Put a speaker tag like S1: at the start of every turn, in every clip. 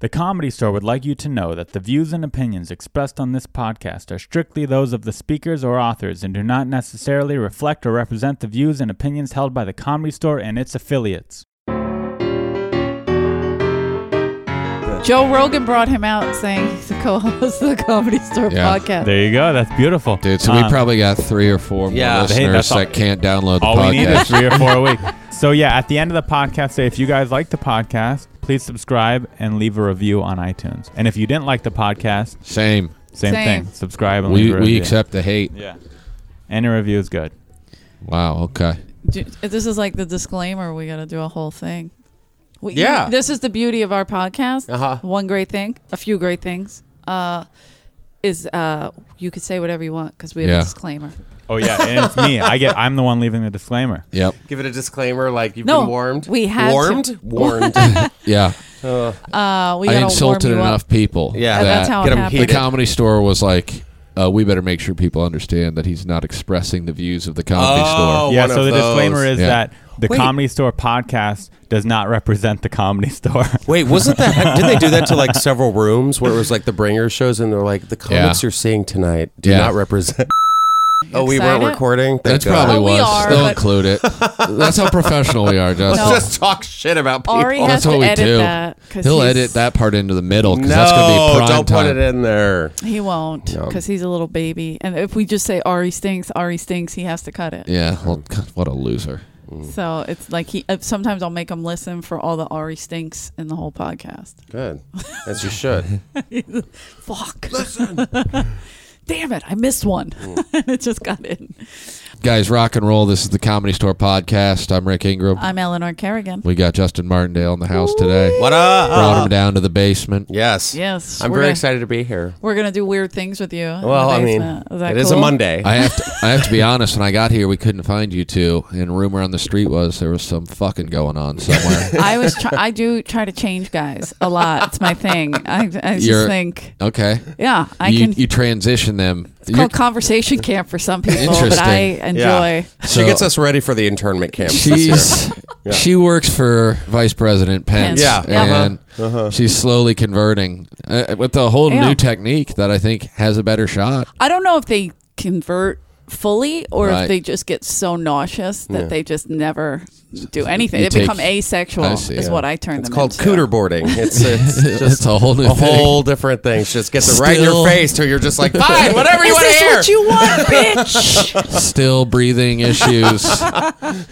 S1: The Comedy Store would like you to know that the views and opinions expressed on this podcast are strictly those of the speakers or authors and do not necessarily reflect or represent the views and opinions held by the Comedy Store and its affiliates.
S2: Joe Rogan brought him out saying he's the co-host of the Comedy Store
S3: Yeah.
S2: podcast.
S1: There you go. That's beautiful.
S3: Dude, so we
S1: Um,
S3: probably got three or four more
S4: Uh, Yeah, hey,
S3: listeners
S1: that's all-
S3: that can't download the
S4: Oh,
S1: All we need is
S3: podcast.
S1: three or four a week. So yeah, at the end of the podcast, say if you guys like the podcast, please subscribe and leave a review on iTunes. And if you didn't like the podcast,
S3: Same.
S1: same,
S2: Same.
S1: thing. Subscribe and
S3: We,
S1: leave a review.
S3: we accept the hate.
S1: Yeah. Any review is good.
S3: Wow. Okay.
S2: Do- This is like the disclaimer. We got to do a whole thing. We,
S4: Yeah.
S2: This is the beauty of our podcast.
S4: Uh-huh.
S2: One great thing, a few great things, uh, is uh, you could say whatever you want because we have
S3: Yeah.
S2: a disclaimer.
S1: Oh yeah, and it's me. I get. I'm the one leaving the disclaimer.
S3: Yep.
S4: Give it a disclaimer like you've
S2: No,
S4: been warmed.
S2: we had to.
S4: warmed. Warmed.
S3: Yeah.
S2: Uh, we
S3: I
S2: gotta
S3: insulted
S2: warm you
S3: enough
S2: Up.
S3: people.
S4: Yeah.
S2: And that's
S3: that
S2: how
S4: Get
S2: it
S4: 'em
S2: happened.
S3: the
S4: heated.
S3: comedy store was like, uh, we better make sure people understand that he's not expressing the views of the comedy
S4: Oh.
S3: store.
S1: yeah.
S4: one
S1: So
S4: of
S1: the
S4: those.
S1: disclaimer is
S3: Yeah.
S1: that the
S4: Wait.
S1: Comedy Store podcast does not represent the Comedy Store.
S4: Wait, wasn't that? Did they do that to like several rooms where it was like the bringer shows and they're like the comics
S3: Yeah.
S4: you're seeing tonight do
S3: Yeah.
S4: not represent. oh, we weren't
S2: Excited?
S4: recording. Thank
S3: That's
S4: God.
S3: probably
S2: Oh, we
S3: was.
S2: are,
S3: They'll
S2: but-
S3: include it. That's how professional we are, Justin.
S2: No.
S4: Just talk shit about people.
S2: Ari has
S3: That's what
S2: to
S3: we
S2: edit
S3: do.
S2: that. 'cause
S3: He'll
S2: he's-
S3: edit that part into the middle
S4: no,
S3: because that's going to be prime
S4: don't
S3: time.
S4: put it in there.
S2: He won't
S4: No.
S2: because he's a little baby. And if we just say Ari stinks, Ari stinks, he has to cut it.
S3: Yeah. Well, God, what a loser.
S2: So it's like he. uh, Sometimes I'll make him listen for all the Ari stinks in the whole podcast.
S4: Good, as you should.
S2: Fuck. Damn it! I missed one.
S3: Hmm.
S2: it just got in.
S3: Guys, rock and roll. This is the Comedy Store podcast. I'm Rick Ingram.
S2: I'm Eleanor Kerrigan.
S3: we got Justin Martindale in the house today.
S4: what Uh-huh. up?
S3: Brought him down to the basement.
S4: Yes.
S2: Yes,
S4: I'm
S2: we're
S4: very
S2: gonna-
S4: excited to be here.
S2: We're gonna do weird things with you. in
S4: Well,
S2: the
S4: I mean,
S2: basement.
S4: it
S2: that
S4: is a
S2: cool?
S4: Monday.
S3: I have to. I have to be honest. When I got here, we couldn't find you two, and rumor on the street was there was some fucking going on somewhere.
S2: I was. Try- I do try to change guys a lot. It's my thing. I, I just
S3: You're-
S2: think.
S3: okay,
S2: Yeah, I
S3: you,
S2: can.
S3: you transition them.
S2: it's called conversation camp for some people, but
S3: Interesting.
S2: I enjoy.
S3: So-
S4: she gets us ready for the internment camp. this year.
S3: She's she works for Vice President Pence.
S2: Pence. Uh-huh.
S4: Yeah. Uh-huh. Yeah.
S3: and she's slowly converting uh, with a whole
S2: Yeah.
S3: new technique that I think has a better shot.
S2: I don't know if they convert fully or
S3: Right.
S2: if they just get so nauseous that they just never do anything.
S3: you
S2: they become
S3: take-
S2: asexual.
S3: I see,
S2: is
S3: yeah.
S2: what I turn
S4: It's
S2: them
S4: called
S2: into.
S4: cooter boarding. It's it's
S3: It's
S4: just
S3: a whole new
S4: a
S3: thing.
S4: whole different thing. It's Just get the right in your
S3: Still-
S4: face till you're just like fine, whatever you
S2: Is
S4: want to
S2: this
S4: hear.
S2: what you want, bitch?
S3: still breathing issues.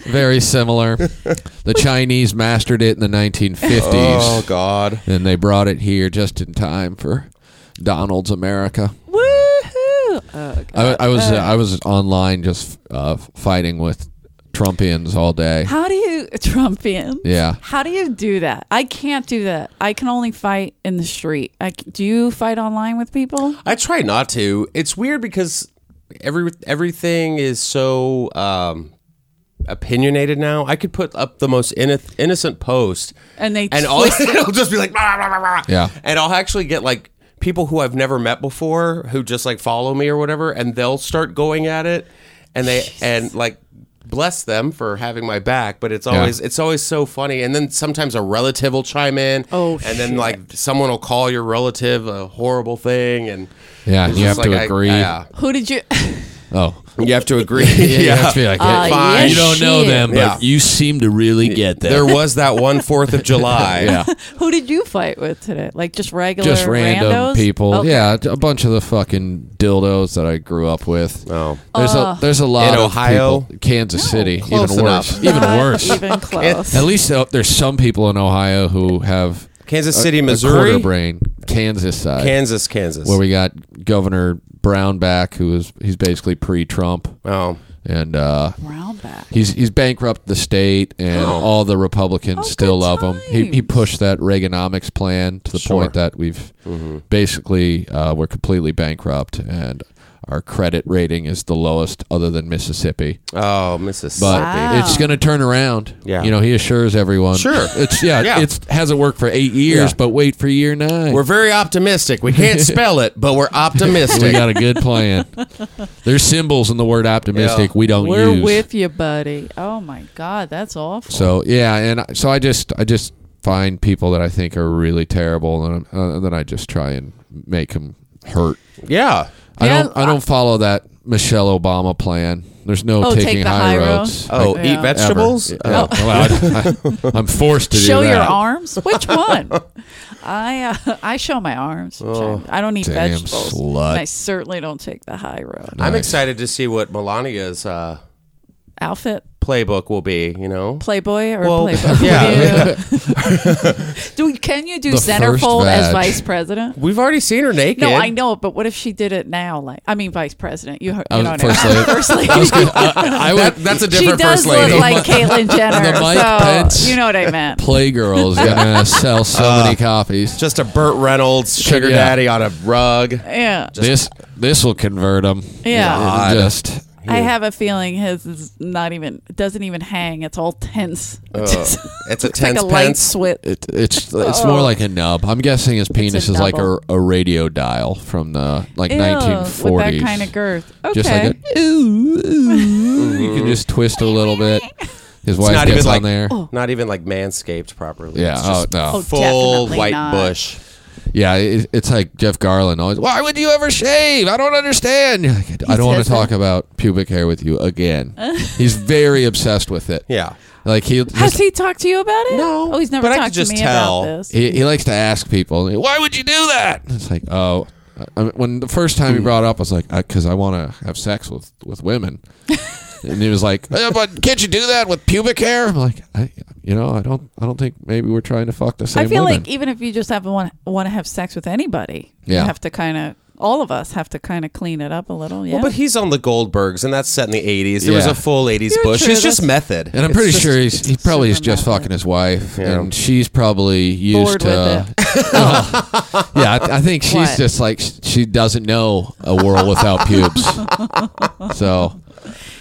S3: Very similar. The Chinese mastered it in the 1950s,
S4: oh God.
S3: and they brought it here just in time for Donald's America.
S2: Woohoo! Oh,
S3: I,
S2: God.
S3: I was uh, I was online just uh, fighting with Trumpians all day.
S2: How do you Trumpian?
S3: Yeah.
S2: How do you do that? I can't do that. I can only fight in the street. I c do you fight online with people?
S4: I try not to. It's weird because every everything is so um, opinionated now. I could put up the most inno- innocent post,
S2: And they
S4: and all it'll just be like, "Ah, "Rah, rah, rah, rah."
S3: Yeah.
S4: And I'll actually get like people who I've never met before who just like follow me or whatever, and they'll start going at it, and they and like bless them for having my back but it's always it's always so funny and then sometimes a relative will chime in
S2: Oh,
S4: and then like someone will call your relative a horrible thing and
S3: Yeah, and
S4: it's
S3: you have
S4: just
S3: to
S4: like, I-
S3: agree.
S4: yeah.
S2: Who did you?
S3: Oh,
S4: You have to agree.
S3: yeah, you have to be like,
S2: Uh,
S3: "Hey,
S2: yes,
S3: you don't know
S2: shit.
S3: them, but
S4: Yeah.
S3: you seem to really get them.
S4: There was that one Fourth of July.
S3: yeah,
S2: Who did you fight with today? Like just regular
S3: just random
S2: randos?
S3: people.
S2: Okay.
S3: Yeah, a bunch of the fucking dildos that I grew up with.
S4: Oh.
S3: There's a there's a lot
S4: In
S3: of
S4: Ohio?
S3: people- Kansas City,
S4: close
S3: even worse,
S4: enough.
S3: even
S2: Not
S3: worse.
S2: Even close.
S3: At least uh, there's some people in Ohio who have
S4: Kansas City,
S3: a
S4: Missouri,
S3: quarter brain. Kansas side,
S4: Kansas, Kansas.
S3: where we got Governor Brown back, who is he's basically pre-Trump,
S4: oh,
S3: and uh,
S2: Brownback.
S3: he's he's bankrupt the state, and all the Republicans still
S2: good
S3: love him. He, he
S2: times.
S3: pushed that Reaganomics plan to the
S4: Sure. Mm-hmm.
S3: point that we've basically uh, we're completely bankrupt, and our credit rating is the lowest other than Mississippi.
S4: oh, Mississippi.
S3: but
S2: Wow.
S3: it's going to turn around.
S4: Yeah.
S3: you know he assures everyone.
S4: Sure.
S3: it's yeah,
S4: Yeah.
S3: it hasn't worked for eight years,
S4: Yeah.
S3: but wait for year nine.
S4: we're very optimistic. We can't spell it, but we're
S3: we
S4: optimistic.
S3: got a good plan. There's symbols in the word optimistic
S4: Yeah.
S3: we don't
S2: We're
S3: use.
S2: with you, buddy. Oh my God, that's awful.
S3: so yeah, and I- so I just I just find people that I think are really terrible, and, uh, and then I just try and make them hurt.
S4: Yeah.
S3: I
S2: Yeah,
S3: don't. I don't follow that Michelle Obama plan. There's no
S2: Oh, take
S3: taking
S2: the
S3: high
S2: high road.
S3: roads.
S4: Oh,
S2: Like-
S4: eat
S2: Yeah.
S3: ever.
S4: vegetables? Oh.
S3: Yeah, well, I, am forced to do
S2: show
S3: that.
S2: your arms. Which one? I uh, I show my arms. I don't eat
S3: Oh, damn
S2: vegetables.
S3: slut.
S2: And I certainly don't take the high road.
S4: I'm
S3: Nice.
S4: excited to see what Melania's uh,
S2: Outfit
S4: playbook will be, you know?
S2: Playboy or
S4: Well,
S2: Playboy?
S4: yeah.
S2: Ew. Do can you do
S3: The first
S2: centerfold as
S3: vag.
S2: vice president?
S4: We've already seen her naked.
S2: No, I know, but what if she did it now? Like, I mean, vice president. You, heard-
S3: I
S2: you
S3: was
S2: know, what
S3: first
S2: I mean.
S3: lady.
S2: first lady.
S3: I would
S4: That, that's a
S2: she
S4: different
S2: does
S4: first lady.
S2: look like Caitlyn Jenner.
S3: the Mike
S2: so
S3: Pence.
S2: you know what I meant.
S3: Playgirl is gonna sell so
S4: Uh,
S3: many copies.
S4: Just a Burt Reynolds sugar
S3: Yeah.
S4: daddy on a rug.
S2: Yeah,
S3: this this will convert them.
S2: Yeah.
S4: God.
S3: Just
S2: I have a feeling his is not even it doesn't even hang. It's all tense.
S3: Uh,
S2: it's
S4: It's a
S2: like
S4: tense
S2: a light
S4: pence.
S2: switch.
S3: it, it's it's more like a nub. I'm guessing his penis is like a,
S2: Oh. nubble.
S3: a radio dial from the like
S2: Ew,
S3: 1940s.
S2: With that kind of girth. Okay.
S3: Just like a, ooh, ooh. you can just twist a little bit. His wife
S4: not
S3: gets
S4: even
S3: on
S4: like-
S3: there.
S4: Not even like manscaped properly.
S3: Yeah.
S4: It's
S3: Oh
S4: just
S3: no.
S2: Oh,
S4: full
S2: definitely
S4: white
S2: not.
S4: bush.
S3: Yeah. It, it's like Jeff Garland always. Why would you ever shave? I don't understand. You're like, I don't want
S2: says
S3: to talk about pubic hair with you again. He's very obsessed with it.
S4: Yeah.
S3: Like he
S2: Has
S3: just
S2: he talked to you about it?
S4: No,
S2: Oh, he's never
S4: but I
S2: talked
S4: could just
S2: to me
S4: tell.
S2: about this.
S3: he, he likes to ask people, "Why would you do that?" It's like, oh, I, I- when the first time he brought it up, I was like, "Because I want to have sex with with women," and he was like, eh, "But can't you do that with pubic hair?" I'm like, I, you know, I don't, I don't think maybe we're trying to fuck the same
S2: I feel
S3: women.
S2: like even if you just have want want to have sex with anybody,
S3: Yeah.
S2: you have to kind of all of us have to kind of clean it up a little. Yeah.
S4: Well, but he's on the Goldbergs, and that's set in the 80s. It was
S3: Yeah.
S4: a full 80s
S2: You're
S4: bush.
S2: true,
S4: It's just
S2: that's-
S4: method.
S3: and I'm
S4: It's
S3: pretty
S4: just-
S3: sure he's he probably is
S2: super
S3: just
S2: method.
S3: fucking his wife,
S4: Yeah.
S3: and she's probably used
S2: Bored
S3: to.
S2: with
S3: yeah, I, I think she's
S2: What?
S3: just like she doesn't know a world without pubes. so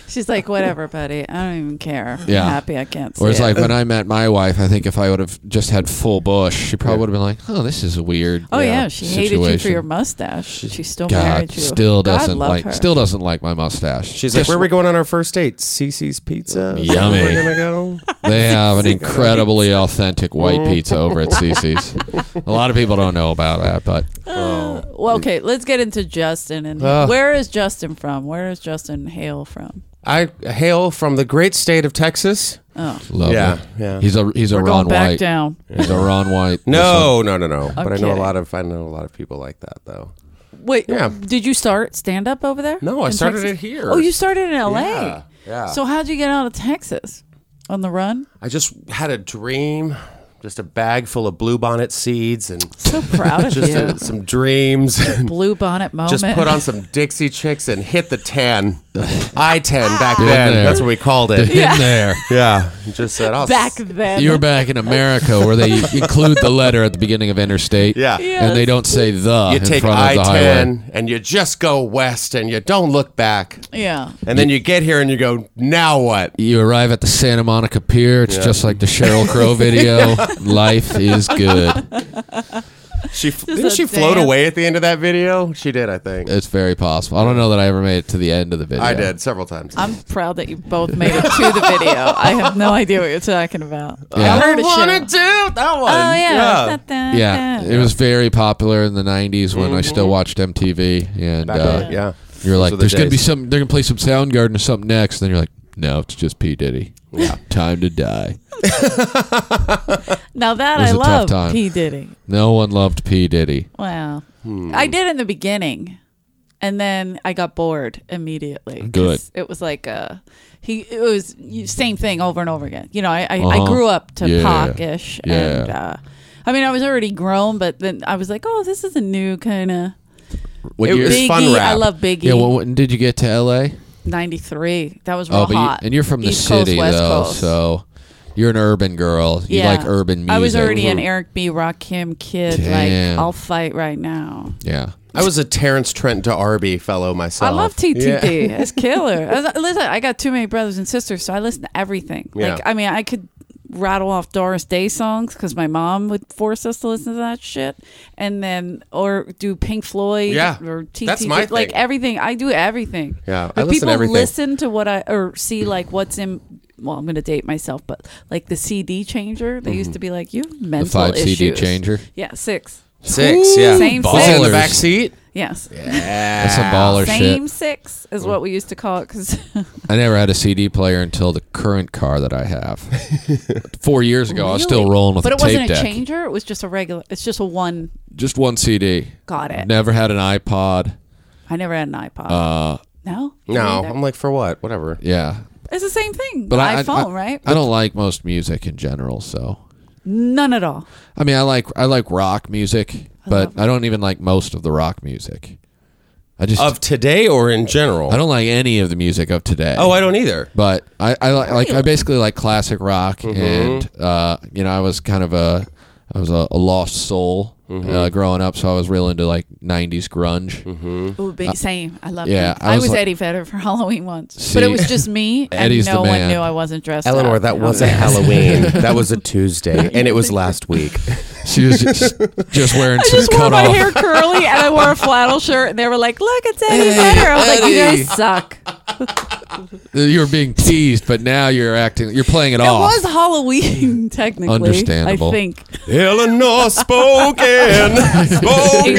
S2: She's like, whatever, buddy. I don't even care. I'm
S3: Yeah.
S2: happy I can't see
S3: Whereas,
S2: it.
S3: like when I met my wife, I think if I would have just had full bush, she probably would have been like, "Oh, this is a weird."
S2: oh
S3: uh,
S2: yeah, she hated you for
S3: situation."
S2: your mustache. She still
S3: God
S2: married you.
S3: still
S2: God
S3: doesn't
S2: love
S3: like
S2: her.
S3: still doesn't like my mustache.
S4: She's like, where are we going on our first date? Cece's Pizza? Is that where
S3: Yummy.
S4: We're going to go?
S3: They have an incredibly authentic white pizza over at Cece's. a lot of people don't know about that, but
S2: Well, okay, let's get into Justin. And where is Justin from? Where is Justin Hale from?
S4: I hail from the great state of Texas.
S3: love
S4: Yeah,
S3: it.
S4: yeah.
S3: He's a he's a
S2: We're
S3: Ron
S2: going back
S3: White.
S2: down.
S3: He's a Ron White.
S4: No, no, no, no. But I know
S2: kidding.
S4: a lot of I know a lot of people like that though.
S2: Wait,
S4: Yeah.
S2: did you start stand up over there?
S4: No, I
S2: In
S4: started
S2: Texas?
S4: it here.
S2: Oh, you started in L.A.
S4: Yeah, yeah.
S2: So how'd you get out of Texas? On the run?
S4: I just had a dream, just a bag full of bluebonnet seeds and
S2: So proud of
S4: just
S2: you.
S4: uh, some dreams. and
S2: Blue bonnet moment.
S4: Just put on some Dixie Chicks and hit the tan, I ten back
S3: Been
S4: then.
S3: there.
S4: That's what we called
S3: He's
S4: it.
S3: in there.
S4: Yeah, just said I'll s-
S2: back then.
S3: You were back in America where they include the letter at the beginning of interstate.
S4: Yeah.
S3: And they don't say the
S4: You
S3: in
S4: take
S3: front
S4: I
S3: of the highway.
S4: ten and you just go west and you don't look back.
S2: yeah.
S4: And then you get here and you go, now what?
S3: you arrive at the Santa Monica Pier. It's just like the Cheryl Crow video. Life is good.
S4: She didn't
S2: a
S4: she float
S2: dance.
S4: away at the end of that video? She did, I think.
S3: It's very possible. I don't know that I ever made it to the end of the video.
S4: I did several times.
S2: I'm proud that you both made it to the video. I have no idea what you're talking about.
S3: Yeah.
S2: I heard a show.
S4: do that one.
S2: Oh yeah. Da, da,
S3: Yeah,
S2: da.
S3: it was very popular in the '90s when I still watched MTV, and
S4: Mm-hmm. Back
S3: uh,
S4: then, yeah.
S3: you're
S4: Those
S3: like,
S4: were the
S3: "There's gonna be
S4: days.
S3: some. They're gonna play some Soundgarden or something next." And then you're like, "No, it's just P Diddy. Yeah, time to die."
S2: Now that
S3: It
S2: I
S3: was a tough
S2: love
S3: time.
S2: P Diddy.
S3: No one loved P Diddy.
S2: Wow.
S3: Hmm.
S2: I did in the beginning. And then I got bored immediately. 'cause
S3: Good.
S2: It was like a he. It was you- same thing over and over again. You know, I I,
S3: Uh-huh.
S2: I grew up to
S3: Yeah.
S2: Pac-ish, and
S3: Yeah.
S2: uh, I mean, I was already grown, but then I was like, oh, this is a new kind of
S3: What
S4: It
S3: year?
S4: was-
S2: Biggie.
S4: fun
S2: I
S4: rap.
S2: love Biggie.
S3: yeah, well, when did you get to LA?
S2: Ninety three. That was real
S3: Oh, but you,
S2: hot.
S3: and you're from the
S2: East
S3: city
S2: Coast, West
S3: though,
S2: Coast.
S3: so you're an urban girl. You like urban music. Mm-hmm.
S2: I was already an Eric B. Rakim kid.
S3: Damn.
S2: Like, I'll fight right now.
S3: Yeah.
S4: I was a Terrence Trent to Arby fellow myself.
S2: I love
S4: Yeah.
S2: TTP. It's killer. I was- listen, I got too many brothers and sisters, so I listen to everything.
S4: Yeah.
S2: Like, I mean, I could rattle off Doris Day songs because my mom would force us to listen to that shit, and then or do Pink Floyd.
S4: Yeah.
S2: or TTP.
S4: That's my
S2: like
S4: thing.
S2: everything. I do everything.
S4: Yeah, I
S2: Like,
S4: listen to
S2: people
S4: everything.
S2: listen to what I or see like what's in well, I'm going to date myself, but like the CD changer, they
S4: Mm-hmm.
S2: used to be like you have mental
S3: five CD
S2: issues.
S3: changer?
S2: Yeah, six.
S4: Six, yeah.
S2: Same
S4: Was it in the
S3: six.
S4: back seat?
S2: Yes.
S3: That's some baller
S2: Same
S3: shit.
S2: six is
S4: Mm.
S2: what we used to call it because
S3: I never had a CD player until the current car that I have. Four years ago, I was still
S2: Really?
S3: rolling with
S2: but
S3: a
S2: it
S3: tape
S2: wasn't
S3: deck.
S2: a changer. It was just a regular. It's just a one.
S3: Just one CD.
S2: Got it.
S3: Never had an iPod.
S2: I never had an iPod.
S3: Uh,
S2: no.
S4: No,
S2: Neither.
S4: I'm like for what? Whatever.
S3: Yeah,
S2: it's the same thing.
S3: but I, I-
S2: iPhone,
S3: I,
S2: right?
S3: I don't like most music in general. So,
S2: None at all.
S3: I mean, I like I like rock music, but I don't even like most of the rock music. I just
S4: Of today or in general?
S3: I don't like any of the music of today.
S4: oh, I don't either.
S3: but I, I li- like I basically like classic rock,
S4: Mm-hmm.
S3: and uh, you know I was kind of a I was a, a lost soul
S4: Mm-hmm.
S3: uh, growing up, so I was real into like '90s grunge.
S2: Ooh, big same. I love
S3: Mm-hmm. Uh, yeah,
S2: that.
S3: I
S2: I,
S3: was
S2: was,
S3: like-
S2: Eddie Vedder for Halloween once, but it
S3: See,
S2: was just me, and
S3: Eddie's the
S2: no one
S3: man.
S2: knew I wasn't dressed.
S4: Eleanor,
S2: up.
S4: that
S2: And I
S4: wasn't
S2: like,
S4: Halloween. that was a Tuesday, and it was last week.
S3: She was just, just wearing
S2: I
S3: some
S2: just wore
S3: cut
S2: my
S3: off.
S2: hair curly, and I wore a flannel shirt, and they were like, "Look, it's Eddie Vedder." I was like, "You
S3: Eddie.
S2: guys suck."
S3: You were being teased, but now you're acting. You're playing it, off.
S2: It was Halloween, technically.
S3: Understandable.
S2: I think.
S4: Eleanor spoken, spoken.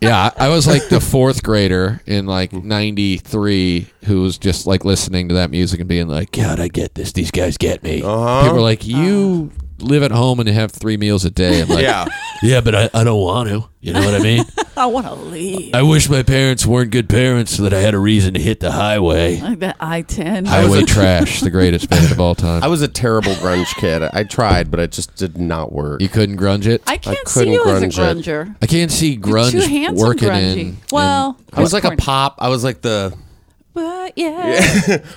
S3: Yeah, I I was like the fourth grader in like
S4: Mm-hmm.
S3: '93 who was just like listening to that music and being like, "God, I get this. These guys get me."
S4: Uh-huh.
S3: People are like,
S2: Uh-huh.
S3: "You live at home and have three meals a day." I'm like,
S4: Yeah,
S3: yeah, but I, I don't want to. You know what I mean?
S2: I want to leave.
S3: I wish my parents weren't good parents so that I had a reason to hit the highway.
S2: Like that I ten.
S3: Highway Trash, the greatest band of all time.
S4: I was a terrible grunge kid. I tried, but it just did not work.
S3: you couldn't grunge it.
S2: I
S3: I,
S2: can't see
S4: couldn't
S2: you as a
S4: grunge it.
S2: grunger.
S3: can't see grunge
S2: You're too handsome,
S3: working
S2: grungy.
S3: in.
S2: Well,
S4: I was like a
S2: corny.
S4: pop. I was like the
S2: But yeah,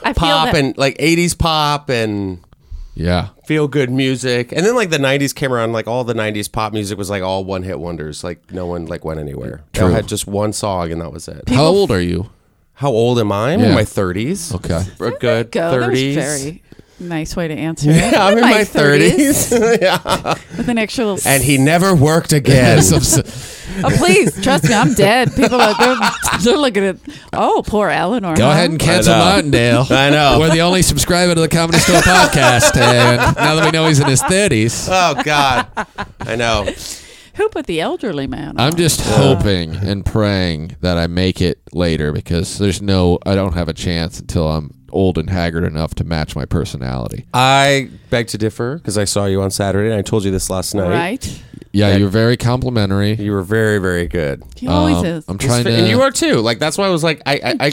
S2: I feel
S4: pop
S2: that-
S4: and like '80s pop and
S3: in- yeah,
S4: feel good music, and then like the '90s came around. Like all the '90s pop music was like all one hit wonders. Like no one like went anywhere. They all
S3: True.
S4: had just one song, and that was it.
S3: how old are you?
S4: How old am I? I'm
S3: Yeah.
S4: in my 30s.
S3: Okay.
S4: A good
S2: go. That was
S4: 30s.
S2: very nice way to answer. it.
S4: Yeah, I'm in my 30s.
S2: with an extra little.
S4: And he never worked again.
S2: oh, please trust me, I'm dead. People are they're, they're looking at. Oh, poor Eleanor.
S3: Go
S2: huh?
S3: ahead and cancel
S4: I know.
S3: Martindale.
S4: I know.
S3: We're the only subscriber to the Comedy Store podcast, and now that we know he's in his thirties,
S4: oh, God. I know.
S2: Who put the elderly man?
S3: I'm
S2: on?
S3: just hoping and praying that I make it later because there's no, I don't have a chance until I'm old and haggard enough to match my personality.
S4: I beg to differ because I saw you on Saturday and I told you this last night.
S2: right.
S3: Yeah, you're very complimentary.
S4: You were very, very good.
S2: He always
S3: Um,
S2: is.
S3: I'm trying to.
S4: And you are too. Like, that's why I was like, I, I, I,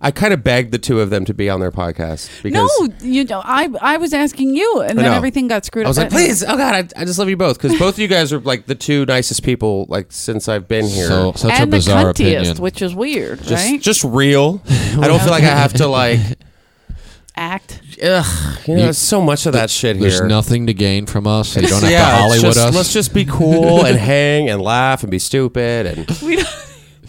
S4: I kind of begged the two of them to be on their podcast
S2: no,
S4: because
S2: you know, I I was asking you, and then
S4: know.
S2: everything got screwed
S4: I
S2: up.
S4: was like, please, oh God, I, I just love you both because both of you guys are like the two nicest people like since I've been here.
S3: So such
S2: and
S3: a bizarre
S2: the cuntiest,
S3: opinion.
S2: which is weird,
S4: just,
S2: right?
S4: just real. I don't feel like I have to like.
S2: Act.
S4: Ugh, you know, there's so much of that shit here.
S3: There's nothing to gain from us. So you don't have to
S4: yeah, it's
S3: Hollywood
S4: just-
S3: us.
S4: Let's just be cool and hang and laugh and be stupid. And
S2: We don't.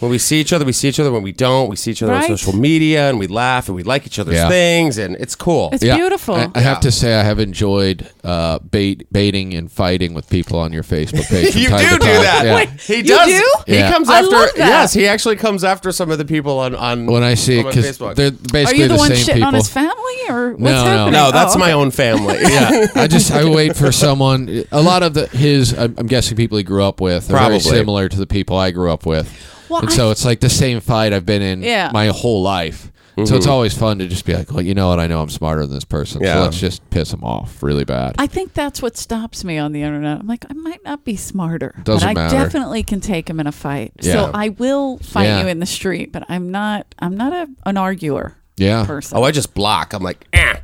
S4: when we see each other, we see each other. When we don't, we see each other
S2: Right.
S4: on social media and we laugh and we like each other's
S3: Yeah.
S4: things. And it's cool.
S2: It's beautiful.
S3: I, I have to say, I have enjoyed uh, bait, baiting and fighting with people on your Facebook page. From
S4: you
S3: time
S4: do
S3: to
S4: do
S3: time.
S4: that.
S3: Yeah.
S4: He
S2: you
S4: does.
S2: do?
S4: He
S3: Yeah.
S4: comes
S2: I
S4: after.
S2: love that.
S4: Yes, he actually comes after some of the people on on
S3: When I see it,
S4: on
S3: because
S4: Facebook.
S3: they're
S2: Are
S3: basically
S2: you the, one
S3: same
S2: shitting
S3: people.
S2: on his family, or what's
S3: no.
S2: happening?
S4: no, that's
S2: Oh,
S4: my own family.
S3: yeah, I just I wait for someone. A lot of the his, I'm, I'm guessing people he grew up with, are very
S4: Probably.
S3: similar to the people I grew up with,
S2: Well,
S3: and
S2: I-
S3: so it's like the same fight I've been in
S2: Yeah.
S3: my whole life. So it's always fun to just be like, well, you know what? I know I'm smarter than this person, so
S4: Yeah.
S3: let's just piss him off really bad.
S2: I think that's what stops me on the internet. I'm like, I might not be smarter,
S3: Doesn't
S2: but I
S3: matter.
S2: definitely can take him in a fight.
S3: Yeah.
S2: So I will fight
S3: Yeah.
S2: you in the street, but I'm not. I'm not a, an arguer
S3: yeah,
S2: person.
S4: oh, I just block. I'm like, eh,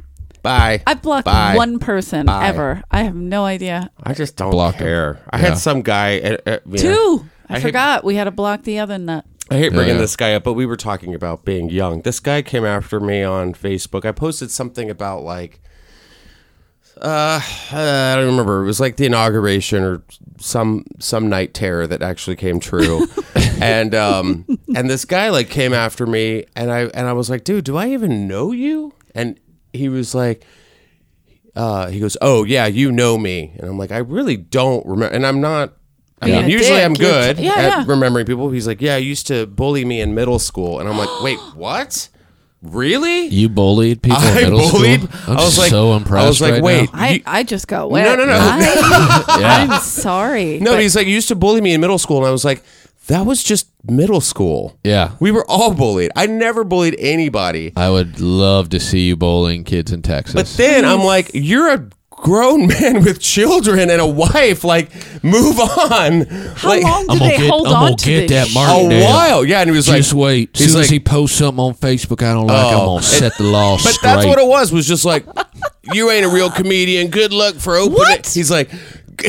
S4: bye.
S2: I've blocked
S4: Bye.
S2: one person
S4: Bye.
S2: ever. I have no idea.
S4: I just don't
S3: Block him.
S4: care. I
S3: Yeah.
S4: had some guy. uh, uh, you know,
S2: Two. I,
S4: I hate-
S2: forgot we had to block the other nut.
S4: I hate bringing
S3: yeah.
S4: this guy up, but we were talking about being young. This guy came after me on Facebook. I posted something about like, uh, I don't remember. It was like the inauguration or some some night terror that actually came true. and um, and this guy like came after me, and I and I was like, dude, do I even know you? And he was like, uh, he goes, oh yeah, you know me. And I'm like, I really don't remember, and I'm not. I
S2: Being
S4: mean,
S2: a
S4: usually
S2: dick,
S4: I'm
S2: you're-
S4: good
S2: yeah,
S4: at
S2: yeah.
S4: remembering people. He's like, yeah, I used to bully me in middle school. And I'm like, wait, what? really?
S3: You bullied people in
S4: I
S3: middle
S4: bullied.
S3: school.
S4: I
S3: I'm
S4: was like,
S3: so impressed.
S4: I was like,
S3: right
S4: wait,
S3: now.
S2: I,
S4: you-
S2: I just got wet.
S4: No, no, no.
S2: I, I'm sorry.
S4: no.
S2: but
S4: but he's like, you used to bully me in middle school, and I was like, that was just middle school.
S3: Yeah. Uh,
S4: we were all bullied. I never bullied anybody.
S3: I would love to see you bowling kids in Texas.
S4: But then I'm like, you're a grown man with children and a wife. Like, move on.
S2: how
S4: like,
S2: long did
S3: I'm
S2: they
S3: gonna get-
S2: hold
S3: I'm
S2: on
S3: gonna
S2: to
S3: get
S2: this
S3: that
S2: shit?
S3: mark.
S4: a
S3: Damn.
S4: while. Yeah, and he was like,
S3: just wait.
S4: he's
S3: soon
S4: like,
S3: as he posts something on Facebook I don't like, I'm
S4: Oh.
S3: gonna set the law
S4: But
S3: straight.
S4: that's what it was. Was just like, you ain't a real comedian. Good luck for opening.
S2: What?
S4: He's like,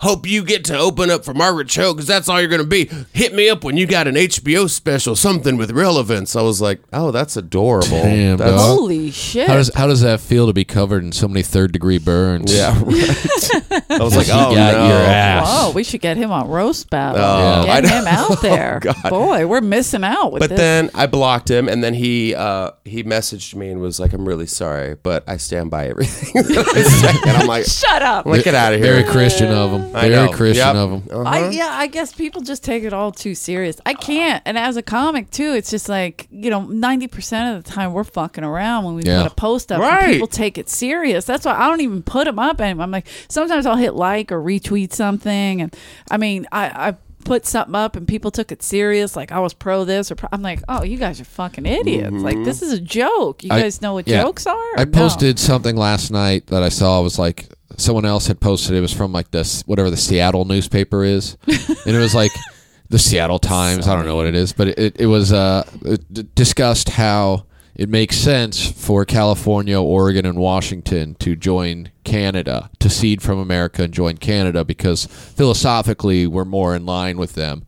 S4: hope you get to open up for Margaret Cho because that's all you're gonna be. Hit me up when you got an HBO special, something with relevance. I was like, oh, that's adorable.
S3: Damn,
S4: that's,
S3: dog.
S2: Holy shit.
S3: how does how does that feel to be covered in so many third degree burns?
S4: Yeah, right. I was like,
S3: You
S4: oh
S3: got
S4: no.
S3: your ass.
S2: Whoa, we should get him on roast battle.
S4: Oh, I
S2: get
S4: know.
S2: him out there. Boy, we're missing out with
S4: But
S2: this.
S4: then I blocked him, and then he uh, he messaged me and was like, "I'm really sorry, but I stand by everything." that I said." and I'm like,
S2: Shut up.
S4: I'm like, "Get out of here!"
S3: Very Christian of him.
S4: I
S3: Very
S4: know.
S3: Christian
S4: Yep.
S3: of him.
S2: I, yeah, I guess people just take it all too serious. I can't. And as a comic, too, it's just like, you know, 90% of the time we're fucking around when we
S3: Yeah.
S2: put a post up. and
S4: Right.
S2: people take it serious. That's why I don't even put them up anymore. I'm like, sometimes I'll hit like or retweet something. And I mean, I, I put something up and people took it serious. Like I was pro this or pro. I'm like, oh, you guys are fucking idiots. Like, this is a joke. You
S3: Mm-hmm. I-
S2: guys know what
S3: yeah.
S2: jokes are?
S3: I
S2: No.
S3: posted something last night that I saw. It was like someone else had posted. It was from like this whatever the Seattle newspaper is, and it was like the Seattle Times. I don't know what it is, but it it was uh it d- discussed how it makes sense for California, Oregon, and Washington to join Canada to cede from America and join Canada because philosophically we're more in line with them.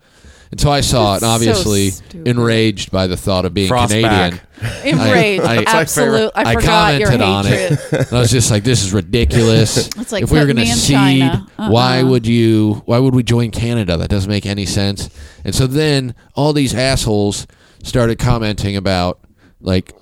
S3: And so I saw
S2: That's
S3: it, and
S2: so
S3: obviously
S2: stupid.
S3: enraged by the thought of being
S4: Frostback.
S3: Canadian.
S2: Enraged.
S3: I- I- That's my
S2: Absolute. I,
S3: I
S2: forgot your
S3: commented
S2: hatred.
S3: on it. And I was just like, "This is ridiculous."
S2: It's like
S3: if we were
S2: putting
S3: going to
S2: me in
S3: cede,
S2: China. Uh-uh.
S3: why would you? Why would we join Canada? That doesn't make any sense. And so then all these assholes started commenting about like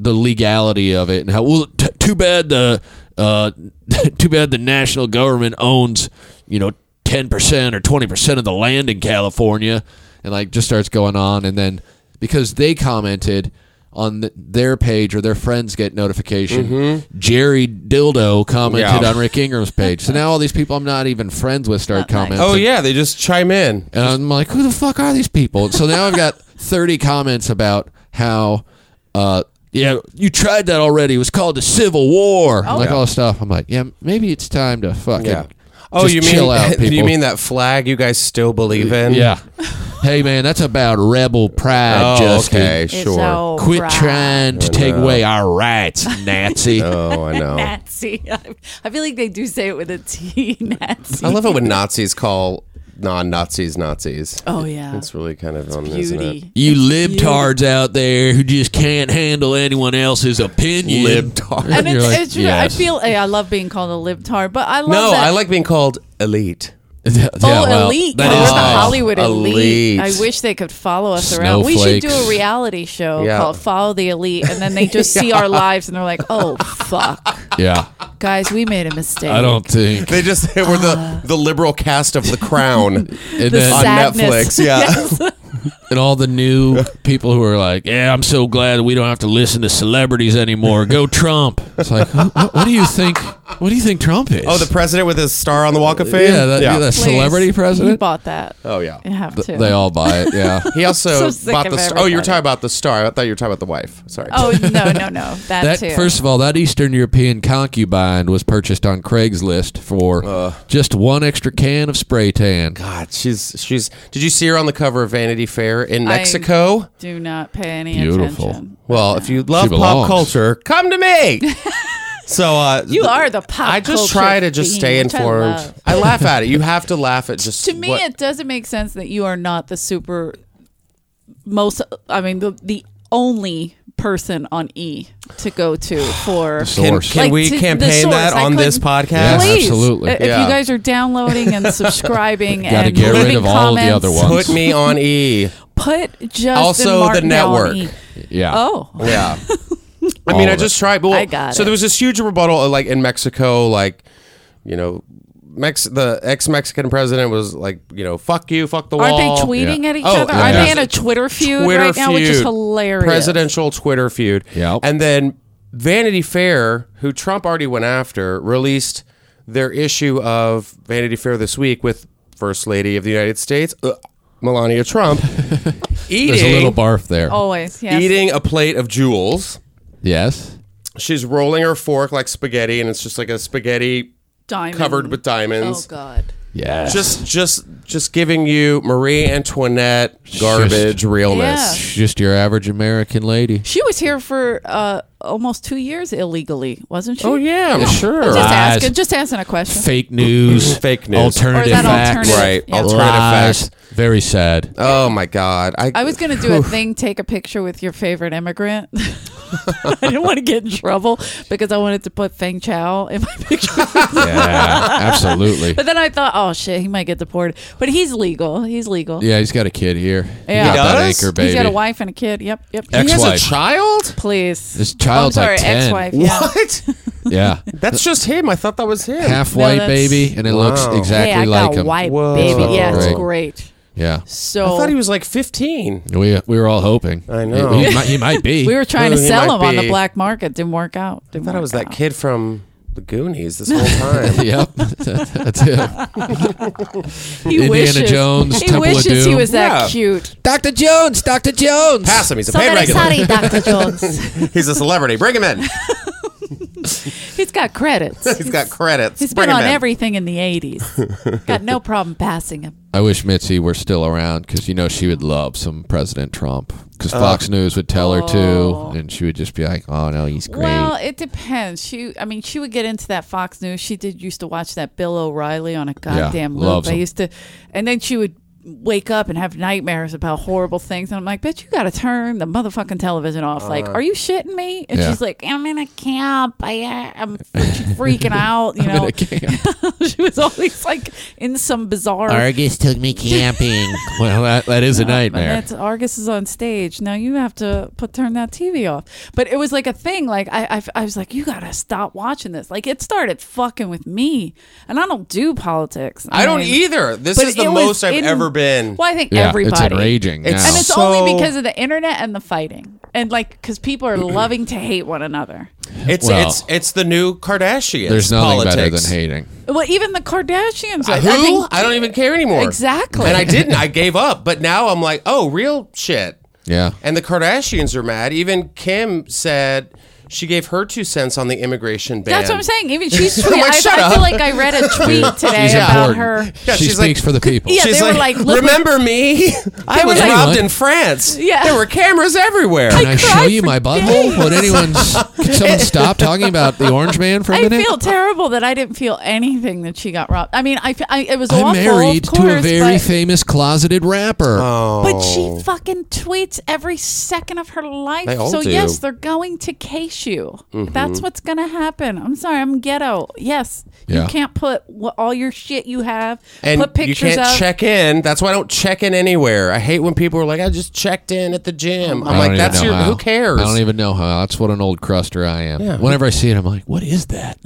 S3: the legality of it and how well, t- too bad the uh, too bad the national government owns you know ten percent or twenty percent of the land in California, and like just starts going on, and then because they commented on th- their page or their friends get notification. Jerry Dildo commented
S4: Yeah.
S3: on Rick Ingram's page. So now all these people I'm not even friends with start
S2: Not nice.
S3: commenting.
S4: Oh yeah, they just chime in.
S3: And I'm like, who the fuck are these people? And so now I've got 30 comments about how, uh, yeah, you tried that already. It was called the Civil War. and
S2: Oh.
S3: like all this stuff. I'm like, yeah, maybe it's time to fucking
S4: Yeah. Oh,
S3: just
S4: you mean
S3: chill out, people.
S4: you mean that flag you guys still believe in?
S3: Yeah. hey, man, that's about rebel pride,
S4: Oh,
S3: Justin.
S4: okay,
S2: It's
S4: sure.
S2: all
S3: Quit
S2: right.
S3: trying to take away our rights, Nazi.
S4: Oh, I know.
S2: Nazi. I feel like they do say it with a T, Nazi.
S4: I love it when Nazis call non-Nazis Nazis.
S2: Oh, yeah.
S4: it's really kind of on isn't
S2: Beauty.
S4: it?
S3: You libtards out there who just can't handle anyone else's opinion.
S4: Libtard.
S2: And
S3: You're
S2: it's,
S3: like,
S2: it's true.
S3: yes.
S2: I feel eh, I love being called a libtard, but I love
S4: No,
S2: that.
S4: I like being called elite.
S3: Yeah,
S2: Oh,
S3: well,
S2: elite!
S3: that
S2: We're
S3: is
S2: the
S3: nice.
S2: Hollywood elite.
S4: elite.
S2: I wish they could follow us around. We should do
S3: Snowflakes.
S2: a reality show
S4: Yeah.
S2: called "Follow the Elite," and then they just see our lives and they're like, "Oh fuck,
S3: Yeah.
S2: guys, we made a mistake."
S3: I don't think.
S4: They just they were
S2: Uh.
S4: the the liberal cast of The Crown
S3: And,
S2: The
S3: then,
S4: on
S2: Sadness.
S4: Netflix. Yeah.
S3: and all the new people who are like, yeah, I'm so glad we don't have to listen to celebrities anymore. Go Trump. It's like, wh- wh- what do you think? What do you think Trump is?
S4: Oh, the president with his star on the Walk of Fame.
S3: yeah, that, yeah. that
S2: Please.
S3: celebrity
S2: You
S3: president.
S2: bought that.
S4: Oh yeah.
S2: You have to.
S3: Th- They all buy it. Yeah.
S4: He also
S2: So sick
S4: bought
S2: of
S4: the. Star. Oh, you were
S2: everybody.
S4: talking about the star. I thought you were talking about the wife. Sorry.
S2: Oh no, no, no. That,
S3: That
S2: too.
S3: first of all, that Eastern European concubine was purchased on Craigslist for just one extra can of spray tan.
S4: Uh. God, she's she's. Did you see her on the cover of Vanity Fair in Mexico?
S2: do not pay any
S3: Beautiful.
S2: attention.
S4: well, if you love pop
S3: belongs.
S4: culture, come to me. so uh,
S2: You are the pop.
S4: I just
S2: culture
S4: try to
S2: fiend,
S4: just stay
S2: which I
S4: informed.
S2: love.
S4: I, laugh at it. You have to laugh at just
S2: To me,
S4: what-
S2: it doesn't make sense that you are not the super most. I mean, the the only person on E to go to for.
S4: can,
S3: source.
S4: can
S2: Like,
S4: we
S2: to- the
S4: campaign
S2: source,
S4: that
S2: I
S4: on this
S2: couldn't-
S4: podcast?
S3: Yeah,
S2: Please,
S3: absolutely.
S2: i- If
S4: Yeah.
S2: you guys are downloading and subscribing
S3: Gotta
S2: and
S3: get rid
S2: leaving
S3: of all the
S2: comments,
S3: other ones.
S4: Put me on E.
S2: put Justin
S4: Also the
S2: Martindale
S4: network.
S2: On e.
S3: Yeah.
S2: Oh,
S4: Yeah. I
S3: All
S4: mean, I
S3: of
S4: just tried. But
S2: I got
S4: so
S2: it.
S4: there was this huge rebuttal, uh, like in Mexico, like you know, Mex the ex Mexican president was like, you know, fuck you, fuck the
S2: Aren't
S4: wall.
S2: they tweeting
S3: Yeah.
S2: at each
S4: Oh,
S2: other?
S4: yeah.
S2: Are they
S4: Yeah.
S2: in a Twitter feud
S4: Twitter
S2: right now, which is
S4: feud.
S2: hilarious?
S4: presidential Twitter feud.
S3: Yep.
S4: And then Vanity Fair, who Trump already went after, released their issue of Vanity Fair this week with First Lady of the United States, uh, Melania Trump,
S3: There's a little
S4: eating
S3: barf there.
S2: Always, yes.
S4: eating a plate of jewels.
S3: Yes.
S4: She's rolling her fork like spaghetti, and it's just like a spaghetti
S2: Diamond.
S4: covered with
S2: Oh
S4: diamonds.
S2: God.
S3: Yes.
S4: Just, just, just giving you Marie Antoinette garbage
S2: Yeah.
S4: realness.
S3: just your average American lady.
S2: She was here for uh, almost two years illegally, wasn't she?
S4: Oh yeah, I'm sure.
S2: Just
S3: Lies.
S2: asking, just asking a question.
S3: Fake news.
S4: Fake news.
S3: Alternative
S2: Or is that
S3: facts.
S2: alternative?
S4: Right.
S2: Yeah.
S4: Alternative
S3: Lies.
S4: facts.
S3: Very sad.
S4: Oh my God.
S2: I was gonna do a thing, take a picture with your favorite immigrant. I didn't want to get in trouble because I wanted to put Feng Chao in my picture.
S3: Yeah. absolutely.
S2: But then I thought, oh shit, he might get deported. But he's legal. He's legal.
S3: Yeah, he's got a kid here.
S2: Yeah.
S3: He got that
S4: He does?
S3: anchor baby.
S2: He's got a wife and a kid. Yep, yep.
S3: Ex-
S4: He
S3: Ex-wife.
S4: has a child?
S2: Please. Oh,
S3: This child's
S2: I'm sorry,
S3: like
S2: ex-wife.
S3: 10.
S2: Yeah.
S4: What?
S3: Yeah.
S4: That's just him. I thought that was him.
S3: Half
S2: No,
S3: white
S2: that's-
S3: baby, and it looks
S4: Wow.
S3: exactly
S2: hey, I
S3: like
S2: got
S3: him.
S2: white
S4: Whoa.
S2: baby. Yeah, it's
S3: Right.
S2: great.
S3: Yeah.
S2: So
S4: I thought he was like 15.
S3: We, we were all hoping.
S4: I know.
S3: He, he might, he might be.
S2: we were trying
S4: Well,
S2: to
S4: he
S2: sell
S4: might
S2: him on the
S4: be.
S2: black market. Didn't work out.
S4: I
S2: Didn't
S4: thought it
S2: work
S4: was that
S2: out.
S4: kid from the Goonies this whole time.
S3: Yep. That's him.
S2: He
S3: Indiana
S2: wishes,
S3: Jones,
S2: He
S3: Temple of
S2: wishes he
S3: Doom.
S2: was that
S4: Yeah.
S2: cute.
S3: Dr. Jones. Dr. Jones.
S4: Pass him. He's a paid regular.
S2: Dr. Jones.
S4: He's a celebrity. Bring him in.
S2: He's got credits.
S4: He's got credits.
S2: He's
S4: Bring
S2: been
S4: him
S2: on
S4: in.
S2: everything in the 80s. Got no problem passing him.
S3: I wish Mitzi were still around because you know she would love some President Trump because
S4: Uh,
S3: Fox News would tell her
S2: Oh.
S3: to, and she would just be like, "Oh no, he's great."
S2: Well, it depends. She, I mean, she would get into that Fox News. She did used to watch that Bill O'Reilly on a goddamn loop.
S3: loves
S2: I
S3: him.
S2: used to, and then she would wake up and have nightmares about horrible things. And I'm like, bitch, you got to turn the motherfucking television off. like, are you shitting me? And
S3: Yeah.
S2: she's like, I'm in a camp. I, I'm she's freaking out. You know, she was always like in some bizarre.
S3: Argus took me camping. well, that, that is a
S2: But
S3: nightmare.
S2: that's Argus is on stage. Now you have to put turn that TV off. But it was like a thing. Like I, I, I was like, you gotta stop watching this. Like it started fucking with me, and I don't do politics.
S4: I don't
S2: mean,
S4: either. This
S2: but
S4: is the
S2: it was
S4: most I've
S2: in-
S4: ever been.
S2: Well, I think
S3: Yeah,
S2: everybody.
S3: it's enraging.
S4: It's-
S3: now.
S2: And it's
S4: So-
S2: only because of the internet and the fighting, and like because people are loving to hate one another.
S4: It's
S3: Well.
S4: it's it's the new Kardashians.
S3: There's nothing
S4: politics.
S3: better than hating.
S2: Well, even the Kardashians.
S4: Who?
S2: I,
S4: I,
S2: think,
S4: don't even care anymore.
S2: Exactly.
S4: And I didn't. I gave up. But now I'm like, oh, real shit.
S3: Yeah.
S4: And the Kardashians are mad. Even Kim said she gave her two cents on the immigration ban.
S2: That's what I'm saying. Even she's tweeting. I,
S4: like, shut
S2: I
S4: up.
S2: feel like I read a tweet today
S3: She's
S2: about
S3: important.
S2: her.
S4: Yeah,
S3: she
S4: she's like-
S3: speaks for the people.
S2: Yeah, they were like, look-
S4: remember me? I was
S3: like-
S4: robbed in France.
S2: Yeah.
S4: There were cameras everywhere.
S3: Can I, show
S2: cried
S3: you
S2: for
S3: my butthole? Would anyone? Could someone stop talking about the orange man for a
S2: I
S3: minute?
S2: feel terrible that I didn't feel anything that she got robbed. I mean, I, fe- I it was
S3: I'm
S2: awful.
S3: married
S2: of course,
S3: to a very Oh.
S2: but,
S3: famous closeted rapper.
S4: Oh.
S2: but she fucking tweets every second of her life.
S4: They all
S2: so
S4: do.
S2: yes, they're going to case you.
S3: Mm-hmm.
S2: That's what's gonna happen. I'm sorry, I'm ghetto. Yes,
S3: Yeah.
S2: you can't put wh- all your shit you have.
S4: and
S2: put
S4: you
S2: pictures
S4: can't
S2: up.
S4: check in. That's why I don't check in anywhere. I hate when people are like, "I just checked in at the gym." I'm
S3: I don't
S4: like,
S3: even
S4: "That's
S3: know
S4: your
S3: how.
S4: who cares?"
S3: I don't even know how. That's what an old cruster I am. Whenever I see it, I'm like, what is that?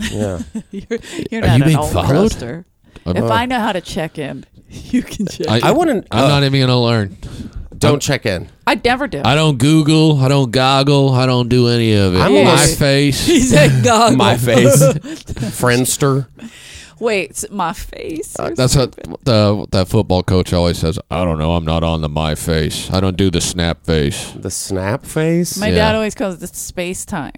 S2: you're, you're
S3: Are
S2: not
S3: you
S2: an
S3: being
S2: old
S3: followed?
S2: cruster.
S3: I'm-
S2: If I know how to check in, you can check. I,
S4: I wouldn't-
S3: I'm
S4: uh,
S3: not even gonna learn.
S4: don't check in.
S2: never do.
S3: I don't Google. I don't goggle. I don't do any of it.
S4: I'm
S3: My
S4: almost-
S3: face.
S2: He's a goggle.
S4: My face, Friendster.
S2: Wait, s- my face. or
S3: Uh, That's what the what that football coach always says. I don't know. I'm not on the my face. I don't do the snap face.
S4: The snap face.
S2: My
S3: Yeah.
S2: dad always calls it space time.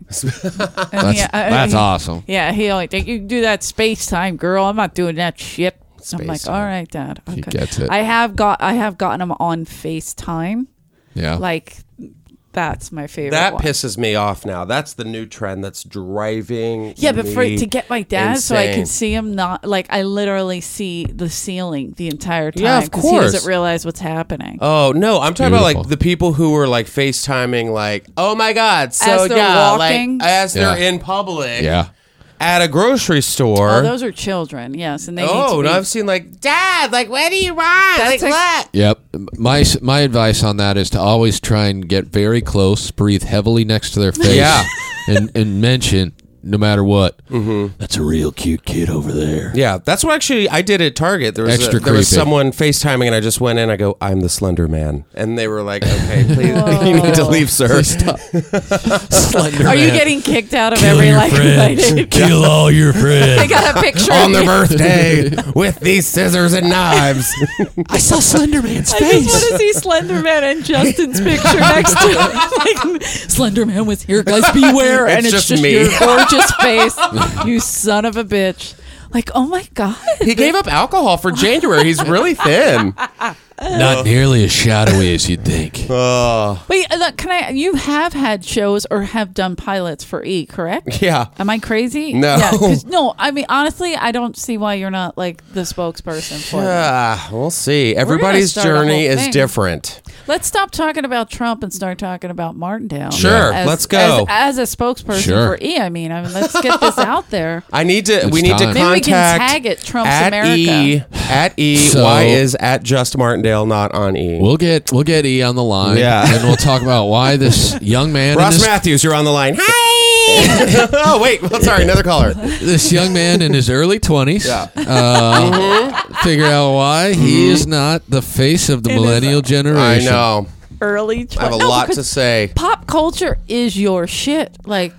S3: That's that's awesome.
S2: Yeah, he only think you can do that space time, girl. I'm not doing that shit. I'm like,
S4: Space-time.
S2: all right, dad. Okay.
S3: gets it.
S2: I have got, I have gotten him on FaceTime.
S3: Yeah.
S2: Like, that's my favorite.
S4: That
S2: one.
S4: pisses me off now. That's the new trend that's driving.
S2: Yeah, but for
S4: me
S2: to get my dad so I can
S4: insane.
S2: see him not like I literally see the ceiling the entire time.
S4: Yeah, of
S2: 'cause He
S4: course.
S2: doesn't realize what's happening.
S4: Oh no, I'm talking about
S3: Beautiful.
S4: like the people who were like FaceTiming like, oh my god, so
S2: As they're
S4: yeah,
S2: walking?
S4: like as they're
S3: Yeah.
S4: in public,
S3: yeah.
S4: at a grocery store.
S2: oh, those are children. Yes, and they.
S4: Oh,
S2: need to
S4: no,
S2: be-
S4: I've seen like dad, like where do you want?
S2: That's
S4: like
S2: like-
S4: what?
S3: Yep. My s- my advice on that is to always try and get very close, breathe heavily next to their face,
S4: Yeah.
S3: and and mention no matter what. Mm-hmm. That's a real cute kid over there.
S4: Yeah, that's what actually I did at Target. There was,
S3: Extra
S4: a, there was
S3: creepy.
S4: someone FaceTiming, and I just went in. I go, I'm the Slender Man. And they were like, okay, please, you need to leave, sir.
S3: Slender
S2: Are you
S3: Man.
S2: getting kicked out of every like related?
S3: Kill all your
S2: I
S3: friends.
S2: got a picture
S4: On
S2: of
S4: their
S2: you.
S4: birthday with these scissors and knives.
S3: I saw Slender Man's
S2: I just want to see Slender Man and Justin's picture next to it. Like, Slender Man was here, guys, beware. and
S4: It's
S2: it's
S4: just
S2: just,
S4: me.
S2: your gorgeous face. you son of a bitch. Like, oh my God.
S4: he gave up alcohol for January. He's really thin.
S3: Not nearly as shadowy as you'd think.
S2: Wait, uh, look, can I? You have had shows or have done pilots for E, correct?
S4: Yeah.
S2: Am I crazy?
S4: No.
S2: Yeah, 'cause- no, I mean, honestly, I don't see why you're not like the spokesperson for it.
S4: Ah, we'll see. Everybody's
S2: start a whole
S4: journey is
S2: thing.
S4: different.
S2: Let's stop talking about Trump and start talking about Martindale.
S4: Sure, let's go.
S2: As, as a spokesperson
S3: Sure.
S2: for E, I mean, I mean, let's get this out there.
S4: I need to. we need to
S3: time.
S2: Maybe we
S4: contact
S2: can tag it Trump's
S4: at
S2: America.
S4: E at E.
S3: So-
S4: why is at Just Martindale not on E?
S3: We'll get we'll get E on the line,
S4: Yeah.
S3: and we'll talk about why this young man, and
S4: Ross
S3: this,
S4: Matthews, you're on the line. Hi. oh wait, well, sorry, another caller.
S3: this young man in his early twenties,
S4: Yeah. Mm-hmm.
S3: uh, figure out why he is not the face of the millennial
S4: I
S3: generation.
S4: know.
S2: Early.
S4: I have a lot to say.
S2: Pop culture is your shit. Like,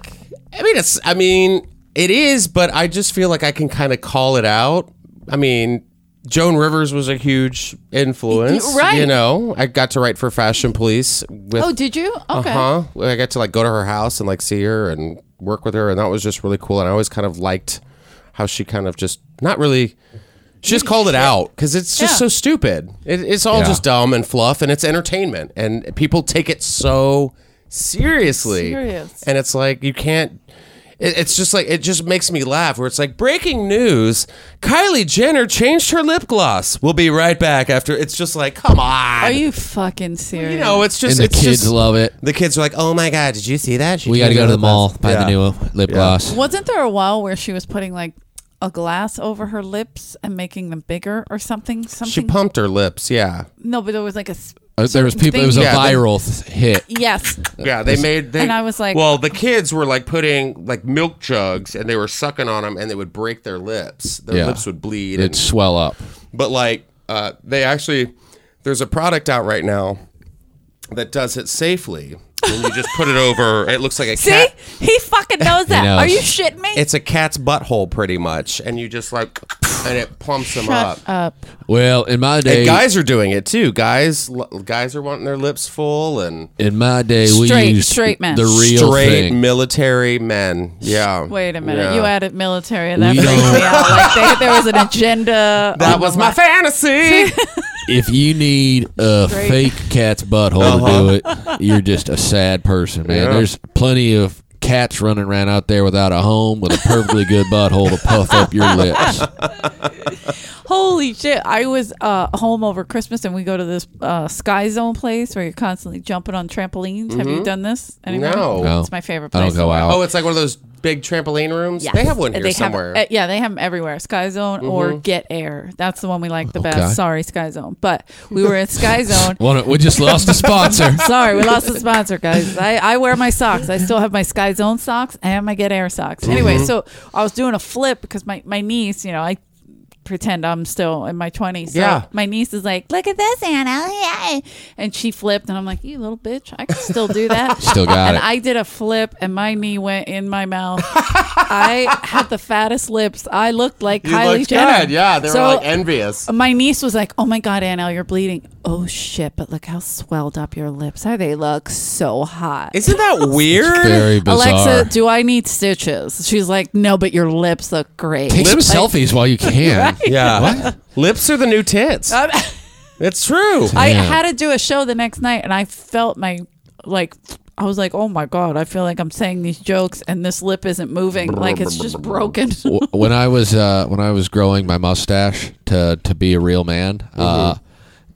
S4: I mean, it's. I mean, it is, but I just feel like I can kind of call it out. I mean. Joan Rivers was a huge influence,
S2: Right.
S4: You know, I got to write for Fashion Police with
S2: oh, did you? Okay.
S4: Uh huh. I got to like go to her house and like see her and work with her, and that was just really cool. And I always kind of liked how she kind of just not really. She just called it out because it's just
S2: Yeah.
S4: so stupid. It, it's all
S3: Yeah.
S4: just dumb and fluff, and it's entertainment, and people take it so seriously.
S2: Serious.
S4: And it's like you can't. It, it's just like it just makes me laugh. Where it's like breaking news: Kylie Jenner changed her lip gloss. We'll be right back after. It's just like, come on.
S2: Are you fucking serious?
S4: You know, it's
S3: and
S4: just
S3: the
S4: it's
S3: kids
S4: just,
S3: love it.
S4: the kids were like, "Oh my god, did you see that?" She
S3: We got to
S4: changed
S3: go
S4: her
S3: to the
S4: lip
S3: mall,
S4: gloss."
S3: buy
S4: Yeah.
S3: the new lip gloss. Uh,
S2: Wasn't there a while where she was putting like a glass over her lips and making them bigger or something?
S4: She
S2: Something.
S4: pumped her lips. Yeah,
S2: no, but there was like a s-
S3: Uh, there was people. It was a
S4: Yeah, they-
S3: viral th- hit.
S2: yes.
S4: yeah. They made. They,
S2: And I was like-
S4: "Well, the kids were like putting like milk jugs, and they were sucking on them, and they would break their lips. Their
S3: Yeah.
S4: lips would bleed.
S3: It'd
S4: And,
S3: swell up.
S4: but like, uh, they actually, there's a product out right now that does it safely. And you just put it over. It looks like a
S2: See,
S4: cat.
S2: he fucking knows that.
S3: knows.
S2: Are you shitting me?
S4: It's a cat's butthole, pretty much, and you just like, and it pumps them up.
S2: Shut up.
S3: Well, in my day,
S4: And guys are doing it too. Guys, l- guys are wanting their lips full and
S3: in my day, we
S2: Straight-
S3: used
S2: straight men.
S3: the real
S4: straight
S3: thing.
S4: military men. Yeah.
S2: Wait a minute.
S4: Yeah.
S2: You added military, and that
S3: We
S2: freaked
S3: don't-
S2: me out. Like they, there was an agenda.
S4: That
S2: on
S4: was
S2: the
S4: my
S2: line.
S4: fantasy.
S3: if you need a
S2: Straight. Uh-huh.
S3: fake cat's butthole to do it, you're just a sad person, man.
S4: Yeah.
S3: There's plenty of cats running around out there without a home with a perfectly good butthole to puff up your lips.
S2: Holy shit! I was uh, home over Christmas, and we go to this uh, Sky Zone place where you're constantly jumping on trampolines. Have you done this? Anyone?
S4: Mm-hmm. No. No.
S2: it's my favorite
S3: I
S2: place.
S3: don't go out.
S4: oh, it's like one of those big trampoline rooms.
S2: Yes.
S4: They have one here
S2: They have-
S4: somewhere. Mm-hmm.
S2: uh, yeah, they have them everywhere. Sky Zone or Get Air. That's the one we like the best.
S3: Okay.
S2: Sorry, Sky Zone, but we were at Sky Zone.
S3: One- we just lost a sponsor.
S2: Sorry, we lost the sponsor, guys. I, I wear my socks. I still have my Sky Zone socks and my Get Air socks.
S4: Mm-hmm.
S2: Anyway, so I was doing a flip because my, my niece, you know, I pretend I'm still in my 20s. So
S4: Yeah.
S2: My niece is like, look at this, Anna. Yay. And she flipped, and I'm like, you little bitch, I can still do that.
S3: Still got
S2: and
S3: it.
S2: I did a flip, and my knee went in my mouth. I had the fattest lips. I looked like
S4: You
S2: Kylie
S4: looked
S2: Jenner.
S4: good. Yeah, they
S2: So- um,
S4: were like envious.
S2: my niece was like, "Oh my god, Annelle, you're bleeding! Oh shit! But look how swelled up your lips are. They look so hot."
S4: Isn't that weird?
S3: Very bizarre.
S2: Alexa, do I need stitches? She's like, "No, but your lips look great."
S3: Take some
S4: Lips-
S3: selfies while you can.
S4: Yeah. Lips are the new tits.
S2: I
S4: It's true.
S2: I
S3: Yeah.
S2: had to do a show the next night, and I felt my like. I was like, "Oh my god! I feel like I'm saying these jokes, and this lip isn't moving. Like it's just broken."
S3: W- when I was uh, when I was growing my mustache to to be a real man, uh,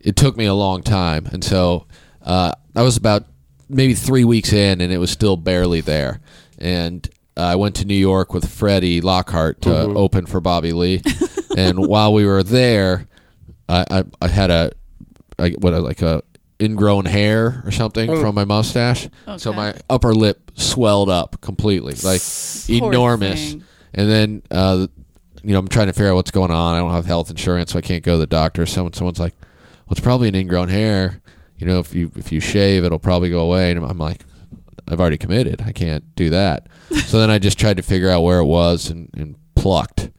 S3: it took me a long time, and so uh, I was about maybe three weeks in, and it was still barely there. And I went to New York with Freddie Lockhart to open for Bobby Lee, and while we were there, I I, I had a I, what like a ingrown hair or something from my mustache. So
S2: Okay.
S3: my upper lip swelled up completely, like
S2: Poor
S3: enormous.
S2: thing.
S3: And then, uh, you know, I'm trying to figure out what's going on. I don't have health insurance, so I can't go to the doctor. Someone, someone's like, "Well, it's probably an ingrown hair. You know, if you if you shave, it'll probably go away." And I'm like, "I've already committed. I can't do that." so then I just tried to figure out where it was and, and plucked,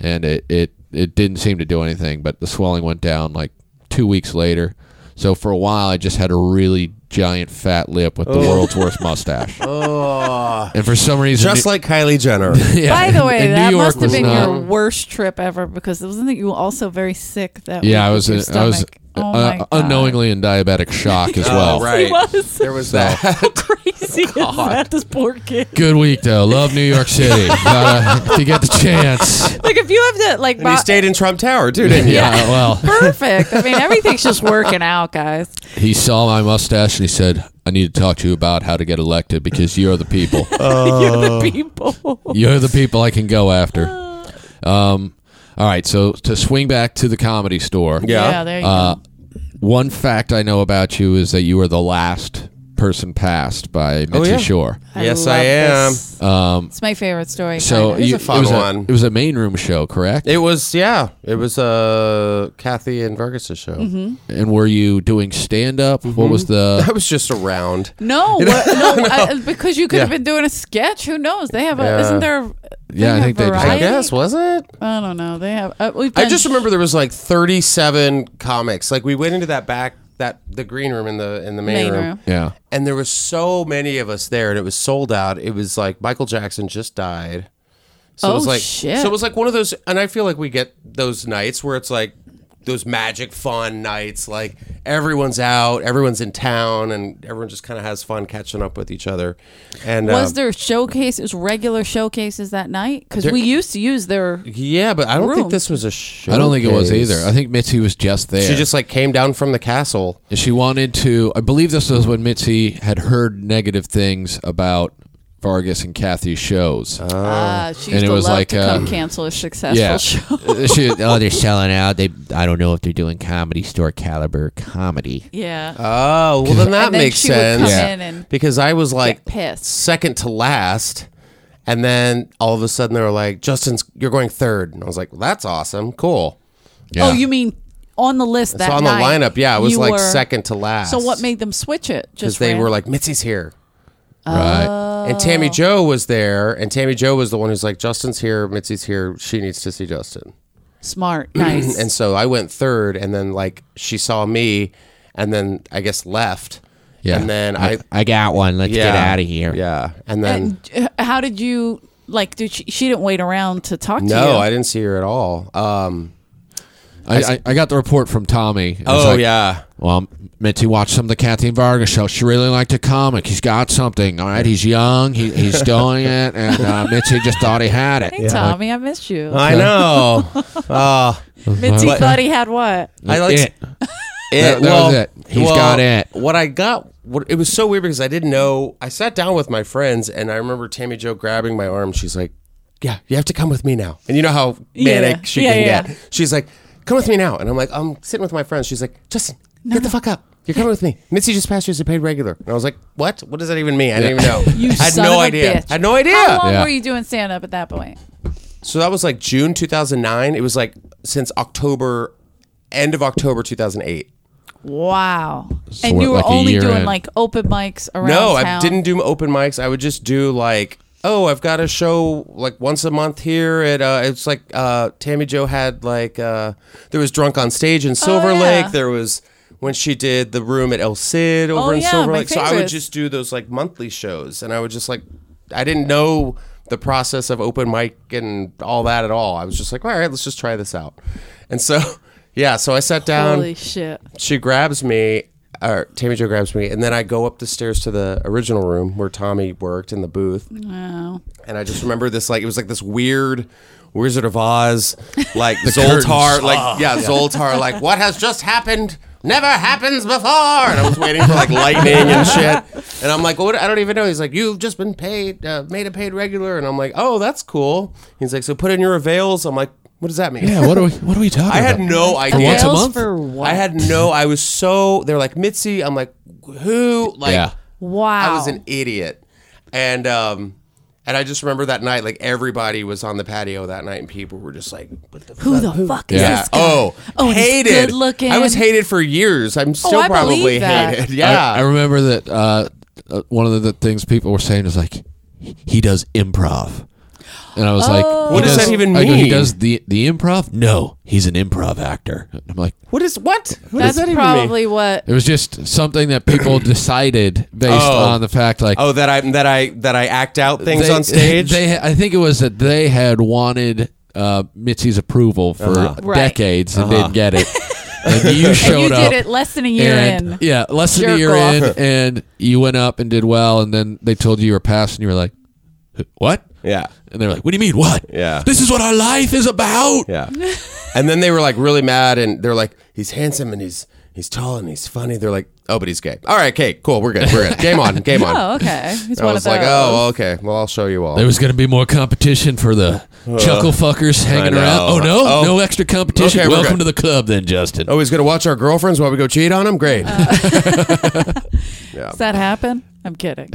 S3: and it it it didn't seem to do anything. But the swelling went down like two weeks later. So for a while, I just had a really giant fat lip with the world's worst mustache.
S4: Oh.
S3: And for some reason,
S4: Just like Kylie Jenner.
S3: yeah,
S2: By the way,
S3: and New
S2: that
S3: York
S2: must have
S3: was
S2: been
S3: not-
S2: your worst trip ever because wasn't it you were also very sick that
S3: Yeah,
S2: week
S3: I
S2: with
S3: was
S2: your
S3: I was
S2: stomach? oh my
S3: uh,
S2: God.
S3: unknowingly in diabetic shock as well.
S4: Oh, right.
S2: He was.
S4: There was
S3: So-
S4: that.
S2: How crazy is that? This poor kid.
S3: Good week though. Love New York City. Gotta- if you get the chance.
S2: Like if you have to like
S4: And he
S2: bo-
S4: stayed in Trump Tower too, didn't he?
S3: Yeah. Well,
S2: perfect. I mean everything's just working out, guys.
S3: he saw my mustache and he said, "I need to talk to you about how to get elected because you're the people.
S2: You're the people.
S3: You're the people I can go after." Um, all right. So to swing back to the comedy store.
S4: Yeah.
S2: there you
S3: Uh,
S2: go.
S3: one fact I know about you is that you were the last person passed by Mitzi
S4: Oh, yeah.
S3: Shore.
S4: yes,
S2: love
S4: I am.
S2: this.
S3: Um,
S2: It's my favorite story.
S3: so
S2: kinda.
S4: was
S3: you-
S4: a fun
S3: it was
S4: one.
S3: A, it was a main room show, correct?
S4: It was yeah. It was uh Kathy and Vargas' show.
S2: Mm-hmm.
S3: and were you doing stand up? What was the?
S4: I was just around.
S2: no, what, no, I, because you could have
S4: Yeah.
S2: been doing a sketch. Who knows? They have a.
S4: Yeah.
S2: Isn't there? a
S3: Yeah, I
S2: thing
S3: think
S2: of
S3: they just-
S4: I
S2: variety?
S4: guess was it?
S2: I don't know. They have. Uh, we've
S4: I
S2: done-
S4: just remember there was like 37 comics. Like we went into that back that the green room in the in the main,
S2: Main
S4: room.
S2: room.
S3: Yeah,
S4: And there was so many of us there and it was sold out. It was like Michael Jackson just died. So it was
S2: Oh,
S4: like
S2: shit.
S4: so it was like one of those and I feel like we get those nights where it's like those magic fun nights like everyone's out, everyone's in town and everyone just kind of has fun catching up with each other. And
S2: Was
S4: um,
S2: there showcases, regular showcases that night? Because we used to use their.
S4: Yeah, but I don't
S2: room?
S4: think this was a show.
S3: I don't think it was either. I think Mitzi was just there.
S4: She just like came down from the castle.
S3: And she wanted to. I believe this was when Mitzi had heard negative things about Vargas and Kathy's shows.
S2: Uh, she
S3: Oh. And
S2: used
S3: it
S2: to
S3: was
S2: love
S3: like,
S2: to
S3: uh,
S2: come cancel a successful show.
S3: she, oh, they're selling out. They, I don't know if they're doing comedy store caliber comedy.
S2: Yeah.
S4: Oh, well then that
S2: and then
S4: makes
S2: she
S4: sense.
S2: Would come
S3: Yeah.
S2: in and
S4: Because I was like
S2: pissed.
S4: second to last, and then all of a sudden they were like, "Justin's, you're going third. and I was like, well, "That's awesome, cool."
S3: Yeah.
S2: Oh, you mean on the list that
S4: so on
S2: night,
S4: the lineup, yeah, I was
S2: you
S4: like
S2: were-
S4: second to last.
S2: So what made them switch it?
S4: Because
S2: Just
S4: they were
S2: random? Oh.
S4: like, "Mitzi's here,"
S3: right?
S4: and Tammy Joe was there, and Tammy Joe was the one who's like, "Justin's here, Mitzi's here. She needs to see Justin."
S2: smart, nice.
S4: And so I went third, and then like she saw me, and then I guess left.
S3: yeah.
S4: And then I,
S3: I got one. Let's
S4: yeah,
S3: outta
S4: Yeah, and then
S2: And, uh, how did you like? Did she, she didn't wait around to talk to you?
S4: No, I didn't see her at all. Um,
S3: I, I, I got the report from Tommy. It was
S4: oh
S3: like,
S4: yeah,
S3: Well, Mitzi watched some of the Kathy and Vargas show. She really liked the comic. He's got something. All right, he's young. He, he's doing it, and uh, Mitzi just thought he had it.
S2: Hey, Tommy, I missed you.
S4: I know. uh,
S2: Mitzi thought he had what?
S4: I like
S3: It.
S4: it.
S3: That- that was
S4: well,
S3: it. He's
S4: well,
S3: got it.
S4: What I got, what, it was so weird because I didn't know. I sat down with my friends, and I remember Tammy Joe grabbing my arm. She's like, "Yeah, you have to come with me now." And you know how
S2: Yeah.
S4: manic she
S2: Yeah,
S4: can
S2: yeah.
S4: get. She's like, "Come with me now," and I'm like, "I'm sitting with my friends." She's like, "Justin, get the fuck up." You're coming with me. Mitzi just passed you as a paid regular. And I was like, what? What does that even mean? I didn't even know.
S2: You
S4: I had
S2: son
S4: no
S2: of a
S4: idea.
S2: bitch.
S4: I had no idea.
S2: How long
S3: Yeah.
S2: were you doing stand up at that point?
S4: So that was like June 2009. It was like since October, end of October 2008.
S2: Wow.
S3: So
S2: and
S3: what,
S2: you were
S3: like a
S2: only
S3: year
S2: doing
S3: in?
S2: like open mics around
S4: No, I
S2: town?
S4: didn't do open mics. I would just do like, oh, I've got a show like once a month here at uh, it's like uh, Tammy Joe had like uh, there was drunk on stage in Silver
S2: Oh, yeah.
S4: Lake. There was when she did the room at El Cid over
S2: Oh,
S4: in
S2: yeah,
S4: Silver
S2: my
S4: Lake. So I would
S2: favorites.
S4: just do those like monthly shows, and I would just like I didn't know the process of open mic and all that at all. I was just like, all right, let's just try this out, and so. Yeah, so I sat down
S2: Holy shit.
S4: she grabs me or Tammy Joe grabs me and then I go up the stairs to the original room where Tommy worked in the booth
S3: Mm-hmm.
S2: Wow.
S4: and I just remember this like it was like this weird Wizard of Oz like
S3: curtains. Ah,
S4: Zoltar like yeah, Zoltar like what has just happened never happens before and I was waiting for like lightning and shit and I'm like what I don't even know he's like you've just been paid uh, made a paid regular and I'm like oh that's cool he's like so put in your avails I'm like what does that mean
S3: Yeah, what are we? What are we talking?
S4: I had
S3: about?
S4: no idea
S3: once a
S2: Avails
S3: month?
S2: for what?
S4: I had no. I was so. They're like Mitzi. I'm like who? Like
S3: Yeah.
S2: wow.
S4: I was an idiot, and um, and I just remember that night. Like everybody was on the patio that night, and people were just like, "What the
S2: Who the fuck is
S3: Yeah.
S2: this guy?
S4: Oh,
S2: Oh, and he's
S4: hated.
S2: good-looking. Oh,
S4: I was hated for years. I'm still
S2: I believe
S4: probably
S2: that.
S4: hated.
S3: I, I
S4: Yeah.
S3: remember that uh, uh, one of the things people were saying is like, he does improv. And I was like, he
S4: Oh. What does that even
S3: I go, he
S4: mean?
S3: does the, the improv? No, he's an improv actor. I'm like,
S4: what is what? What does
S2: That's
S4: that even mean?
S2: probably what.
S3: it was just something that people decided based
S4: Oh.
S3: on the fact, like,
S4: Oh, that I that I that I act out things
S3: they-
S4: on stage.
S3: They, I think it was that they had wanted uh, Mitzi's approval for
S4: Uh-huh.
S2: Right.
S3: decades and didn't get it. and you showed
S2: You did
S3: up.
S2: it less than a year
S3: and-
S2: in.
S3: Yeah, less than a
S2: Jerk
S3: year
S2: off.
S3: in, and you went up and did well, and then they told you you were passed, and you were like, "What?"
S4: yeah,
S3: And they're like, "What do you mean, what?
S4: Yeah.
S3: this is what our life is about."
S4: yeah. and then they were like really mad, and they're like, "He's handsome and he's he's tall and he's funny." They're like, "Oh, but he's gay." All right, okay, cool. We're good. We're good. Game on. Game on.
S2: Oh, okay. He's
S4: I
S2: one
S4: was
S2: of those.
S4: like, "Oh, well, okay. Well, I'll show you all."
S3: There was going to be more competition for the chuckle fuckers hanging
S4: know.
S3: around. Oh no,
S4: Oh.
S3: no extra competition.
S4: Okay, we're
S3: Welcome
S4: good.
S3: to the club, then, Justin.
S4: oh, he's gonna watch our girlfriends while we go cheat on him. Great.
S2: Uh, Does that happen? I'm kidding.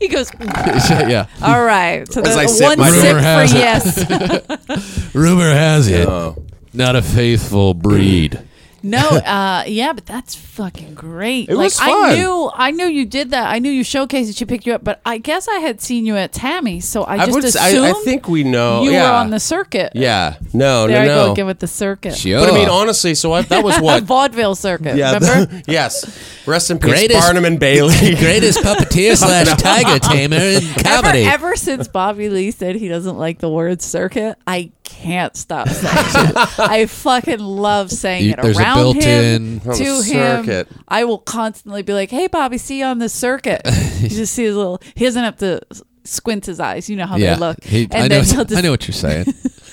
S2: he goes,
S3: yeah.
S2: all right. So
S4: As
S2: that's
S4: I sip
S2: one
S4: my
S2: sip
S4: drink.
S2: for
S3: Rumor has it.
S2: yes.
S3: Rumor has it,
S4: Oh.
S3: not a faithful breed.
S2: No, uh, yeah, but that's fucking great.
S4: It
S2: like
S4: was
S2: I
S4: fun.
S2: knew, I knew you did that. I knew you showcased. it, She picked you up, but I guess I had seen you at Tammy, so I just
S4: s-
S2: assumed
S4: I think we know.
S2: you
S4: yeah.
S2: were on the circuit.
S4: Yeah. No.
S2: there
S4: no.
S2: I
S4: no.
S2: go, give it the circuit,
S4: But I mean, honestly, so I, that was
S2: a
S4: what.
S2: vaudeville circuit.
S4: Yeah.
S2: remember?
S4: yes. Rest in peace,
S3: Greatest-
S4: Barnum and Bailey.
S3: Greatest puppeteer slash tiger tamer in
S2: Ever,
S3: comedy.
S2: ever since Bobby Lee said he doesn't like the word circuit, I can't stop saying it. I fucking love saying
S3: You-
S2: it
S3: there's a
S2: around
S3: built-in-
S2: him,
S4: On Oh, the
S2: to him.
S4: circuit.
S2: I will constantly be like, "Hey, Bobby, see you on the circuit." you just see his little. He doesn't have to s- squint his eyes. You know how they look,
S3: He-
S2: and
S3: I, know,
S2: then he'll just.
S3: I know what you're saying.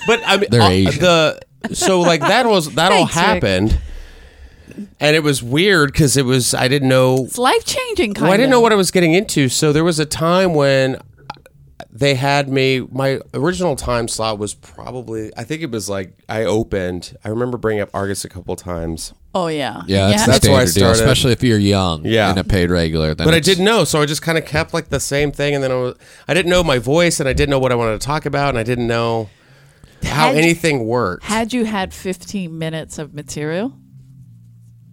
S4: But I mean,
S3: They're
S4: uh,
S3: Asian.
S4: the so like that was that all
S2: Thanks, Rick.
S4: happened, and it was weird because it was I didn't know
S2: It's life changing. Kind
S4: well, I
S2: of.
S4: didn't know what I was getting into. So there was a time when they had me. My original time slot was probably I think it was like I opened. I remember bringing up Argus a couple times.
S2: Oh yeah.
S3: Yeah, that's,
S2: yeah.
S3: the
S4: That's where
S3: standard deal,
S4: I started.
S3: especially if you're young
S4: Yeah.
S3: and a paid regular. Then
S4: But I
S3: it's-
S4: didn't know, so I just kind of kept like the same thing, and then I, was, I didn't know my voice, and I didn't know what I wanted to talk about, and I didn't know how
S2: Had-
S4: anything worked.
S2: Had you had 15 minutes of material?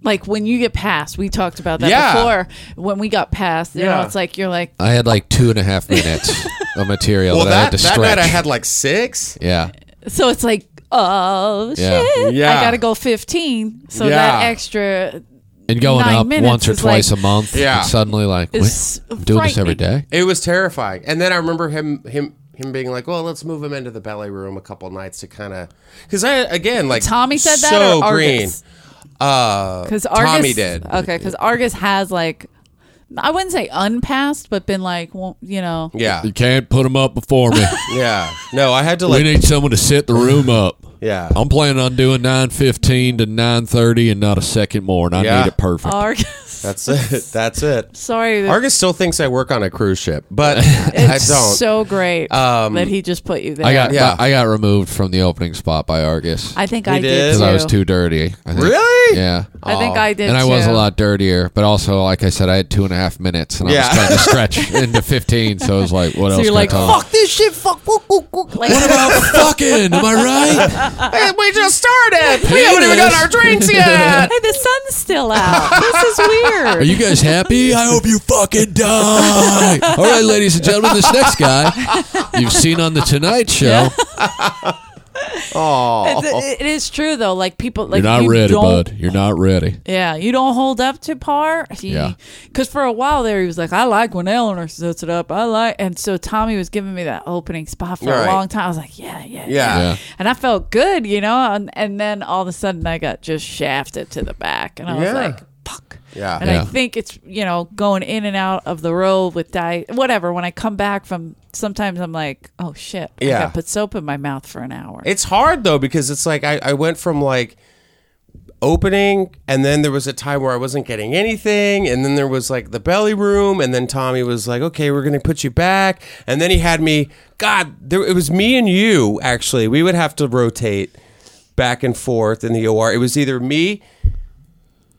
S2: Like when you get past, we talked about that
S4: Yeah.
S2: before. When we got past, you know,
S4: Yeah.
S2: it's like you're like,
S3: I had like two and a half minutes of material
S4: well,
S3: that, I
S4: that
S3: had to
S4: that
S3: stretch.
S4: night I had like six.
S3: yeah,
S2: so it's like, oh
S3: Yeah.
S2: shit,
S4: Yeah.
S2: I gotta go 15. So
S4: Yeah.
S2: that extra
S3: and going
S2: Nine
S3: up
S2: minutes
S3: once or
S2: is
S3: twice
S2: like-
S3: a month.
S4: Yeah.
S3: and suddenly like
S2: is
S3: wait, I'm doing this every day.
S4: It was terrifying. And then I remember him him him being like, "Well, let's move him into the ballet room a couple nights to kind of because I again like
S2: Tommy said that
S4: so
S2: or
S4: green.
S2: Argus?
S4: Uh,
S2: Because Argus,
S4: Tommy did.
S2: Okay, because Argus has like, I wouldn't say unpassed, but been like, well, you know,
S4: yeah,
S3: can't put them up before me.
S4: yeah. No, I had to like
S3: need someone to sit the room up.
S4: yeah.
S3: planning on doing nine fifteen to nine thirty, and not a second more. And I
S4: Yeah.
S3: perfect.
S2: Oh, Argus.
S4: That's it. That's it.
S2: Sorry, that-
S4: Argus still thinks I work on a cruise ship, but I don't.
S2: it's so great
S4: Um,
S2: that he just put you there.
S3: I got
S4: Yeah.
S3: I got removed from the opening spot by Argus
S2: I think
S4: He
S2: I did.
S4: did?
S3: because
S2: too.
S3: I was too dirty. I think.
S4: really?
S3: Yeah.
S2: I think I did.
S3: and I was
S2: too.
S3: a lot dirtier, but also, like I said, I had two and a half minutes, and I
S4: Yeah.
S3: was trying to stretch into fifteen. So I was like, "What
S2: So
S3: else?"
S2: you're
S3: can
S2: like,
S3: I tell 'em?
S2: fuck this shit, fuck, wook, wook, wook. Like,
S3: What about fucking? Am I right?
S4: Hey, we just started. We haven't even got our drinks
S2: hey,
S4: yet.
S2: the sun's still out. This is weird.
S3: Are you guys happy? I hope you fucking die. All right, ladies and gentlemen, this next guy you've seen on the Tonight Show.
S4: Oh,
S2: It's- it is true though. Like people, like
S3: You're not
S2: you
S3: ready,
S2: don't-
S3: bud. You're not ready.
S2: Yeah, you don't hold up to par. He,
S3: Yeah.
S2: Because for a while there, he was like, I like when Eleanor sets it up. I like, and so Tommy was giving me that opening spot for
S4: Right.
S2: a long time. I was like, yeah, yeah,
S4: yeah.
S3: Yeah.
S2: And I felt good, you know. And, and then all of a sudden, I got just shafted to the back, and I was
S4: Yeah.
S2: like, "Fuck."
S4: Yeah.
S2: And
S3: Yeah.
S2: I think it's you know going in and out of the road with diet, whatever. When I come back from, sometimes I'm like, "Oh shit!"
S4: Yeah.
S2: I got put soap in my mouth for an hour.
S4: It's hard though because it's like I, I went from like opening and then there was a time where I wasn't getting anything and then there was like the belly room and then Tommy was like okay we're going to put you back and then he had me god there it was me and you actually we would have to rotate back and forth in the OR. It was either me,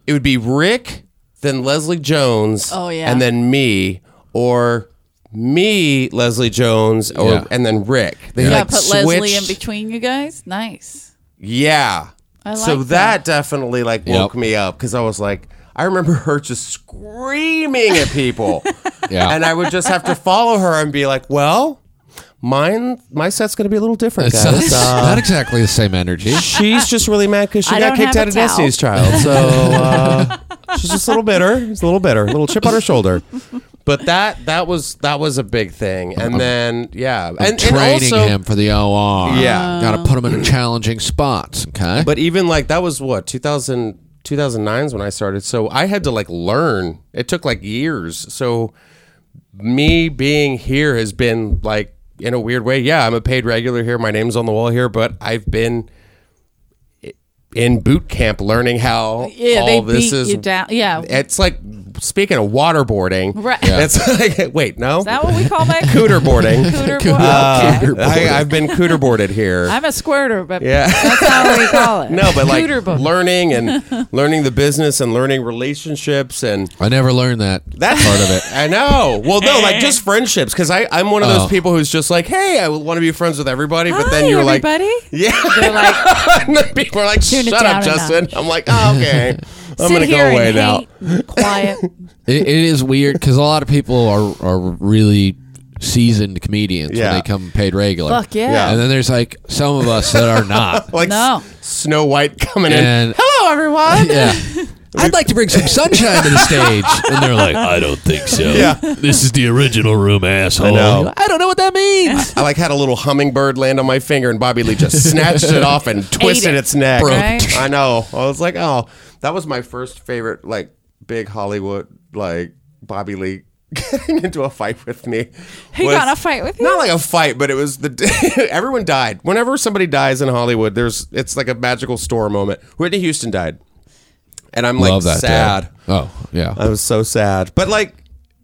S4: it would be Rick, then Leslie Jones,
S2: Oh, yeah.
S4: and then me, or me, Leslie Jones, or
S3: Yeah.
S4: and then Rick. They
S2: You
S4: like
S2: gotta put
S4: switched.
S2: Leslie in between you guys. Nice.
S4: Yeah.
S2: I
S4: so
S2: like
S4: that. definitely like woke
S3: Yep.
S4: me up because I was like, I remember her just screaming at people.
S3: Yeah.
S4: And I would just have to follow her and be like, well, mine, my set's going to be a little different,
S3: It's not,
S4: guys. Uh,
S3: not exactly the same energy.
S4: she's just really mad because she
S2: I
S4: got
S2: don't
S4: kicked
S2: have a
S4: out of
S2: towel.
S4: Destiny's Child. So uh, she's just a little bitter. She's a little bitter, a little chip on her shoulder. But that that was that was a big thing. And then yeah, and, and
S3: Training
S4: also
S3: him for the OR.
S4: Yeah.
S3: Got to put him in challenging spots. Okay.
S4: But even like that was what 2000 2009 is when I started. So I had to like learn. It took like years. So me being here has been like in a weird way. Yeah, I'm a paid regular here. My name's on the wall here, but I've been i- in boot camp learning how
S2: Yeah,
S4: all
S2: they
S4: this
S2: beat
S4: is
S2: you down. Yeah. Is
S4: It's like speaking of waterboarding.
S2: Right. Yeah.
S4: It's like wait, no.
S2: that what we call that?
S4: cooter boarding.
S2: Cooter
S3: Cooter-
S2: boy?
S4: Uh,
S2: Okay.
S4: I, I've been cooter boarded here.
S2: I'm a squirter, but
S4: yeah.
S2: that's not what we call it.
S4: No, but like
S2: Cooter boy.
S4: learning and learning the business and learning relationships and
S3: I never learned that.
S4: that part of it. I know. Well, no, like just friendships because I I'm one of those
S3: Oh.
S4: people who's just like, hey, I want to be friends with everybody, but then
S2: Hi,
S4: you're
S2: everybody.
S4: like,
S2: They're like,
S4: yeah, and then people are like,
S2: Tune it
S4: shut
S2: down
S4: up,
S2: a
S4: Justin. I'm like, oh, okay, I'm
S2: sit
S4: gonna go
S2: here
S4: away
S2: and
S4: now.
S2: hate and Quiet.
S3: It, it is weird because a lot of people are, are really seasoned comedians
S4: Yeah.
S3: when they come paid regular.
S2: Fuck yeah.
S4: Yeah.
S3: And then there's like some of us that are not.
S4: Like
S2: No.
S4: S- Snow White coming in.
S3: And-
S4: Hello, everyone.
S3: yeah. I'd like to bring some sunshine to the stage. And they're like, I don't think so.
S4: Yeah.
S3: This is the original room, asshole. I,
S4: know.
S3: don't know what that means.
S4: I like had a little hummingbird land on my finger, and Bobby Lee just snatched it off and twisted
S2: it.
S4: its neck.
S3: Broke.
S2: Right?
S4: I know. I was like, oh, that was my first favorite, like big Hollywood, like Bobby Lee getting into a fight with me.
S2: He
S4: was-
S2: got in a fight with you?
S4: Not like a fight, but it was the everyone died. Whenever somebody dies in Hollywood, there's it's like a magical store moment. Whitney Houston died, and I'm like
S3: Love that. dude.
S4: sad. Uh,
S3: Oh, yeah.
S4: I was so sad. But like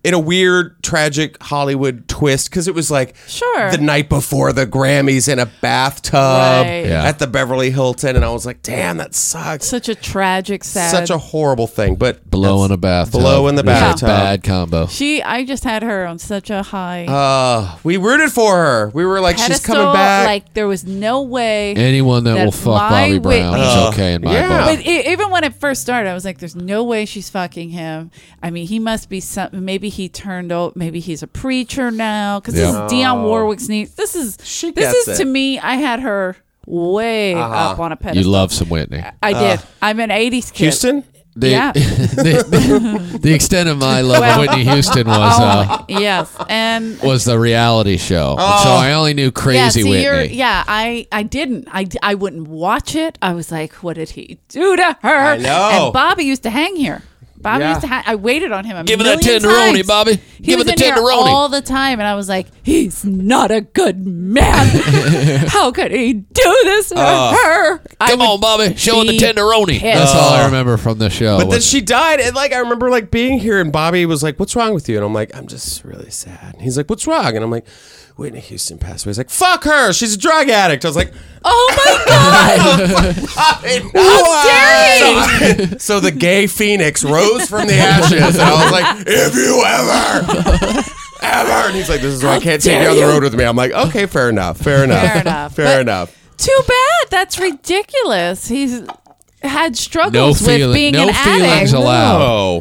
S4: in a weird, tragic Hollywood twist, because it was like
S2: Sure.
S4: the night before the Grammys in a bathtub
S2: Right.
S3: Yeah.
S4: at the Beverly Hilton, and I was like, damn, that sucks.
S2: Such a tragic, sad.
S4: Such a horrible thing. But
S3: Below in a bathtub.
S4: Below in the
S3: It was a
S4: bathtub.
S3: Bad combo.
S2: She, I just had her on such a high
S4: uh, we rooted for her. We were like, she's
S2: pedestal.
S4: coming back.
S2: Like there was no way.
S3: Anyone that
S2: That
S3: will
S2: my
S3: fuck Bobby
S2: wit-
S3: Brown
S4: Ugh.
S3: is okay in my
S4: Uh, Yeah.
S3: book.
S2: but e even when it first started, I was like, "There's no way she's fucking him." I mean, he must be something. Maybe he turned out. Maybe he's a preacher now because this
S3: Yeah.
S2: is Dionne Warwick's niece. This is
S4: Oh. She
S2: this
S4: gets
S2: is
S4: it. Uh-huh.
S2: to me. I had her way up on a pedestal.
S3: You love some Whitney.
S2: I did. I'm an '80s kid.
S4: Uh. Houston?
S3: The,
S2: Yeah.
S3: the, the extent of my love
S2: Well-
S3: of Whitney Houston was uh,
S2: Oh, yes, and
S3: was the reality show.
S4: Oh.
S3: So I only knew crazy
S2: yeah, see, you're-
S3: Whitney.
S2: yeah, I, I didn't. I, d- I wouldn't watch it. I was like, what did he do to her? I
S4: know.
S2: And Bobby used to hang here. Bobby
S4: Yeah.
S2: used to hang. I waited on him. A
S3: Give her that
S2: million
S3: tenderoni,
S2: times.
S3: Bobby.
S2: He
S3: Give her
S2: was
S3: the
S2: in here
S3: tenderoni.
S2: all the time, and I was like, he's not a good man. How could he do this to her? I
S3: Uh, Come
S2: would-
S3: on, Bobby, show him the
S2: be
S3: tenderoni.
S2: pissed.
S3: That's all I remember from the show.
S4: Uh, But then
S3: was-
S4: she died, and like I remember like being here, and Bobby was like, "What's wrong with you?" And I'm like, "I'm just really sad." And he's like, "What's wrong?" And I'm like, "Whitney Houston passed away." He's like, "Fuck her, she's a drug addict." I was like,
S2: Oh my god!
S4: "How
S2: dare
S4: So, so the gay phoenix rose from the ashes, and I was like, "If you ever." Ever. And he's like, this is why I can't take you on the road with me. I'm like, okay, fair enough, fair enough,
S2: Fair enough.
S4: fair
S2: But-
S4: enough.
S2: Too bad. That's ridiculous. He's had
S3: no
S2: struggles with
S3: feeling,
S2: being
S3: no
S2: an
S3: feelings
S2: addict.
S3: allowed.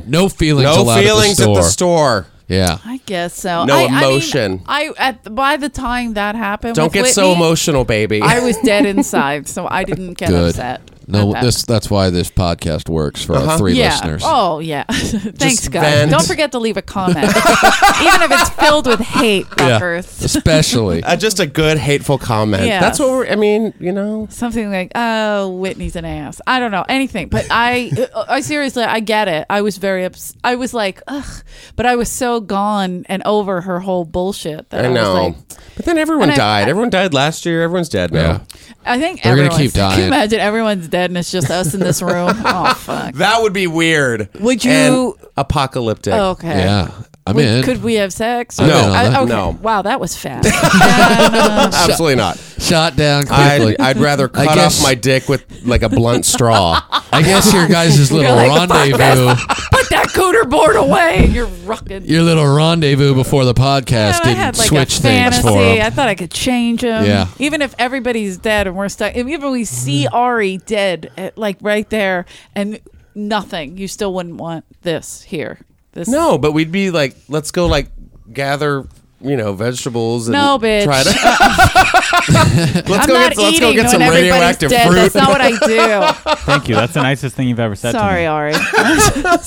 S4: No.
S3: no feelings
S4: Oh, No
S3: Oh. allowed.
S4: feelings
S3: at the store.
S4: store.
S3: Yeah,
S2: I guess so.
S4: No
S2: I, I mean,
S4: emotion.
S2: I, at the, by the time that happened,
S4: Don't
S2: with
S4: get so
S2: Whitney,
S4: emotional, baby.
S2: I was dead inside, so I didn't get
S3: good.
S2: upset.
S3: No,
S2: at that.
S3: this that's why this podcast works for
S4: Uh-huh.
S3: our three
S2: yeah.
S3: listeners.
S2: Oh yeah. Thanks,
S4: Just
S2: guys.
S4: vent.
S2: Don't forget to leave a comment, even if it's filled with hate,
S3: yeah,
S2: fuckers.
S3: especially.
S4: Uh, just a good hateful comment.
S2: Yes.
S4: That's what we're, I mean, you know.
S2: Something like, "Oh, Whitney's an ass." I don't know anything, but I, uh, I seriously, I get it. I was very ups- I was like, ugh, but I was so gone and over her whole bullshit that I,
S4: I know.
S2: was like,
S4: but then everyone
S2: And I-
S4: died. everyone died last year. Everyone's dead now.
S3: Yeah.
S2: I think
S3: They're gonna
S2: everyone's-
S3: keep dying.
S2: Can you imagine everyone's dead and it's just us in this room? oh fuck.
S4: That would be weird.
S2: Would you- Oh,
S4: And apocalyptic?
S2: Okay.
S3: Yeah. I'm
S2: We-
S3: in.
S2: Could we have sex?
S3: I'm
S4: No.
S3: in on that.
S2: I- okay.
S4: No.
S2: Wow, that was fast. And, uh,
S4: Absolutely not.
S3: Shot down quickly.
S4: I'd, I'd rather
S3: I
S4: cut
S3: guess-
S4: off my dick with like a blunt straw.
S3: I guess your guys' little
S2: like, "Fuck
S3: rendezvous,
S2: put that cooter board away. You're rocking.
S3: your little rendezvous before the podcast
S2: And I
S3: didn't
S2: had like
S3: switch
S2: a
S3: things
S2: fantasy.
S3: for them.
S2: I thought I could change him.
S3: Yeah. Mm.
S2: Even if everybody's dead and we're stuck, even if we see Ari dead, at, like right there, and nothing, you still wouldn't want this here. This
S4: No, but we'd be like, let's go like gather, you know, vegetables. And
S2: No, bitch.
S4: Try to, let's
S2: I'm
S4: go
S2: not
S4: get, let's
S2: eating
S4: go get
S2: when
S4: some
S2: everybody's
S4: radioactive
S2: dead.
S4: fruit.
S2: That's not what I do.
S1: Thank you. That's the nicest thing you've ever said
S2: Sorry,
S1: to me.
S2: Ari.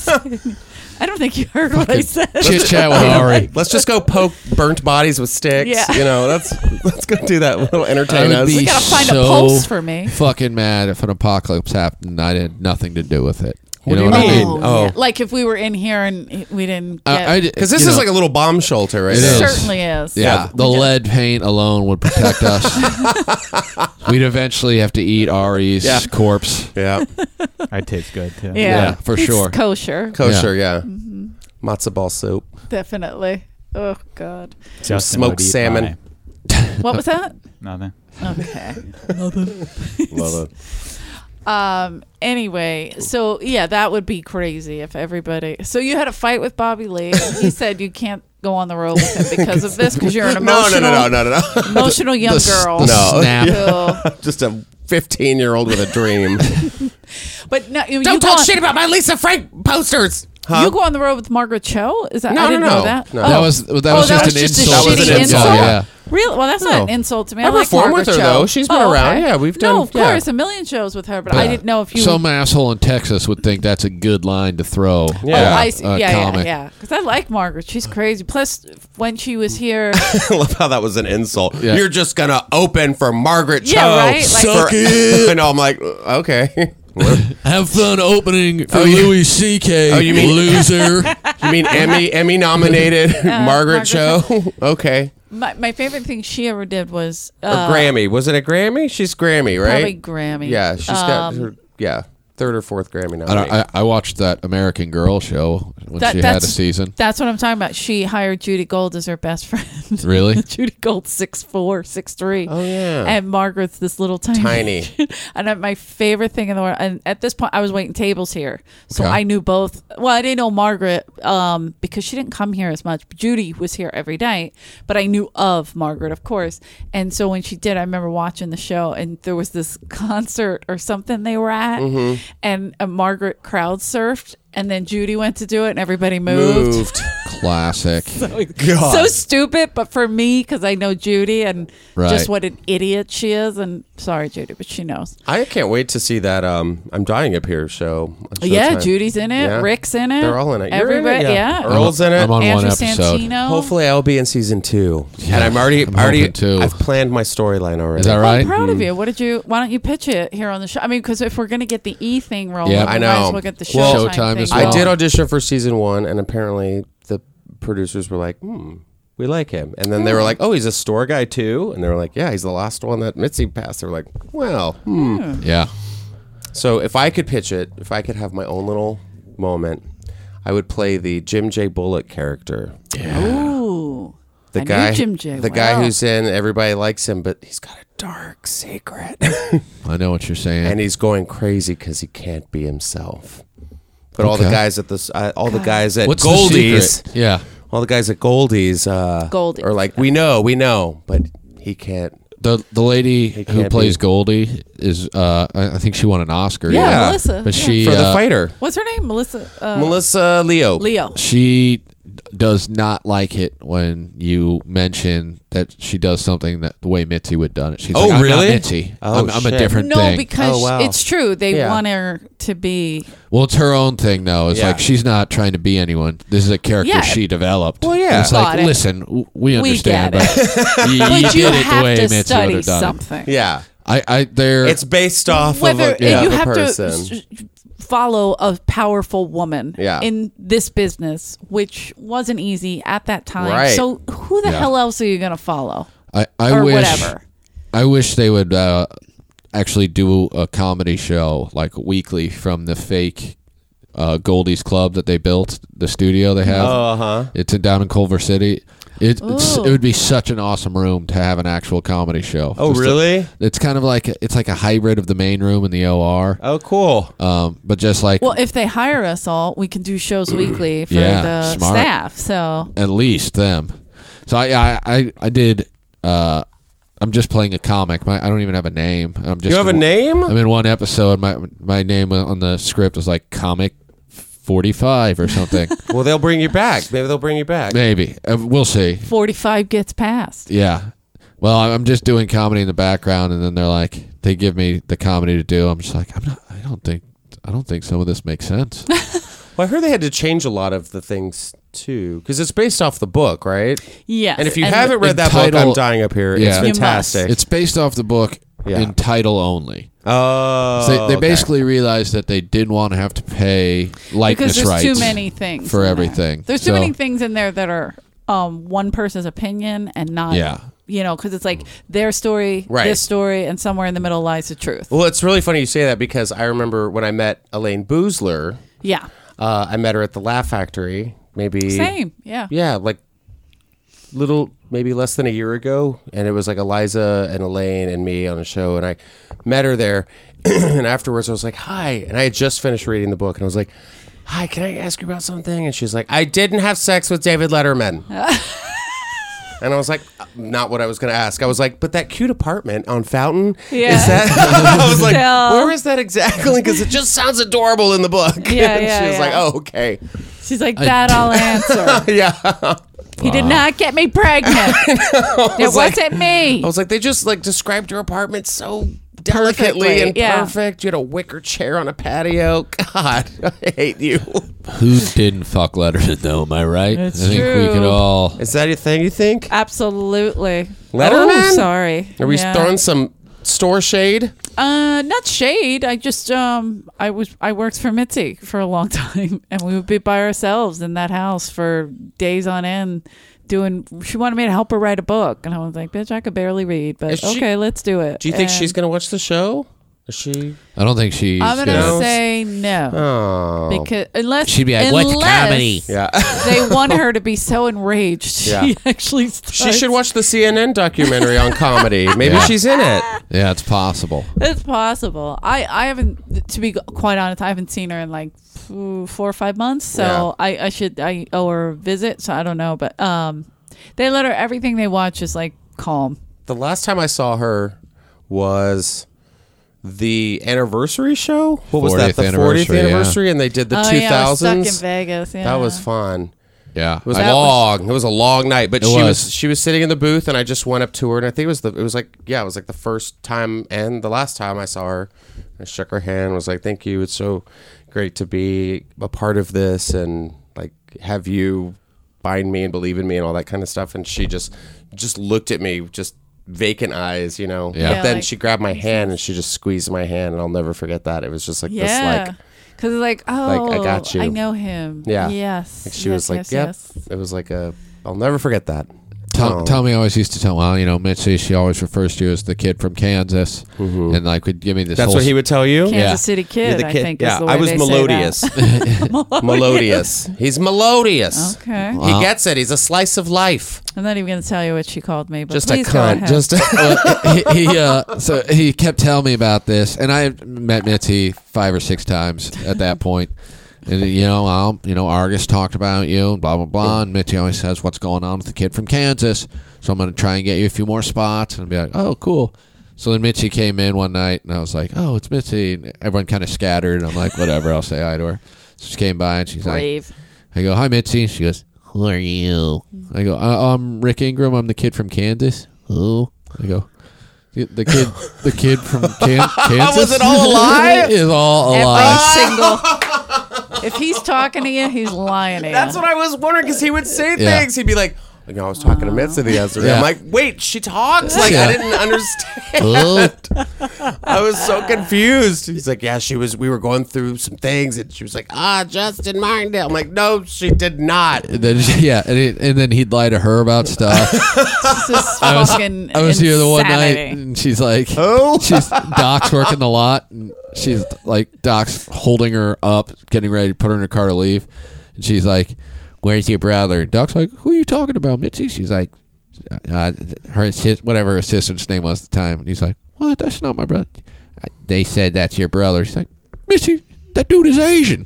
S2: I don't think you heard what I said.
S3: Chit chat with Ari.
S4: Let's just go poke burnt bodies with sticks.
S2: Yeah.
S4: You know, that's let's go do that. We'll
S3: I
S4: entertain
S3: would
S4: us.
S3: be
S2: gotta find a
S3: so
S2: pulse for me.
S3: Fucking mad if an apocalypse happened and I had nothing to do with it. You
S4: What do
S3: know
S4: you
S3: what
S4: mean?
S3: I mean?
S4: Oh.
S2: yeah. like if we were in here and we didn't. Get,
S4: Because this is like a little bomb shelter right
S3: It
S4: now.
S3: is.
S2: certainly is.
S3: yeah,
S4: Yeah.
S3: the lead paint alone would protect us. We'd eventually have to eat Ari's
S4: Yeah.
S3: corpse.
S4: Yeah.
S1: I taste good too.
S2: Yeah,
S3: Yeah, for
S2: It's
S3: sure.
S2: Kosher,
S4: Kosher, yeah.
S2: Mm-hmm.
S4: Matzo ball soup.
S2: definitely. Oh God,
S1: Justin
S4: smoked
S1: would eat
S4: salmon.
S1: pie.
S2: what was that?
S1: Nothing.
S2: Okay.
S4: Love it.
S2: Um. Anyway, so yeah, that would be crazy if everybody. So you had a fight with Bobby Lee. he said you can't go on the road with him because of this because you're an
S4: No, no,
S2: emotional,
S4: no, no, no, no, no.
S2: emotional young
S3: The s-
S2: girl.
S3: the
S4: No.
S3: snap.
S2: Who-
S4: Just a 15 year old with a dream.
S2: But no, you
S4: Don't
S2: go
S4: talk
S2: on,
S4: shit about my Lisa Frank posters.
S2: You go on the road with Margaret Cho? Is that
S4: No,
S2: I
S4: no,
S2: didn't
S4: no.
S2: know that.
S4: No.
S2: Oh.
S3: That was that was
S2: Oh,
S3: just
S2: that was
S3: an
S2: just a
S3: insult.
S4: shitty
S3: Yeah,
S4: insult?
S3: Yeah.
S2: Really? Well, that's
S4: No.
S2: not an insult to me. I,
S4: I
S2: like
S4: performed
S2: Margaret
S4: with her,
S2: Cho. Oh,
S4: though. She's been around. Yeah, we've
S2: No,
S4: done-
S2: of
S4: yeah.
S2: course, a million shows with her, but I didn't know if you.
S3: Some asshole in Texas would think that's a good line to throw.
S2: Oh,
S4: Yeah.
S2: I see.
S3: a
S2: yeah, yeah,
S3: comic.
S2: yeah. Because I like Margaret. She's crazy. Plus, when she was here,
S4: I love how that was an insult.
S3: Yeah.
S4: You're just gonna open for Margaret Cho.
S2: Yeah, right? Like- Suck
S4: it. I know. I'm like, "Uh, okay.
S3: Have fun opening for
S4: you-
S3: Louis C.K.
S4: Oh, you mean-
S3: loser?
S4: You mean Emmy Emmy nominated
S2: Uh,
S4: Margaret Cho? okay.
S2: my, my favorite thing she ever did was
S4: Or
S2: uh,
S4: Grammy? Was it a Grammy? She's Grammy,
S2: probably
S4: right?
S2: Grammy.
S4: yeah, she's got
S2: Um,
S4: her, yeah third or fourth Grammy
S3: I, don't-
S4: nomination.
S3: I, I watched that American Girl show when
S2: That-
S3: she had a
S2: that's-
S3: season.
S2: That's what I'm talking about. She hired Judy Gold as her best friend.
S3: Really?
S2: Judy Gold six four, six three.
S4: Oh, yeah.
S2: And Margaret's this little tiny.
S4: Tiny.
S2: and uh, my favorite thing in the world. And at this point, I was waiting tables here, so
S3: Okay.
S2: I knew both. Well, I didn't know Margaret um, because she didn't come here as much. Judy was here every night, but I knew of Margaret, of course. And so when she did, I remember watching the show, and there was this concert or something they were at, and uh, Margaret crowd surfed. And then Judy went to do it, and everybody moved
S4: Moved.
S3: Classic.
S2: so stupid, but for me, because I know Judy and
S3: Right.
S2: just what an idiot she is. And sorry, Judy, but she knows.
S4: I can't wait to see that. Um, I'm dying up here show. on
S2: Oh, yeah,
S4: Showtime.
S2: Judy's in it.
S4: Yeah.
S2: Rick's in it.
S4: They're all in it. You're in it?
S2: Everybody,
S4: Yeah.
S2: yeah.
S4: Earl- Girls in it.
S3: I'm on
S2: Andrew
S3: one episode.
S2: Santino.
S4: Hopefully, I'll be in season two, and I'm already,
S3: I'm
S4: already,
S3: hoping to.
S4: I've planned my storyline already.
S3: Is that
S2: Oh, I'm
S3: right?
S2: proud of you. What did you? Why don't you pitch it here on the show? I mean, because if we're gonna get the E thing rolling,
S3: Yeah.
S2: we
S3: I
S2: might
S4: know.
S2: as well get the show
S4: Well,
S3: Showtime as
S4: I
S3: well.
S4: did audition for season one, and apparently the producers were like, "Hmm, we like him," and then they were
S2: Hmm.
S4: like, "Oh, he's a store guy too," and they were like, "Yeah, he's the last one that Mitzi passed." They were like, "Well, hmm."
S3: Yeah.
S4: So if I could pitch it, if I could have my own little moment, I would play the Jim J. Bullock character,
S2: Ooh,
S4: the
S2: I knew
S4: guy,
S2: Jim J.
S4: the guy
S2: well.
S4: who's in everybody likes him, but he's got a dark secret.
S3: I know what you're saying.
S4: and he's going crazy because he can't be himself. But all the
S3: Okay.
S4: guys at this, uh, all the guys at
S3: What's
S4: Goldie's,
S3: the secret? Yeah.
S4: all the guys at Goldie's, uh,
S2: Goldie's.
S4: are like, we know, we know, but he can't.
S3: The the lady who
S4: can't
S3: plays
S4: be.
S3: Goldie is uh I, I think she won an Oscar.
S4: Yeah.
S2: Melissa.
S3: But
S2: yeah.
S3: she
S4: For the
S3: uh,
S4: fighter,
S2: What's her name? Melissa. Uh,
S4: Melissa Leo.
S2: Leo.
S3: she does not like it when you mention that she does something that the way Mitzi would done it. She's
S4: Oh,
S3: like, I'm
S4: really?
S3: not Mitzi.
S4: Oh,
S3: I'm, I'm a
S4: shit.
S3: different
S2: No,
S3: thing.
S2: because
S4: Oh, wow.
S2: it's true. They
S4: Yeah.
S2: want her to be.
S3: well, it's her own thing though. It's
S4: Yeah.
S3: like she's not trying to be anyone. This is a character
S2: Yeah.
S3: she developed.
S4: Well, yeah.
S3: It's like,
S2: Got it.
S3: listen, w- we understand,
S2: get
S3: but you, you
S2: But you,
S3: did it the
S2: have
S3: way
S2: to
S3: Mitzi would
S2: study
S3: have done it.
S2: something.
S4: Yeah,
S3: I, I, there.
S4: it's based off
S2: whether
S4: of a, yeah,
S2: you
S4: of a
S2: have
S4: person.
S2: to s- follow a powerful woman
S4: Yeah.
S2: in this business which wasn't easy at that time
S4: Right.
S2: so who the
S3: Yeah.
S2: hell else are you going to follow
S3: I, I
S2: or
S3: wish,
S2: whatever
S3: I wish they would uh, actually do a comedy show like weekly from the fake uh, Goldie's Club that they built, the studio they have.
S4: Uh huh.
S3: It's in- down in Culver City. It, it's,
S2: Ooh.
S3: it would be such an awesome room to have an actual comedy show.
S4: Oh,
S3: Just a-
S4: really?
S3: it's kind of like it's like a hybrid of the main room and the OR,
S4: Oh, cool.
S3: um, but just like
S2: Well, if they hire us all, we can do shows weekly for
S3: Yeah,
S2: the
S3: smart.
S2: staff. So
S3: at least them. So I I I, I did. Uh, I'm just playing a comic. My, I don't even have a name. I'm just
S4: You have a name?
S3: I'm in one episode. My my name on the script was like comic forty five or something.
S4: Well, they'll bring you back. Maybe they'll bring you back.
S3: Maybe uh, we'll see.
S2: 45 gets passed.
S3: Yeah. Well, I- I'm just doing comedy in the background, and then they're like, they give me the comedy to do. I'm just like, I'm not. I don't think. I don't think some of this makes sense.
S4: Well, I heard they had to change a lot of the things too, because it's based off the book, right?
S2: Yes.
S4: And if you
S2: the-
S4: haven't read that
S3: Entitled-
S4: book, I'm dying up here.
S3: Yeah.
S4: It's
S3: You
S2: must.
S4: fantastic.
S3: it's based off the book
S4: Yeah.
S3: in title only.
S4: oh,
S3: So they, they
S4: okay.
S3: basically realized that they didn't want to have to pay
S2: because
S3: likeness
S2: there's
S3: rights.
S2: too many things
S3: for
S2: in there.
S3: everything.
S2: There's too
S3: So-
S2: many things in there that are um, one person's opinion and not.
S3: Yeah.
S2: You know, because it's like their story,
S4: Right.
S2: this story, and somewhere in the middle lies the truth.
S4: Well, it's really funny you say that because I remember when I met Elaine Boozler,
S2: Yeah.
S4: uh, I met her at the Laugh Factory. Maybe
S2: Same. Yeah.
S4: yeah, like little maybe less than a year ago, and it was like Eliza and Elaine and me on a show, and I met her there, and afterwards I was like, "Hi," and I had just finished reading the book, and I was like. Hi, can I ask you about something? And she's like, I didn't have sex with David Letterman. and I was like, uh, not what I was going to ask. I was like, but that cute apartment on Fountain,
S2: Yeah.
S4: is that? I was like,
S2: Still.
S4: where is that exactly? Because it just sounds adorable in the book.
S2: Yeah,
S4: and
S2: yeah,
S4: she was
S2: yeah.
S4: like, oh, okay.
S2: She's like, that I'll answer.
S4: Yeah.
S2: He did not get me pregnant. it was
S4: like-
S2: not me.
S4: I was like, they just like described your apartment so delicately
S2: Perfectly,
S4: and
S2: yeah.
S4: perfect. You had a wicker chair on a patio. God, I hate you.
S3: Who didn't fuck Letterman though? Am I right?
S2: It's
S3: I think we
S2: true.
S3: could all.
S4: Is that your thing? You think?
S2: Absolutely.
S4: Letterman?
S2: Oh, sorry.
S4: Are we
S2: Uh, Yeah.
S4: throwing some store shade?
S2: Uh, not shade. I just um, I was I worked for Mitzi for a long time, and we would be by ourselves in that house for days on end. Doing, she wanted me to help her write a book, and I was like, "Bitch, I could barely read, but
S4: Is she-
S2: okay, let's do it."
S4: Do you think
S2: And
S4: she's gonna watch the show? Is she?
S3: I don't think she's.
S2: I'm gonna
S4: No.
S2: say no
S4: Oh,
S2: because unless
S3: She'd be like, "What's
S2: unless
S3: comedy?"
S4: yeah.
S2: they want her to be so enraged.
S4: Yeah.
S2: She actually starts.
S4: she should watch the CNN documentary on comedy. Maybe
S3: Yeah.
S4: she's in it.
S3: Yeah, it's possible.
S2: It's possible. I, I haven't, to be quite honest, I haven't seen her in like ooh, four or five months. So
S4: Yeah.
S2: I, I should, I owe her a visit. So I don't know. But um, they let her, everything they watch is like calm.
S4: The last time I saw her was the anniversary show. What was that?
S3: 40th
S4: The 40th
S3: anniversary, yeah.
S4: anniversary, and they did the
S2: Oh, yeah, I was
S4: 2000s.
S2: stuck in Vegas. Yeah.
S4: That was fun.
S3: Yeah,
S4: It was
S3: I-
S4: long. it was a long night, but
S3: It
S4: she was.
S3: was.
S4: she was sitting in the booth, and I just went up to her, and I think it was the it was like yeah, it was like the first time and the last time I saw her. I shook her hand, and was like, "Thank you. It's so great to be a part of this, and like have you find me and believe in me and all that kind of stuff." And she just just looked at me, just vacant eyes, you know.
S3: Yeah.
S4: But
S2: Yeah,
S4: then
S2: like-
S4: she grabbed my hand and she just squeezed my hand, and I'll never forget that. It was just like
S2: Yeah.
S4: this, like
S2: Because it's like, oh,
S4: I got you.
S2: I know him.
S4: Yeah.
S2: Yes.
S4: like, she
S2: yes,
S4: was like,
S2: yes,
S4: "Yep."
S2: yes.
S4: It was like a. I'll never forget that.
S3: Tom,
S4: Oh.
S3: Tommy always used to tell me, well, you know, Mitzi, she always refers to you as the kid from Kansas, and like would give me this.
S4: That's
S3: whole
S4: what he would tell you.
S2: Kansas
S3: Yeah.
S2: City
S4: Yeah,
S2: kid,
S4: the
S2: I
S4: kid-
S2: think.
S4: yeah,
S2: is the way
S4: I was
S2: they say
S4: melodious.
S2: that.
S4: melodious. He's melodious.
S2: Okay.
S4: He gets it. He's a slice of life.
S2: I'm not even going to tell you what she called me, but
S4: Just a
S2: please go
S4: cunt.
S2: ahead.
S4: Just a,
S3: he, he, uh, so he kept telling me about this, and I met Mitzi five or six times at that point. And you know, um, you know, Argus talked about you, and blah blah blah. And Mitzi always says, "What's going on with the kid from Kansas?" So I'm going to try and get you a few more spots, and be like, "Oh, cool." So then Mitzi came in one night, and I was like, "Oh, it's Mitzi." And everyone kind of scattered, and I'm like, "Whatever, I'll say hi to her." So she came by, and she's like,
S2: brave.
S3: I go, hi, Mitzi. She goes, who are you? I go, I- I'm Rick Ingram. I'm the kid from Kansas. Who? I go, "The- the kid, the kid from Can- Kansas.
S4: Was it all a lie?
S3: Is all a lie.
S2: Every single. If he's talking to you, he's lying to you.
S4: that's what I was wondering because he would say
S3: Yeah.
S4: things. He'd be like, Like I was talking to Mitzi the other day.
S3: Yeah.
S4: I'm like, wait, she talks. Like
S3: Yeah.
S4: I didn't understand.
S3: Oh,
S4: I was so confused. He's like, yeah, she was. We were going through some things, and she was like, ah, Justin Martindale. I'm like, no, she did not.
S3: and then yeah, and, it, and then he'd lie to her about stuff.
S2: It's just
S3: I was,
S2: fucking
S3: I was here the one night,
S2: insanity.
S3: and she's like,
S4: Who?
S3: she's Doc's working the lot, and she's like, Doc's holding her up, getting ready to put her in her car to leave, and she's like, "Where's your brother?" Doc's like, "Who are you talking about, Mitzi?" She's like, uh, "Her assist- whatever her assistant's name was at the time," and he's like, "What? That's not my brother." "I- They said that's your brother. She's like, "Mitzi, that dude is Asian."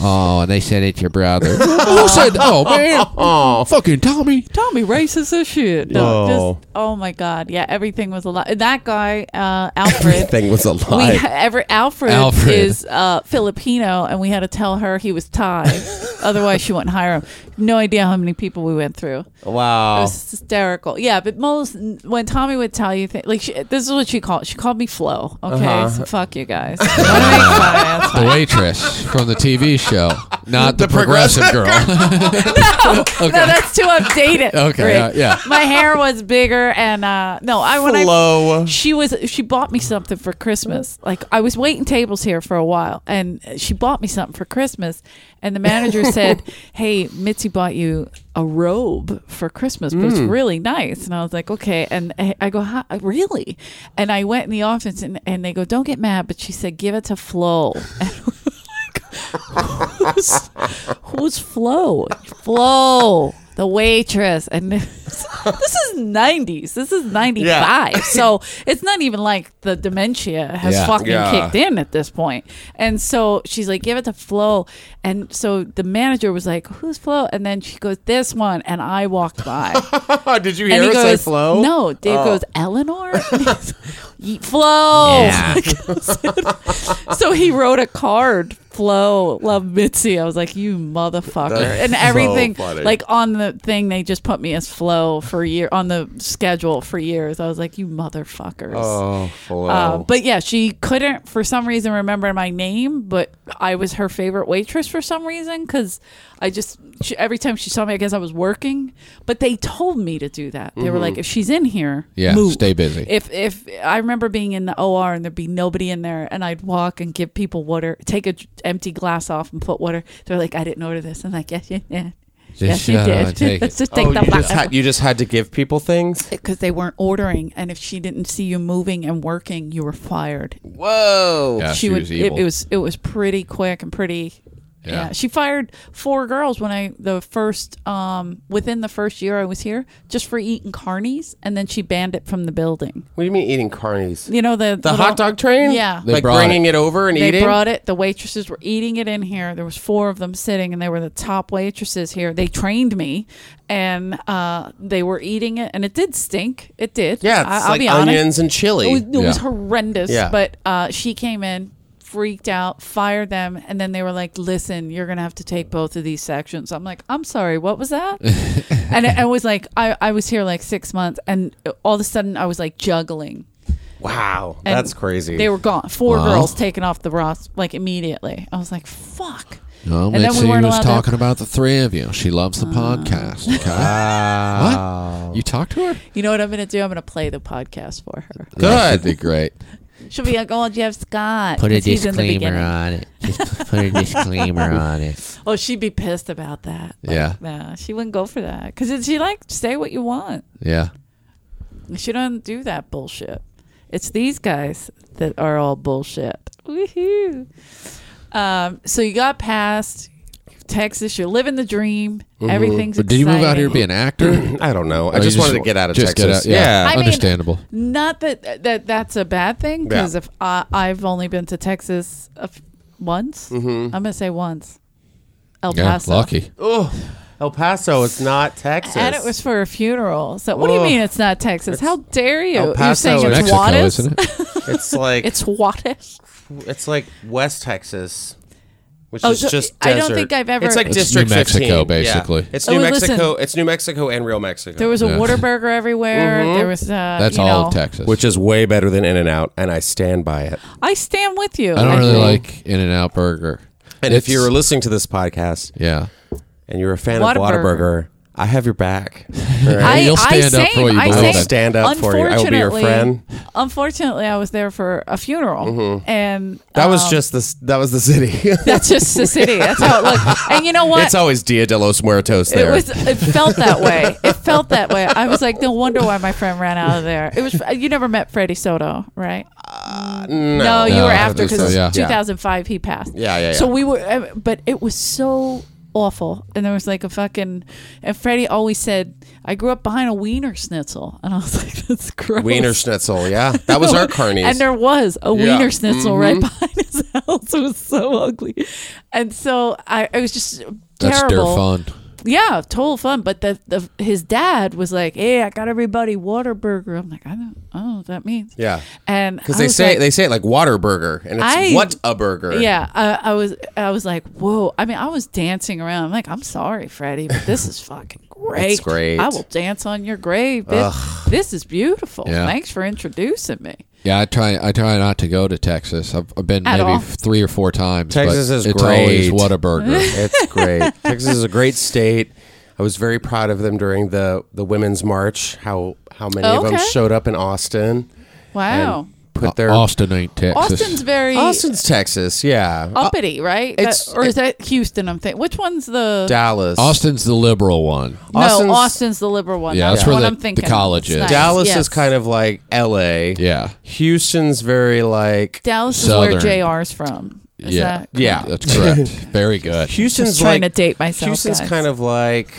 S3: oh, and they said it's your brother. Who said? Oh man, fucking Tommy.
S2: Tommy racist as shit. dog. Just- Oh.
S4: Oh.
S2: my god, yeah, everything was a lie. That guy, uh, Alfred.
S4: Thing was a
S2: we
S4: lie.
S2: ever Alfred,
S3: Alfred.
S2: is uh, Filipino, and we had to tell her he was Thai, otherwise she wouldn't hire him. No idea how many people we went through. It
S4: wow.
S2: was hysterical. Yeah, but most when Tommy would tell you things like she, this is what she called. She called me Flo. Okay,
S3: Uh-huh.
S2: so fuck you guys. Don't make fun of us.
S3: the waitress from the TV show, not the,
S4: The
S3: progressive,
S4: progressive
S3: girl.
S2: No, that's too updated.
S3: Okay,
S2: Rick.
S3: yeah, yeah.
S2: My hair was bigger, and uh, no, I when I
S4: Flo.
S2: she was she bought me something for Christmas. Like I was waiting tables here for a while, and she bought me something for Christmas. And the manager said, "Hey, Mitzi bought you a robe for Christmas, but it's really nice." And I was like, "Okay." And I I go, "Huh? "Really?" And I went in the office, and, and they go, "Don't get mad," but she said, "Give it to Flo." And who's, who's Flo? Flo, the waitress. And this is 90s. This is 95. So it's not even like the dementia has
S3: Yeah.
S2: fucking
S4: Yeah.
S2: kicked in at this point. And so she's like, give it to Flo. And so the manager was like, who's Flo? And then she goes, this one. And I walked by.
S4: did you
S2: And
S4: hear
S2: he
S4: her say
S2: goes,
S4: flow? Oh.
S2: No, Dave goes, Eleanor? Ye- Flo. so he wrote a card, Flo, love Mitzi. I was like, you motherfucker.
S4: That's
S2: and
S4: so
S2: everything,
S4: funny.
S2: like on the thing, they just put me as Flo for a year, on the schedule for years. I was like, you motherfuckers.
S4: Oh, flow.
S2: Uh, but yeah, she couldn't for some reason remember my name, but I was her favorite waitress for some reason because I just she, every time she saw me, I guess I was working. But they told me to do that. They
S4: Mm-hmm.
S2: were like, if she's in here,
S3: Yeah,
S2: move.
S3: stay busy.
S2: If if I remember being in the OR and there'd be nobody in there, and I'd walk and give people water, take a j- empty glass off and put water. They're like, I didn't order this. I'm like, yes, yeah, yeah. Yes,
S3: Just
S2: you
S3: shut up
S2: did.
S3: and take
S2: Let's
S3: it.
S2: just take
S4: oh,
S2: the
S4: you just,
S2: glass
S4: had, you just had to give people things?
S2: because they weren't ordering, and if she didn't see you moving and working, you were fired.
S4: Whoa.
S3: Yeah, she, was
S2: would
S3: evil.
S2: It, it was it was pretty quick and pretty yeah.
S3: Yeah.
S2: she fired four girls when i the first um within the first year i was here just for eating carnies and then she banned it from the building
S4: What do you mean eating carnies?
S2: you know the
S4: The hot dog train?
S2: Yeah. They
S4: like
S3: brought
S4: bringing it, over and
S2: they
S4: eating?
S2: brought it the waitresses were eating it in here there was four of them sitting and they were the top waitresses here they trained me and uh they were eating it and it did stink it did
S4: yeah, it's
S2: I, will
S4: like
S2: be honest
S4: onions and chili.
S2: it was, it was
S3: Yeah.
S2: horrendous.
S4: Yeah.
S2: But uh, she came in, freaked out, fired them, and then they were like, "Listen, you're gonna have to take both of these sections." I'm like, "I'm sorry, what was that?" and I, I was like, I, "I was here like six months, and all of a sudden I was like juggling."
S4: wow.
S2: And
S4: That's crazy.
S2: They were gone. Four
S3: Wow.
S2: girls taken off the roster like immediately. I was like, "Fuck."
S3: no,
S2: and then we
S3: Mitzi
S2: weren't
S3: was
S2: allowed to- Ah.
S3: talking about the three of you. She loves the podcast. Okay?
S4: Wow.
S3: You talked to her?
S2: You know what I'm gonna do? I'm gonna play the podcast for her.
S3: Good. That'd be great.
S2: She'll be like, "Oh, Jeff Scott." 'cause he's in the beginning.
S5: on it. Just put a disclaimer on it.
S2: Oh, she'd be pissed about that.
S3: Yeah.
S2: Nah, she wouldn't go for that because she like say what you want.
S3: Yeah.
S2: She don't do that bullshit. It's these guys that are all bullshit. Woohoo! Um, so you got past Texas. You're living the dream. Everything's.
S3: Mm-hmm. But did you move out here to be
S2: exciting.
S3: an actor?
S4: I don't know. I
S3: Or
S4: just,
S3: you
S4: wanted to get out of
S3: just
S4: Texas.
S3: Get out, yeah.
S2: I mean-
S3: Understandable.
S2: Not that that that's a bad thing because
S4: Yeah.
S2: if I, I've only been to Texas a f- once, I'm gonna say once. El
S3: Mm-hmm. yeah.
S2: Paso.
S3: Lucky.
S4: Oh, El Paso is not Texas.
S2: And it was for a funeral. So what do you
S4: Ugh.
S2: mean it's not Texas? How dare you?
S4: El
S2: You're
S4: Paso
S2: saying
S4: is
S2: it's
S3: Mexico,
S2: Juarez?
S3: isn't it?
S4: It's like
S2: It's Juarez.
S4: It's like West Texas, which
S2: Oh,
S4: is
S2: so
S4: just.
S2: I don't
S4: desert.
S2: think I've ever-
S4: It's like
S2: It's
S4: District
S3: New Mexico,
S4: 15, yeah.
S3: basically.
S4: It's
S2: Oh,
S4: New
S2: well, listen.
S4: Mexico. It's New Mexico and real Mexico.
S2: There was a
S3: Yeah. Mm-hmm.
S2: Whataburger everywhere. There was uh,
S3: That's
S2: you
S3: all
S2: know.
S3: of Texas.
S4: which is way better than In and Out, and I stand by it.
S2: I stand with you.
S3: I don't really
S2: think.
S3: like In and Out Burger.
S4: And if
S3: It's-
S4: you're listening to this podcast
S3: Yeah.
S4: and you're a fan
S2: Whataburger.
S4: of Whataburger, I have your back.
S2: I,
S3: You'll stand
S2: I
S3: up
S2: same,
S3: for what you
S2: I
S3: believe
S2: same.
S3: in. I'll
S4: stand up for you. I will be your
S2: Unfortunately-
S4: friend. Mm-hmm.
S2: Unfortunately, I was there for a funeral, and
S4: That was
S2: um,
S4: just the s- that was the city.
S2: that's just the city. That's how it looked. And you know what?
S4: It's always Dia de los Muertos
S2: it
S4: there.
S2: was. It felt that way. It felt that way. I was like, no wonder why my friend ran out of there. It was. uh, You never met Freddie Soto, right?
S4: Uh, no.
S2: No, you
S3: No,
S2: were
S3: I
S2: after
S3: think so,
S2: because
S3: yeah.
S2: 2005 he passed.
S4: Yeah, yeah, yeah.
S2: So we were, uh, but it was so awful, and there was like a fucking. And Freddie always said, "I grew up behind a wiener schnitzel," and I was like, "That's gross."
S4: Wiener Schnitzel. Yeah, that was our carnies.
S2: And there was a
S4: Yeah. Mm-hmm.
S2: wiener schnitzel right behind his house. It was so ugly, and so I, I was just terrible.
S3: That's dirt fun.
S2: Yeah, total fun. But the, the his dad was like, "Hey, I got everybody Waterburger." I'm like, "I don't, I don't know what that means."
S4: yeah,
S2: and
S4: because
S2: I
S4: they
S2: was
S4: say
S2: like-
S4: they say it like Waterburger, and it's
S2: I-
S4: what a burger.
S2: Yeah, I, I was I was like, whoa. I mean, I was dancing around. I'm like, I'm sorry, Freddie, but this is fucking great.
S4: It's great.
S2: I will dance on your grave. bitch. This is beautiful.
S3: Yeah.
S2: Thanks for introducing me.
S3: Yeah, I try. I try not to go to Texas. I've, I've been
S2: At
S3: maybe
S2: all.
S3: three or four times.
S4: Texas
S3: but
S4: is
S3: it's
S4: great.
S3: always what a burger.
S4: It's great. Texas is a great state. I was very proud of them during the the women's march. How how many of them
S2: Okay.
S4: showed up in Austin?
S2: Wow.
S4: Put their
S3: Uh, Austin ain't Texas.
S2: Austin's very
S4: Austin's Texas. Yeah,
S2: uppity, right? That-
S4: it's-
S2: or is that Houston? I'm thinking. Which one's the
S4: Dallas.
S3: Austin's the liberal one.
S2: no?
S4: Austin's-
S2: Austin's, the liberal one.
S3: Yeah,
S2: That's
S3: that's where
S2: what
S3: the-
S2: I'm
S3: the
S2: thinking.
S3: college
S2: It's
S3: is.
S2: nice.
S4: Dallas
S2: Yes.
S4: is kind of like L.A.
S3: Yeah,
S4: Houston's very like
S2: Dallas
S3: Southern.
S2: is where JR's from. Is
S3: yeah,
S2: that-
S4: Yeah.
S3: That's correct. Very good.
S4: Houston's
S2: Just trying
S4: like-
S2: to date myself,
S4: Houston's
S2: guys.
S4: kind of like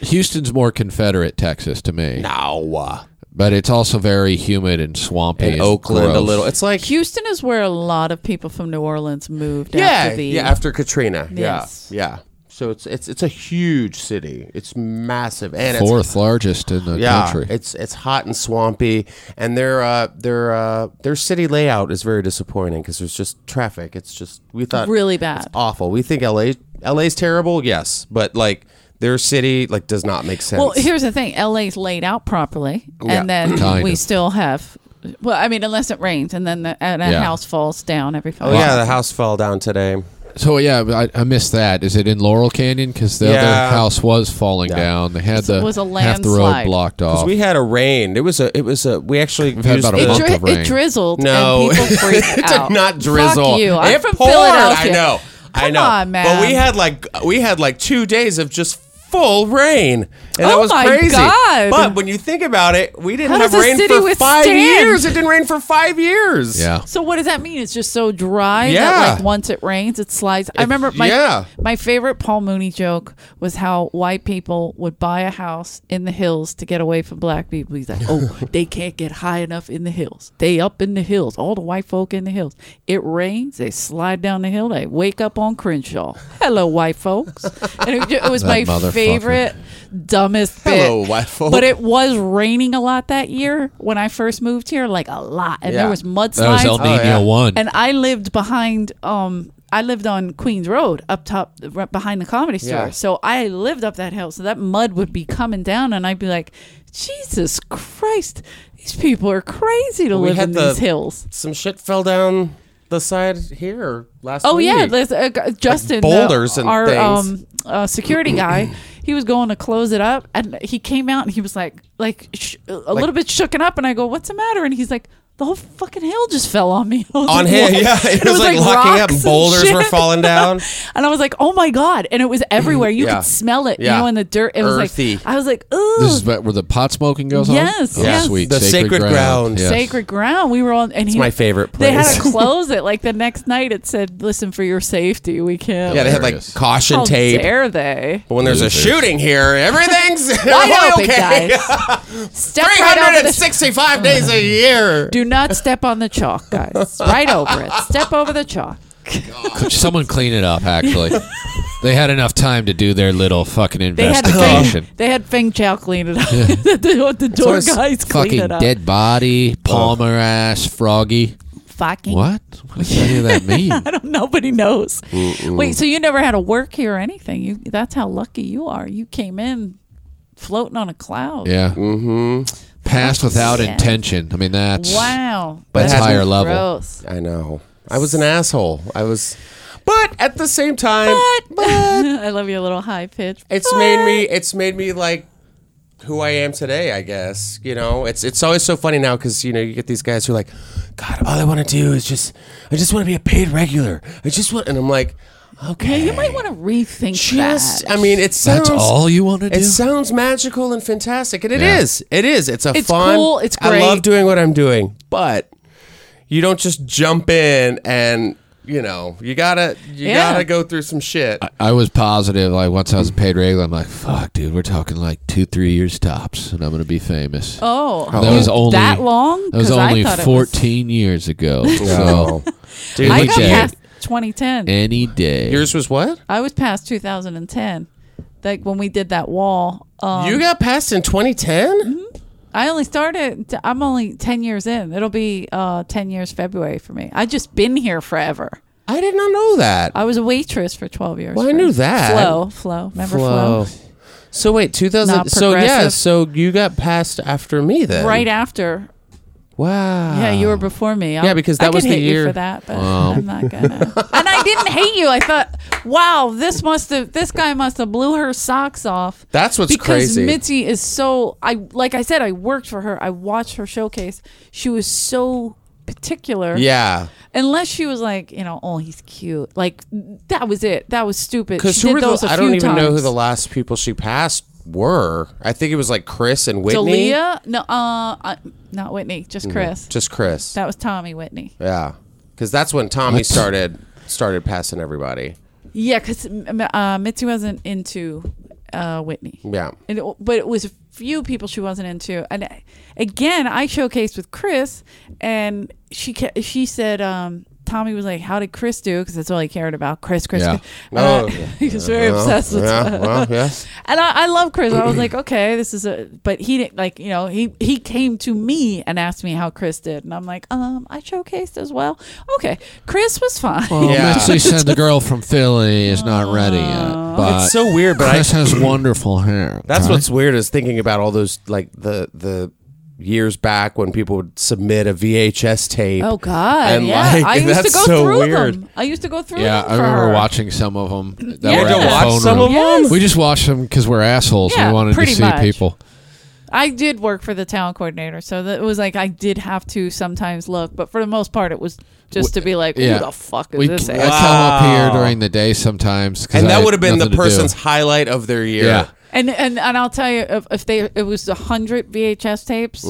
S3: Houston's more Confederate Texas to me,
S4: ow
S3: but it's also very humid and swampy.
S4: in
S3: and
S4: Oakland a
S3: gross.
S4: little. It's like
S2: Houston is where a lot of people from New Orleans moved
S4: yeah
S2: after the
S4: yeah after Katrina.
S2: Yes.
S4: Yeah, yeah. So it's it's it's a huge city. It's massive and it's
S3: fourth largest in the
S4: Yeah,
S3: country.
S4: it's it's hot and swampy, and their uh, their uh, their city layout is very disappointing because there's just traffic. It's just we thought
S2: Really bad.
S4: it's awful. We think LA LA's terrible, yes, but like their city like does not make sense.
S2: Well, here's the thing: LA's laid out properly,
S4: Yeah.
S2: and then
S3: Kind
S2: we
S3: of.
S2: still have. Well, I mean, unless it rains, and then the, and a
S3: Yeah.
S2: house falls down every.
S4: oh yeah, the house fell down today.
S3: so yeah, I, I missed that. Is it in Laurel Canyon? Because the
S4: Yeah.
S3: other house was falling down. They had the
S2: was a
S3: half the road
S2: landslide.
S3: blocked
S4: 'Cause
S3: off.
S4: we had a rain. It was a it was a we actually
S3: had
S4: used
S3: about a
S4: the-
S2: It,
S3: month
S2: dri-
S3: of rain.
S2: it drizzled.
S4: No,
S2: and people freaked
S4: it
S2: out.
S4: did not drizzle.
S2: Fuck you! I'm
S4: It
S2: from
S4: poured.
S2: Philadelphia.
S4: I know. I
S2: Come
S4: know.
S2: on, man.
S4: But we had like we had like two days of just full rain, and that
S2: Oh
S4: was
S2: my
S4: crazy.
S2: God.
S4: But when you think about it, we didn't
S2: How
S4: have
S2: does a
S4: rain
S2: city
S4: for
S2: withstand?
S4: five years. It didn't rain for five years.
S3: yeah,
S2: So what does that mean? It's just so dry
S4: Yeah.
S2: that like once it rains, it slides. I remember my
S4: yeah.
S2: my favorite Paul Mooney joke was how white people would buy a house in the hills to get away from black people. He's like, oh, they can't get high enough in the hills. They up in the hills. All the white folk in the hills. It rains, they slide down the hill. They wake up on Crenshaw. Hello, white folks. And it, ju- it was my
S3: That motherfucker.
S2: favorite dumbest bit.
S4: Hello, white folk.
S2: But it was raining a lot that year when I first moved here, like a lot, and
S4: Yeah.
S2: there was mudslides
S3: that was El Nino
S4: yeah.
S3: one.
S2: and I lived behind um I lived on Queens Road up top right behind the comedy store.
S4: Yeah.
S2: So I lived up that hill. So that mud would be coming down and I'd be like, Jesus Christ, these people are crazy to
S4: We
S2: live
S4: had
S2: in
S4: the-
S2: these hills.
S4: Some shit fell down the side here last
S2: Oh
S4: week.
S2: yeah, there's uh, g- Justin, the-
S4: boulders and
S2: our
S4: things.
S2: um uh, security guy, he was going to close it up, and he came out and he was like, like sh- a little bit shooken up, and I go, "What's the matter?" And he's like, "The whole fucking hill just fell on me." I was
S4: on
S2: like,
S4: him.
S2: "What?"
S4: Yeah, it, was, like, locking up,
S2: rocks
S4: and boulders were
S2: shit.
S4: falling down.
S2: And I was like, oh my God. And it was everywhere. You
S4: Yeah.
S2: could smell it,
S4: Yeah.
S2: you know, in the dirt. It was
S4: Earthy.
S2: like, I was like,
S3: this is
S2: ooh,
S3: about where the pot smoking goes on.
S2: Yes,
S3: Oh,
S2: yes.
S3: sweet.
S4: The sacred ground.
S3: Yes.
S2: sacred ground. We were on, and
S4: It's
S2: he,
S4: my favorite place.
S2: they had to close it. Like the next night, it said, listen, for your safety, we can't.
S4: yeah, they had like
S3: Hilarious.
S4: caution
S2: How
S4: tape.
S2: dare they?
S4: But when there's a
S3: Losers.
S4: shooting here, everything's
S2: Wide open,
S4: okay.
S2: guys. Step right over the
S4: 365 days a year.
S2: Do not step on the chalk, guys. Right over it. Step over the chalk.
S3: Could someone clean it up? Actually, they had enough time to do their little fucking
S2: They had
S3: investigation.
S2: Feng, they had Feng Chao clean it up. the, the door
S4: always
S2: guys clean
S3: Fucking
S2: it up.
S3: dead body, Palmer ass, Froggy.
S2: Fucking
S3: What? What does any of that mean?
S2: I don't. Nobody knows. Wait, so you never had to work here or anything? You. That's how lucky you are. You came in floating on a cloud.
S3: Yeah. Mm-hmm. Pass without
S2: Yeah.
S3: intention. I mean, that's
S2: Wow.
S3: That's
S2: That's
S3: higher level.
S2: Gross.
S4: I know. I was an asshole. I was. But But at the same time,
S2: I love your little high pitch.
S4: it's made me it's made me like who I am today, I guess. You know, it's it's always so funny now because you know you get these guys who are like, God, all I want to do is just I just want to be a paid regular. I just want, and I'm like,
S2: Yeah,
S4: okay,
S2: you might want to rethink
S4: just.
S2: that.
S4: I mean, it sounds
S3: That's all you want to do.
S4: It sounds magical and fantastic, and it
S3: Yeah.
S4: is. It is. It's a
S2: It's
S4: fun.
S2: cool, it's
S4: I love
S2: great.
S4: doing what I'm doing, but you don't just jump in and you know you gotta you
S2: Yeah.
S4: gotta go through some shit.
S3: I was positive. Like once I was a paid regular, I'm like, fuck, dude, we're talking like two, three years tops, and I'm gonna be famous.
S2: oh,
S3: That was
S2: you-
S3: only-
S2: that long.
S3: that was
S2: 'Cause I
S3: only
S2: thought it was-
S3: 14 years ago. So
S4: Dude,
S2: I
S3: Any
S4: like,
S2: got
S3: day.
S2: past 2010.
S3: any day.
S4: yours was what?
S2: I was past 2010. Like when we did that wall. Um, Mm-hmm.
S4: you got passed in 2010.
S2: I only started. t- I'm only 10 years in. It'll be uh, 10 years February for me. I just been here forever.
S4: I did not know that.
S2: I was a waitress for 12 years.
S4: Well, I
S2: for-
S4: knew that.
S2: Flow, flow. Remember flow?
S4: Whoa. So wait, 2000.
S2: Not
S4: So yeah,
S2: progressive.
S4: so you got passed after me then.
S2: Right after.
S4: Wow.
S2: Yeah, you were before me. i
S4: Yeah, because
S2: I
S4: that was
S2: could
S4: the
S2: hate you
S4: year-
S2: for that, but I'm not gonna. and I didn't hate you. I thought, wow, this must have. This guy must have blew her socks off.
S4: That's what's
S2: because
S4: crazy.
S2: Mitzi is so I like I said I worked for her. I watched her showcase. She was so particular.
S4: Yeah.
S2: Unless she was like, you know, oh, he's cute. Like that was it. That was stupid.
S4: Because
S2: She
S4: who
S2: did
S4: were the?
S2: those a
S4: I
S2: few
S4: don't even know who
S2: times.
S4: the last people she passed were. I think it was like Chris and Whitney. Mm,
S2: Dalia? No, uh, uh, not Whitney. Just Chris.
S4: Just Chris.
S2: that was Tommy Whitney.
S4: yeah. Because that's when Tommy started started passing everybody.
S2: Yeah, because uh, Mitzi wasn't into uh, Whitney.
S4: Yeah.
S2: and it, but it was a few people she wasn't into. And I- again, I showcased with Chris, and she ca- she said um, Tommy was like, "How did Chris do?" Because that's all he cared about. Chris, Chris,
S3: Yeah.
S2: Chris. And I-
S4: Oh.
S2: he was very
S4: Well,
S2: obsessed with.
S4: yeah. Well, yes.
S2: And I, I love Chris. I was like, okay, this is a. But he didn't like, you know, he he came to me and asked me how Chris did, and I'm like, um, I showcased as well. Okay, Chris was fine.
S3: Well,
S4: Yeah.
S3: Mitzi said the girl from Philly is not ready
S2: Oh.
S3: yet, but
S4: it's so weird, but I,
S3: Chris has wonderful hair.
S4: That's
S3: right?
S4: what's weird is thinking about all those like the the years back when people would submit a VHS tape.
S2: Oh God!
S4: And,
S2: yeah,
S4: like,
S2: I used
S4: that's
S2: to go
S4: so
S2: through
S4: weird.
S2: them. I used to go through
S3: Yeah,
S2: them.
S3: I
S2: for
S3: remember
S2: her.
S3: watching some of them. That
S4: You
S3: were
S4: had
S3: in
S4: to
S3: the
S4: watch
S3: phone
S4: some
S3: room.
S4: of
S2: Yes.
S4: them.
S3: We just watched them because we're assholes.
S2: Yeah,
S3: we wanted to
S2: pretty
S3: see
S2: much.
S3: people.
S2: I did work for the town coordinator, so that it was like I did have to sometimes look, but for the most part, it was just to be like,
S3: yeah.
S2: "Who the fuck is
S3: We, I
S2: this?"
S3: come
S2: asshole?
S3: up here
S4: Wow.
S3: during the day sometimes, 'cause
S4: and
S3: I
S4: that would have been
S3: nothing
S4: the
S3: to do.
S4: person's highlight of their year.
S3: Yeah.
S2: And and and I'll tell you, if, if they it was a hundred VHS tapes,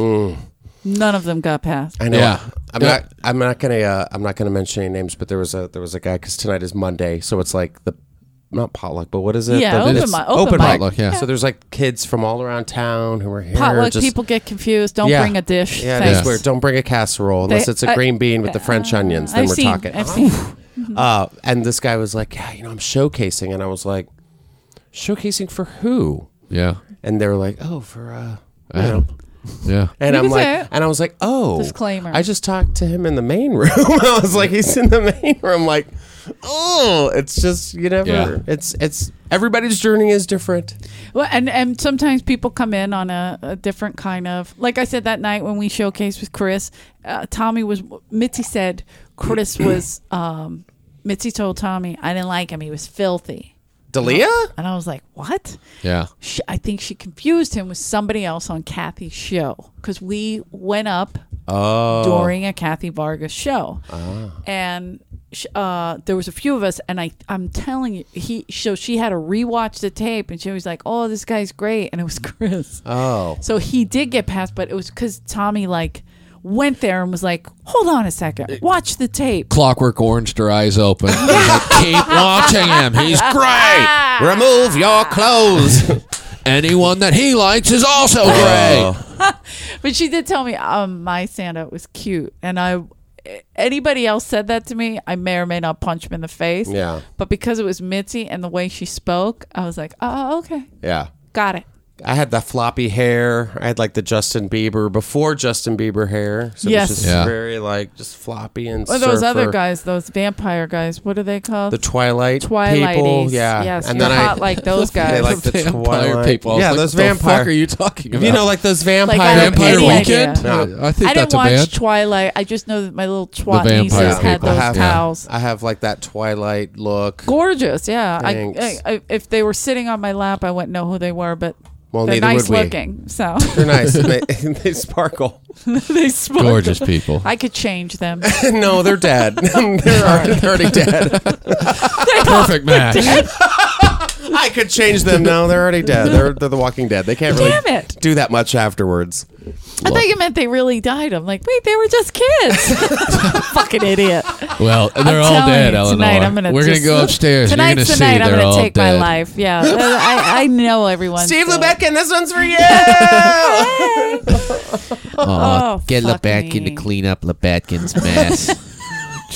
S2: none of them got passed.
S4: I know.
S3: Yeah.
S4: I'm
S3: Yeah.
S4: not. I'm not gonna. Uh, I'm not gonna mention any names. But there was a there was a guy because tonight is Monday, so it's like the not potluck, but what is it?
S2: Yeah,
S4: The-
S2: open
S4: it's
S2: mi- open mic.
S3: Potluck, yeah.
S4: So there's like kids from all around town who were here.
S2: Potluck
S4: just-
S2: people get confused. Don't
S4: Yeah.
S2: bring a dish.
S4: Yeah,
S2: Thanks.
S4: that's weird. Don't bring a casserole unless
S2: They-
S4: it's a
S2: I-
S4: green bean with the French onions. Then
S2: I've
S4: we're
S2: seen.
S4: talking.
S2: I've seen.
S4: Uh, and this guy was like, "Yeah, you know, I'm showcasing," and I was like, "Showcasing for who?"
S3: Yeah,
S4: And they were like, "Oh, for uh." You know.
S3: yeah.
S4: And
S2: You
S4: I'm
S2: can
S4: like,
S2: say it.
S4: and I was like, oh,
S2: Disclaimer.
S4: I just talked to him in the main room. I was like, he's in the main room. Like, oh, it's just you never.
S3: Yeah.
S4: It's it's everybody's journey is different.
S2: Well, and and sometimes people come in on a, a different kind of. Like I said that night when we showcased with Chris, uh, Tommy was Mitzi said Chris was. Um, Mitzi told Tommy I didn't like him. He was filthy,
S4: Dalia,
S2: and I was like, what?
S3: Yeah.
S2: She, I think she confused him with somebody else on Kathy's show because we went up
S4: Oh.
S2: during a Kathy Vargas show, and sh- uh, there was a few of us, and I I'm telling you, he so she had to rewatch the tape, and she was like, "Oh, this guy's great," and it was Chris.
S4: oh,
S2: So he did get passed, but it was because Tommy like went there and was like, "Hold on a second, watch the tape."
S3: Clockwork Orange, their eyes open. He's like, Keep watching him. He's
S4: great.
S2: Ah.
S4: Remove your clothes.
S3: anyone that he likes is
S4: Oh,
S3: also great.
S2: But she did tell me um, my stand up was cute. And I, anybody else said that to me, I may or may not punch him in the face.
S4: Yeah.
S2: But because it was Mitzi and the way she spoke, I was like, oh, okay.
S4: yeah.
S2: Got it.
S4: I had the floppy hair. I had like the Justin Bieber before Justin Bieber hair. So
S2: Yes.
S4: it was just
S3: Yeah.
S4: very like just floppy and
S2: Or those other
S4: surfer.
S2: guys, those vampire guys. What are they called?
S4: The Twilight people.
S2: Twilighties.
S4: Yeah.
S2: Yes, you're hot like those guys.
S4: They like the
S3: vampire
S4: Twilight
S3: people. I was
S4: Yeah,
S3: like,
S4: those
S3: what The
S4: vampire.
S3: fuck are you talking about?
S4: you know, like those vampire
S2: I don't
S4: people.
S3: Vampire
S2: any
S3: Weekend?
S4: idea.
S3: I think
S2: I didn't
S3: that's a
S2: watch
S3: band.
S2: Twilight. I just know that my little twat
S3: vampire
S2: nieces had
S3: people.
S2: those
S4: I have,
S2: towels.
S4: I have like that Twilight look.
S2: Gorgeous, yeah. I,
S4: Thanks.
S2: I, I, if they were sitting on my lap, I wouldn't know who they were, but
S4: Well,
S2: they're
S4: neither
S2: nice
S4: would we.
S2: looking. So
S4: They're nice. and they, and they sparkle.
S2: they smell
S3: Gorgeous people.
S2: I could change them.
S4: no, they're dead. they're, already, they're already dead.
S3: Perfect match.
S4: I could change them. No, they're already dead. They're, they're the Walking Dead. They can't really
S2: Damn it.
S4: do that much afterwards.
S2: I thought you meant they really died. I'm like, wait, they were just kids. Fucking idiot.
S3: Well, they're
S2: I'm
S3: all
S2: telling
S3: dead,
S2: you,
S3: Eleanor.
S2: Tonight I'm gonna
S3: We're
S2: just,
S3: gonna go upstairs. You're gonna
S2: Tonight's
S3: see
S2: the night I'm
S3: they're
S2: gonna
S3: all
S2: take my
S3: dead.
S2: life. Yeah, I, I know everyone.
S4: Steve
S2: dead.
S4: Lubeck, and this one's for you.
S5: Oh, get
S2: fuck
S5: Lebetkin
S2: me.
S5: to clean up Lebetkin's mess.
S3: Jeez,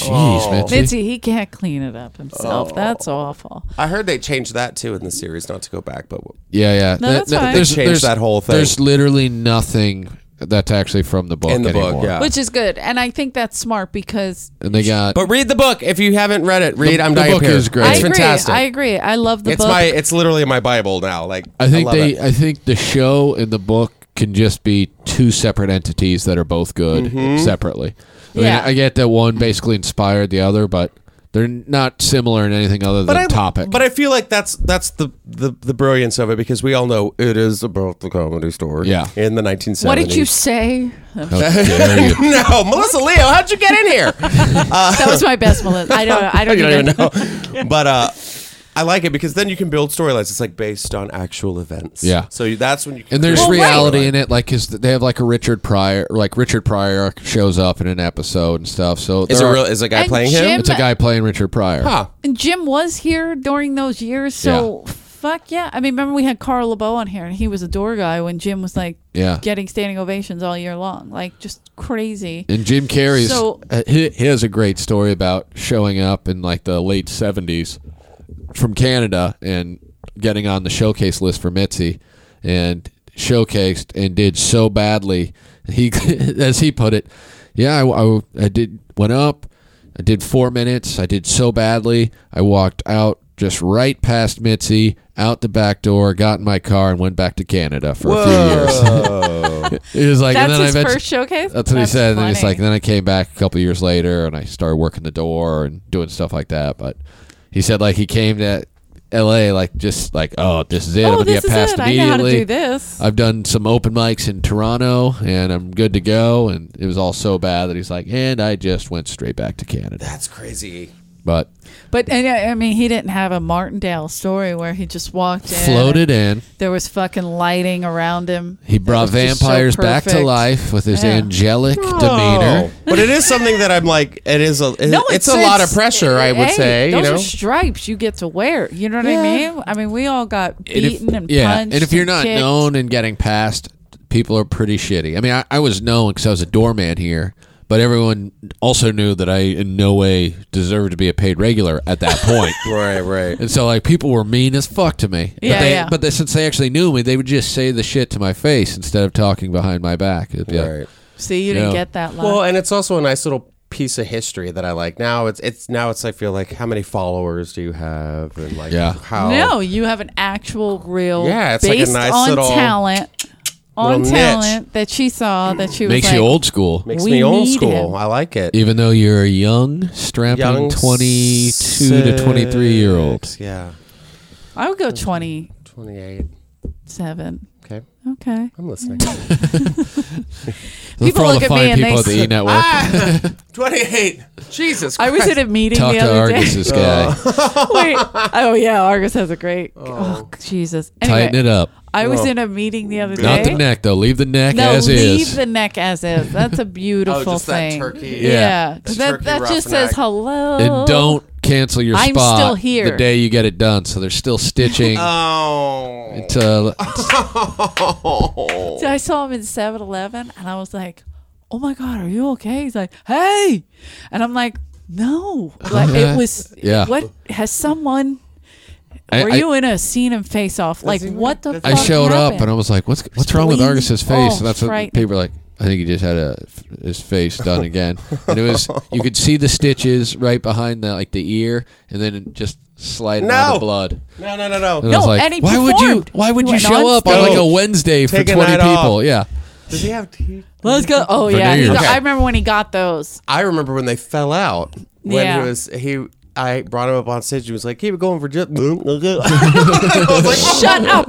S4: Oh.
S3: Mitzi. Oh.
S2: Mitzi, he can't clean it up himself. That's awful.
S4: I heard they changed that too in the series. Not to go back, but
S3: Yeah, yeah.
S2: No,
S3: Th-
S2: that's
S3: th-
S2: fine.
S3: There's,
S4: They changed
S3: there's-
S4: that whole thing.
S3: There's literally nothing that's actually from the book
S4: in the
S3: anymore.
S4: book, yeah.
S2: Which is good, and I think that's smart because
S3: And they got
S4: but read the book if you haven't read it. Read
S3: The-
S4: I'm
S3: the
S4: Dying
S3: book
S4: Here.
S3: is great.
S2: I
S4: It's
S2: agree.
S4: fantastic.
S2: I agree. I love the
S4: it's
S2: book.
S4: my. It's literally my Bible now. Like
S3: I think
S4: love
S3: they
S4: it.
S3: I think the show and the book can just be two separate entities that are both good
S4: Mm-hmm.
S3: separately. I mean,
S2: Yeah.
S3: I get that one basically inspired the other, but they're not similar in anything other than
S4: I,
S3: topic.
S4: But I feel like that's that's the, the the brilliance of it because we all know it is about the comedy store.
S3: Yeah.
S4: In the 1970s.
S2: what did you say?
S3: How dare you.
S4: no, Melissa Leo, how'd you get in here?
S2: That was my best, Melissa. I don't. I don't,
S4: you
S2: even
S4: don't even know. but uh, I like it because then you can build storylines. It's like based on actual events.
S3: Yeah.
S4: So you, that's when you can
S3: And there's
S2: Well,
S4: create
S2: right.
S3: reality in it, like because they have like a Richard Pryor, like Richard Pryor shows up in an episode and stuff. So
S4: Is it
S3: there are-
S4: real? Is a guy
S2: And
S4: playing him?
S2: Jim-
S3: It's a guy playing Richard Pryor.
S4: Huh.
S2: And Jim was here during those years, so fuck yeah. I mean, remember we had Carl LeBeau on here, and he was a door guy when Jim was like,
S3: Yeah.
S2: getting standing ovations all year long, like just crazy.
S3: And Jim Carrey's
S2: So-
S3: uh, he, he has a great story about showing up in like the late seventies from Canada and getting on the showcase list for Mitzi and showcased and did so badly. He, as he put it, yeah, I, I, I did went up, I did four minutes, I did so badly, I walked out. Just right past Mitzi, out the back door, got in my car, and went back to Canada for a few years. it was like,
S2: That's
S3: and
S2: his
S3: then I eventually-
S2: first showcase.
S3: that's what he said. And then he's
S2: funny.
S3: like, then I came back a couple years later and I started working the door and doing stuff like that. But he said like he came to L.A. like just like oh this is it. I'm
S2: "Oh,
S3: gonna
S2: this
S3: get
S2: is
S3: passed
S2: it. I know how to
S3: immediately.
S2: do this."
S3: I've done some open mics in Toronto and I'm good to go. And it was all so bad that he's like, and I just went straight back to Canada.
S4: That's crazy.
S3: But
S2: But and, uh, I mean, he didn't have a Martindale story where he just walked in,
S3: floated in.
S2: There was fucking lighting around him.
S3: He brought
S2: That was just so
S3: vampires back to
S2: perfect.
S3: life with his
S2: Yeah.
S3: angelic
S4: Oh.
S3: demeanor.
S4: But it is something that I'm like. It is a. It, it's, a lot of pressure. I would
S2: hey,
S4: say.
S2: Those
S4: you know.
S2: are stripes you get to wear. You know what I mean? I mean, we all got
S3: And if-
S2: beaten and,
S3: yeah,
S2: punched.
S3: and if you're not
S2: kicked.
S3: known and getting passed, people are pretty shitty. I mean, I, I was known because I was a doorman here, but everyone also knew that I in no way deserved to be a paid regular at that point.
S4: right. Right.
S3: And so, like, people were mean as fuck to me.
S2: Yeah,
S3: but they,
S2: yeah.
S3: But they, since they actually knew me, they would just say the shit to my face instead of talking behind my back. It'd be like,
S4: Right.
S2: See, you didn't
S3: Yeah.
S2: get that line.
S4: Well, and it's also a nice little piece of history that I like. Now it's it's now it's I feel like how many followers do you have and like
S3: Yeah.
S4: how
S2: no, you have an actual, real,
S4: Yeah, it's like a
S2: based
S4: nice
S2: on
S4: little-
S2: talent, on
S4: niche.
S2: talent that she saw that she was
S3: makes
S2: like,
S3: you old school.
S4: makes
S2: We
S4: me old
S2: need
S4: school.
S2: him.
S4: I like it.
S3: even though you're a young, strapping
S4: Young
S3: 22 to 23 year old.
S4: Yeah,
S2: I would go twenty-seven.
S4: twenty eight. Okay,
S2: Okay.
S4: I'm listening.
S2: People
S3: For all
S2: look
S3: the
S2: at
S3: fine
S2: me and
S3: people
S2: they Ah! say,
S3: at the E Network.
S4: twenty eight. Jesus,
S2: I was at a meeting
S3: Talk
S2: the
S3: to
S2: other day.
S3: Argus's guy.
S2: Wait. Oh yeah, Argus has a great. Oh, Jesus. Anyway,
S3: Tighten it up.
S2: I was in a meeting the other
S3: Not
S2: day.
S3: the neck though. Leave the neck
S2: No,
S3: as
S2: leave
S3: is.
S2: the neck as is. That's a beautiful
S4: Oh, just that
S2: thing.
S4: turkey-
S2: Yeah.
S4: That
S2: That
S4: turkey
S2: that just
S4: roughneck.
S2: says hello.
S3: and don't cancel your
S2: I'm
S3: spot
S2: still here.
S3: the day you get it done. So they're still stitching. uh,
S4: Oh,
S3: to,
S2: So I saw him in 7-Eleven, and I was like, "Oh my God, are you okay?" He's like, "Hey," and I'm like, "No." Like it was.
S3: Yeah.
S2: What has someone?
S3: I-
S2: Were
S3: I-
S2: you in a scene in Face Off? Like what the?
S3: I
S2: fuck
S3: showed up
S2: happened?
S3: and I was like, "What's what's wrong with
S2: bleeding.
S3: Argus's face?"
S2: Oh,
S3: and that's what
S2: frightening.
S3: people were like. I think he just had a his face done again, and it was you could see the stitches right behind the like the ear, and then it just sliding out
S4: No.
S3: of blood.
S4: No, no, no,
S3: And
S4: no.
S3: I
S2: No,
S3: was like,
S2: and he
S3: why would you?
S2: performed.
S3: Why would
S2: He
S3: you
S2: went
S3: show
S2: on
S3: up on like
S4: stage.
S3: a Wednesday for
S4: Take a
S3: twenty
S4: night off.
S3: people? Yeah,
S4: Does he have teeth?
S2: Let's go. Oh yeah,
S3: Veneers.
S2: He's-
S4: Okay.
S2: I remember when he got those.
S4: I remember when they fell out. When
S2: Yeah.
S4: he was he, I brought him up on stage. He was like, "Keep it going for just." I was like,
S2: Shut up!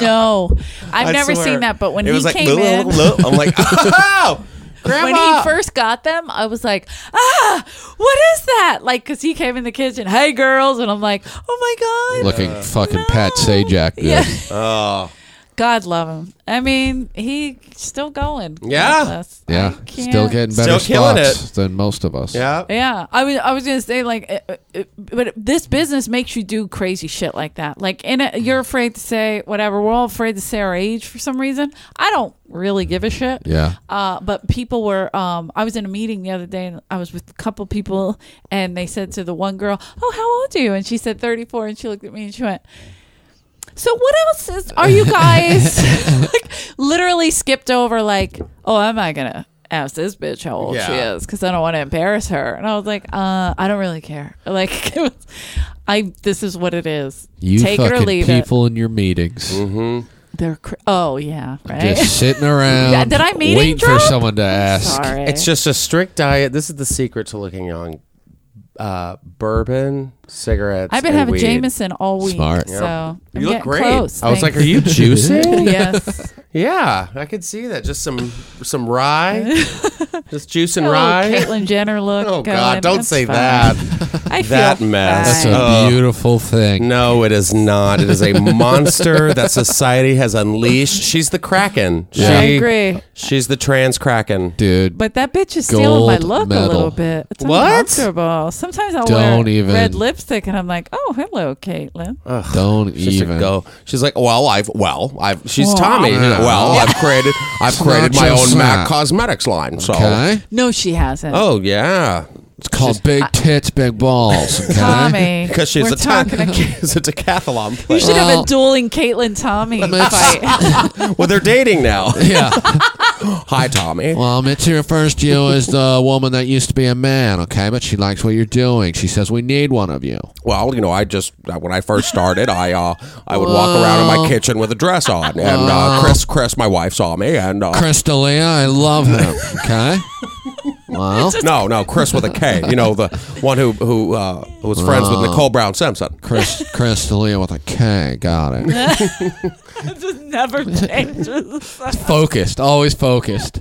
S2: No, I've
S4: I
S2: never
S4: swear.
S2: seen that. But when
S4: It
S2: he
S4: was like,
S2: came in,
S4: I'm like, oh,
S2: when he first got them, I was like, ah, what is that? Like, because he came in the kitchen, hey girls, and I'm like, oh my god,
S3: looking fucking Pat
S2: no.
S3: Sajak. Good.
S2: Yeah,
S4: oh,
S2: God love him. I mean, he still going. God
S4: Yeah.
S2: bless.
S3: Yeah,
S2: I can't-
S3: still getting better
S4: Still killing
S3: spots than most of us.
S4: yeah.
S2: Yeah, I was I was gonna say like, uh, uh, uh, but this business makes you do crazy shit like that. Like, in a, you're afraid to say whatever. We're all afraid to say our age for some reason. I don't really give a shit.
S3: yeah.
S2: Uh, but people were. Um, I was in a meeting the other day, and I was with a couple people, and they said to the one girl, "Oh, how old are you?" And she said, "34." And she looked at me and she went, "So what else is are you guys?" like, literally skipped over like, "Oh, am I gonna?" Ask this bitch how old she
S4: Yeah.
S2: is because I don't want to embarrass her. And I was like, uh, I don't really care. Like, I this is what it is.
S3: You
S2: Take it or
S3: fucking
S2: leave it.
S3: people in your meetings
S4: Mm-hmm.
S2: They're cr- oh yeah right.
S3: just sitting around.
S2: Yeah, did I meeting
S3: waiting
S2: drop?
S3: for someone to ask?
S2: Sorry,
S4: It's just a strict diet. This is the secret to looking young. Uh, bourbon, cigarettes.
S2: I've been
S4: and
S2: having
S4: weed.
S2: Jameson all week.
S3: Smart.
S2: So I'm
S4: You look
S2: getting
S4: great.
S2: Close.
S4: I was like,
S2: Thanks.
S4: "Are you juicing?"
S2: yes.
S4: yeah, I could see that. Just some some rye, just juice and
S2: Oh,
S4: rye.
S2: Caitlyn Jenner look.
S4: Oh
S2: going.
S4: God! Don't
S2: That's
S4: say
S2: fine.
S4: that.
S2: I feel
S4: That
S2: fine.
S3: That's
S4: mess.
S3: a
S4: Ugh.
S3: beautiful thing.
S4: Uh, No, it is not. It is a monster that society has unleashed. She's the kraken.
S2: Yeah. I agree.
S4: She's the trans kraken.
S3: Dude,
S2: but that bitch is stealing my
S3: Gold
S2: look a
S3: medal.
S2: little bit. It's
S4: What?
S2: uncomfortable. Sometimes I'll
S3: Don't
S2: wear
S3: even.
S2: red lipstick and I'm like, oh, hello, Caitlyn.
S4: Uh,
S3: don't
S4: She should
S3: even.
S4: go. She's like, well, I've well, I've. She's
S2: Wow.
S4: Tommy. Well, I've created. I've created my
S3: your
S4: own Mac
S3: snap.
S4: Cosmetics line. So.
S3: Okay?
S2: no, she hasn't.
S4: Oh yeah,
S3: It's called Big Tits, Big Balls. Okay?
S2: Tommy.
S4: because she's
S2: We're
S4: a, ta-
S2: talking again.
S4: she's a decathlon
S2: You
S4: player.
S2: should have
S3: Well-
S2: a dueling Caitlyn Tommy fight.
S4: well, they're dating now.
S3: Yeah.
S4: Hi, Tommy.
S3: Well, it refers to you as the woman that used to be a man, okay? But she likes what you're doing. She says we need one of you.
S4: Well, you know, I just uh, when I first started, I uh, I would walk around in my kitchen with a dress on, and uh, Chris, Chris, my wife saw me, and uh,
S3: Crystalia, I love him, okay? Well,
S4: No, no, Chris with a K. You know the one who who uh, who was friends with Nicole Brown Simpson.
S3: Chris, Crystalia with a K. Got it.
S2: it just never changes.
S3: Focused. Always focused.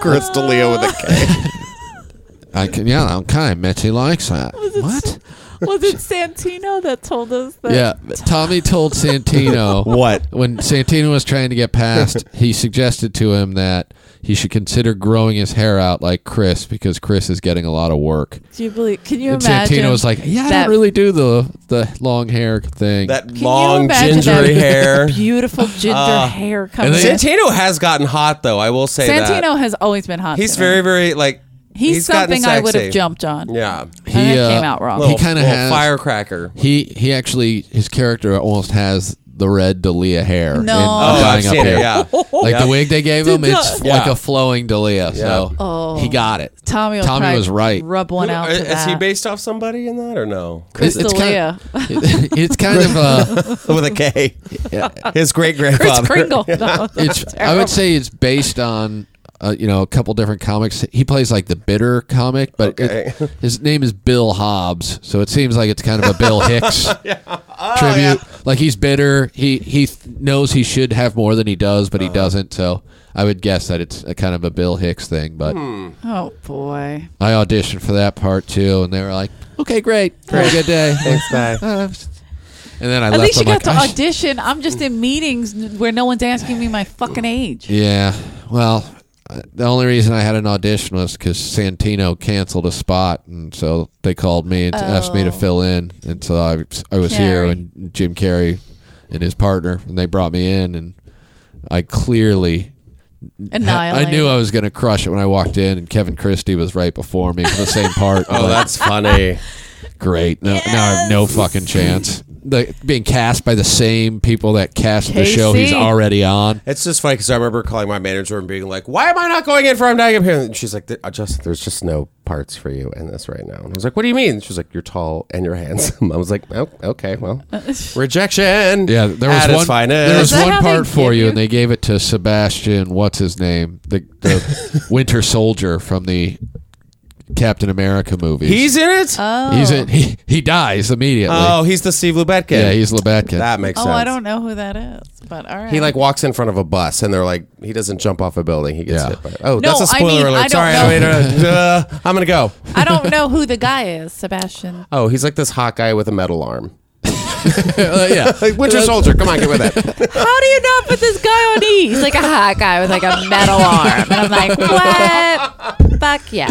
S4: Chris DeLeo with a K.
S3: I can, yeah, okay. Mitzi likes that. What?
S2: Was it Santino that told us that?
S3: Yeah, Tommy told Santino
S4: What?
S3: when Santino was trying to get past. He suggested to him that he should consider growing his hair out like Chris because Chris is getting a lot of work.
S2: Do you believe? Can you
S3: And
S2: imagine?
S3: Santino was like, "Yeah, I
S2: that-
S3: don't really do the the long hair thing."
S4: That
S2: Can you
S4: long
S2: imagine
S4: gingery
S2: that
S4: hair. Ah.
S2: beautiful ginger hair coming.
S3: and
S2: in.
S3: then-
S4: Santino has gotten hot though. I will say that.
S2: Santino has always been hot.
S4: He's
S2: to me.
S4: very very like
S2: He's,
S4: gotten
S2: something I would
S4: sexy.
S2: have jumped on.
S4: Yeah.
S2: And that came out wrong.
S3: uh, He kind of
S4: little
S3: has
S4: firecracker.
S3: He he actually his character almost has the red Dalia hair. in
S2: No.
S3: the
S2: Oh,
S4: I've
S3: dyeing up
S4: seen it,
S3: hair.
S4: yeah.
S3: Like
S4: Yeah.
S3: the wig they gave him, it's
S4: Yeah.
S3: like a flowing Dalia. So
S2: Oh.
S3: he got it.
S2: Tommy, will
S3: Tommy
S2: probably
S3: was right.
S2: Rub one
S4: Who- uh,
S2: out.
S4: is
S2: to that.
S4: he based off somebody in that or no?
S2: Chris
S3: It- it's
S2: D'Elia.
S3: it's kind of uh,
S4: with a K. His great
S2: Chris
S4: grandfather.
S2: Kringle. No,
S3: it's I would say it's based on uh, you know a couple different comics. He plays like the bitter comic, but it-
S4: Okay.
S3: his name is Bill Hobbs, so it seems like it's kind of a Bill Hicks
S2: Oh,
S3: tribute. Like he's bitter. He he th- knows he should have more than he does,
S2: Uh-huh.
S3: but he doesn't. So I would guess that it's a kind of a Bill Hicks thing. But
S2: oh boy.
S3: I auditioned for that part too, and they were like, "Okay, great, have a good day."
S4: Thanks, bye.
S3: Uh, and then I
S2: At
S3: left.
S2: least you
S3: I'm
S2: got
S3: like,
S2: to
S3: "I sh-
S2: audition. I'm just in meetings n- where no one's asking me my fucking age.
S3: Yeah. Well, uh, the only reason I had an audition was because Santino canceled a spot, and so they called me and asked me to
S2: Oh.
S3: fill in, and so I, I was here
S2: Carrey.
S3: and Jim Carrey and his partner, and they brought me in, and I clearly. I
S2: Annihilate.
S3: knew I was going to crush it when I walked in, and Kevin Christie was right before me for the same part.
S4: Oh,
S3: I'm like,
S4: that's funny.
S3: great! No, Now I have no fucking chance. the, being cast by the same people that cast the show he's
S2: KC.
S3: already on.
S4: It's just funny because I remember calling my manager and being like, "Why am I not going in for I'm dying up here?" And she's like, "There- uh, "Justin, there's just no parts for you in this right now." And I was like, "What do you mean?" And she was like, "You're tall and you're handsome." I was like, "Oh, okay, well, rejection."
S3: Yeah, there was
S4: at its
S3: one.
S4: finest.
S3: There was
S2: Is that
S3: one
S2: how they
S3: part for
S2: give
S3: you,
S2: you-
S3: and they gave it to Sebastian. What's his name? The, the Winter Soldier from the Captain America movies.
S4: he's in it.
S2: Oh,
S3: he's in, he he dies immediately.
S4: oh, he's the Steve Lubetkin.
S3: yeah, he's Lebedkin.
S4: that makes
S2: oh,
S4: sense.
S2: I don't know who that is, but all right.
S4: He like walks in front of a bus, and they're like, he doesn't jump off a building. He gets
S3: Yeah.
S4: hit. By, oh,
S2: No,
S4: that's a
S2: I
S4: spoiler
S2: mean, I
S4: alert.
S2: don't
S4: Sorry,
S2: know.
S4: I mean, uh, uh, I'm gonna go.
S2: I don't know who the guy is, Sebastian.
S4: Oh, he's like this hot guy with a metal arm.
S3: Uh, yeah,
S4: Like Winter Soldier, come on, get with it.
S2: How do you not put this guy on E? He's like a hot guy with like a metal arm, and I'm like, what? Fuck yeah.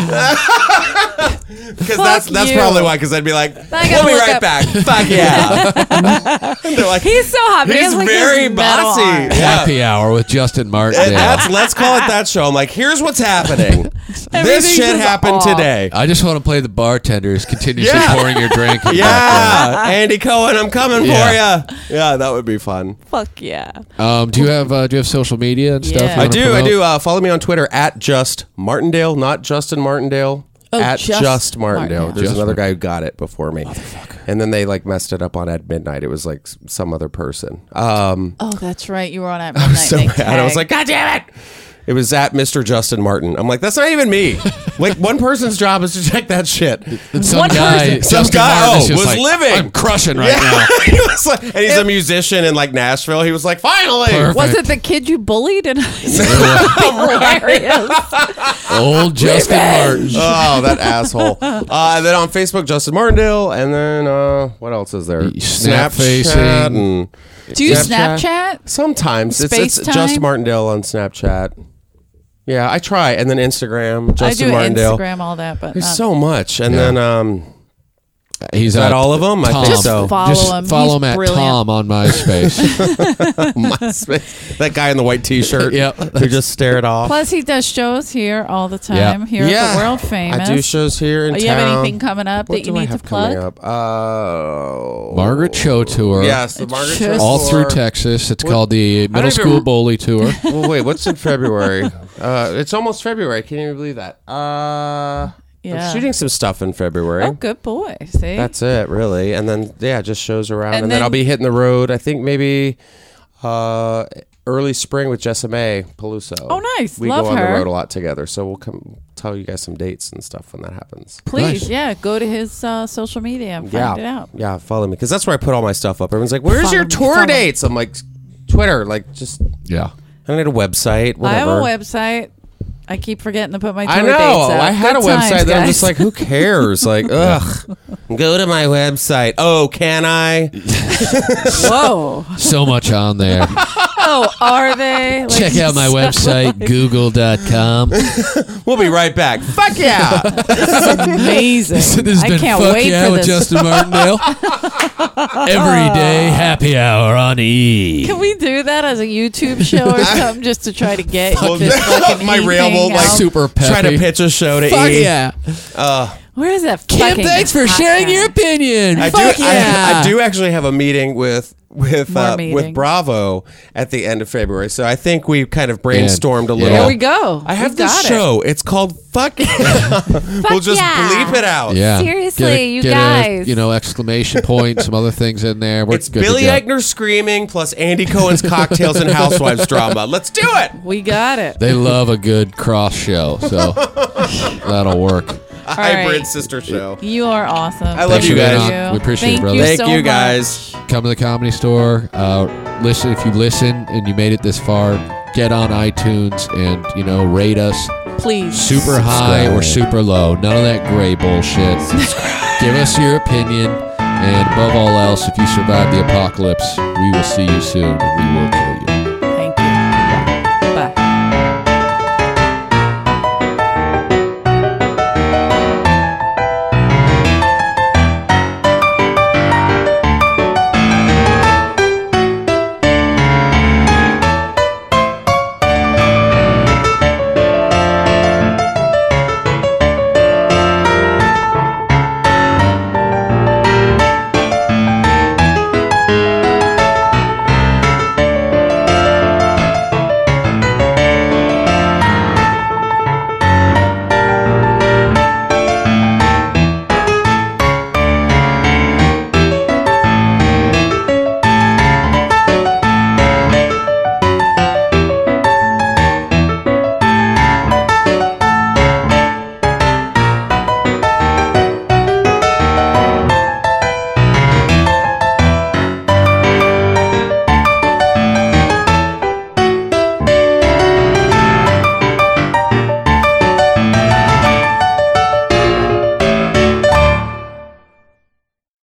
S4: Because that's
S2: Fuck
S4: that's
S2: you.
S4: probably why. Because I'd be like,
S2: I
S4: we'll
S2: gotta
S4: be
S2: look
S4: right
S2: up-
S4: back. Fuck yeah. And they're like,
S2: He's so hot. but he
S4: He's
S2: has, like, this
S4: very
S2: metal
S4: bossy.
S2: arm.
S3: happy hour with Justin
S4: and
S3: Martindale.
S4: that's let's call it that show. I'm like, here's what's happening. this
S2: Everything's
S4: shit
S2: just
S4: happened
S2: off.
S4: today.
S3: I just want to play the bartenders continuously
S4: Yeah.
S3: pouring your drink. in the background.
S4: Yeah, Andy Cohen, I'm coming
S3: Yeah.
S4: for you. Yeah, that would be fun.
S2: Fuck yeah.
S3: Um, do you have uh, do you have social media and stuff?
S2: Yeah.
S3: you
S4: I
S3: wanna
S4: do. I
S3: promote?
S4: do. Uh, follow me on Twitter at just Martindale, not Justin Martindale.
S2: Oh,
S4: at just,
S2: just
S4: Martindale.
S2: Martindale.
S4: There's
S3: Just
S4: another guy who got it before me. And then they like messed it up on at midnight. It was like s- some other person. Um,
S2: Oh, that's right. You were on at midnight.
S4: so
S2: They
S4: mad. I was
S2: tagged.
S4: like, God damn it. It was at Mr. Justin Martin. I'm like, that's not even me. like, one person's job is to check that shit.
S3: And some
S2: One
S3: guy,
S2: person-
S4: Some
S3: Justin
S4: guy,
S3: Martin is
S4: oh,
S3: just
S4: was
S3: like,
S4: living.
S3: I'm crushing right now.
S4: he was like, and he's a musician in like Nashville. He was like, finally.
S3: Perfect.
S2: was it the kid you bullied? And hilarious.
S3: Old Justin Martin.
S4: oh, that asshole. Uh, and then on Facebook, Justin Martindale. And then uh, what else is there?
S3: snap
S4: Snapchat
S3: facing.
S4: and
S2: Do you
S4: Snapchat?
S2: Snapchat?
S4: sometimes it's, it's
S2: Space
S4: just
S2: time?
S4: Martindale on Snapchat. Yeah, I try. And then Instagram,
S2: I
S4: Justin
S2: do
S4: Martindale.
S2: Instagram, Uh, all that, but
S4: There's
S2: not-
S4: so much. And then um,
S3: He's
S4: that
S3: at
S4: all of 'em? I
S3: Tom.
S4: think so.
S2: Follow him.
S3: Follow
S2: He's
S3: him at
S2: brilliant.
S3: Tom on MySpace.
S4: MySpace, that guy in the white t shirt
S3: Yep.
S4: who just stared off.
S2: Plus, he does shows here all the time. Here at the world famous.
S4: I do shows here in
S2: Do
S4: town.
S2: you have anything coming up
S4: What
S2: that you
S4: do I
S2: need to
S4: have coming
S2: plug?
S4: up? Uh,
S3: Margaret Cho tour.
S4: Yes, the Margaret Cho
S2: just-
S3: All through
S4: tour.
S3: Texas. It's called the
S4: I
S3: Middle
S4: don't
S3: School
S4: even-
S3: Bully Tour.
S4: well, wait, what's in February? Uh, it's almost February. Can you believe that? Uh,
S2: Yeah.
S4: I'm shooting some stuff in February.
S2: Oh, good boy. See,
S4: That's it, really. And then, yeah, just shows around. And,
S2: And
S4: then,
S2: then-
S4: I'll be hitting the road, I think maybe uh, early spring with Jessa May Peluso.
S2: Oh, nice.
S4: We
S2: Love
S4: go on
S2: her.
S4: the road a lot together. So we'll come tell you guys some dates and stuff when that happens.
S2: please,
S3: Nice.
S2: yeah, go to his uh, social media and
S4: yeah.
S2: find it out.
S4: Yeah, follow me. Because that's where I put all my stuff up. Everyone's like, where's
S2: Follow
S4: your
S2: me,
S4: tour
S2: follow me."
S4: dates? I'm like, Twitter. Like, just,
S3: Yeah.
S4: I don't need a website. Whatever.
S2: I have a website. I keep forgetting to put my tour
S4: I know.
S2: dates up.
S4: I had
S2: Good
S4: a website
S2: times,
S4: that I'm
S2: guys.
S4: just like, who cares? Like, ugh. Go to my website. Oh, can I?
S2: whoa.
S3: So much on there.
S2: Oh, are they? Like,
S3: Check out my website, google.com.
S4: We'll be right back. Fuck yeah.
S2: Amazing.
S3: This has
S2: I
S3: been
S2: can't
S3: Fuck
S2: wait
S3: Yeah
S2: for
S3: with
S2: this. Ah.
S3: Justin Martindale. Every day, happy hour on E.
S2: Can we do that as a YouTube show or something just to try to get this fucking E thing out?
S3: super peppy.
S4: Try to pitch a show to
S3: Fuck
S4: E.
S3: yeah.
S2: Where is that?
S3: Kim,
S2: fucking
S3: thanks for
S2: hot
S3: sharing
S2: guy?
S3: your opinion.
S4: I do,
S3: Fuck
S4: I-
S3: yeah.
S4: I, do actually have a meeting with with
S2: More
S4: uh, with
S2: meetings.
S4: Bravo at the end of February. So I think we kind of brainstormed
S3: Yeah.
S4: a little.
S2: There we go.
S4: I have
S2: We've
S4: this
S2: got it.
S4: show. It's called Fuck Yeah. we'll just
S6: yeah.
S4: bleep it out.
S3: Yeah.
S6: Seriously,
S3: Get a-
S6: you
S3: get a,
S6: guys.
S3: you know, exclamation point, some other things in there. We're
S4: It's
S3: good to
S4: Billy
S3: go.
S4: Eichner screaming plus Andy Cohen's cocktails and housewives drama. Let's do it.
S2: We got it.
S3: They love a good cross show, so that'll work.
S4: Hybrid
S2: right.
S4: sister show.
S2: You are awesome. I
S4: love
S3: you guys. We appreciate it,
S2: Thank
S3: brother.
S2: you
S4: Thank
S2: so
S4: you
S2: much.
S4: guys.
S3: Come to the comedy store. Uh, listen, if you listen and you made it this far, get on iTunes and you know rate us
S2: Please.
S3: super high or super low. None of that gray bullshit. Give us your opinion, and above all else, if you survive the apocalypse, we will see you soon, and we will kill you.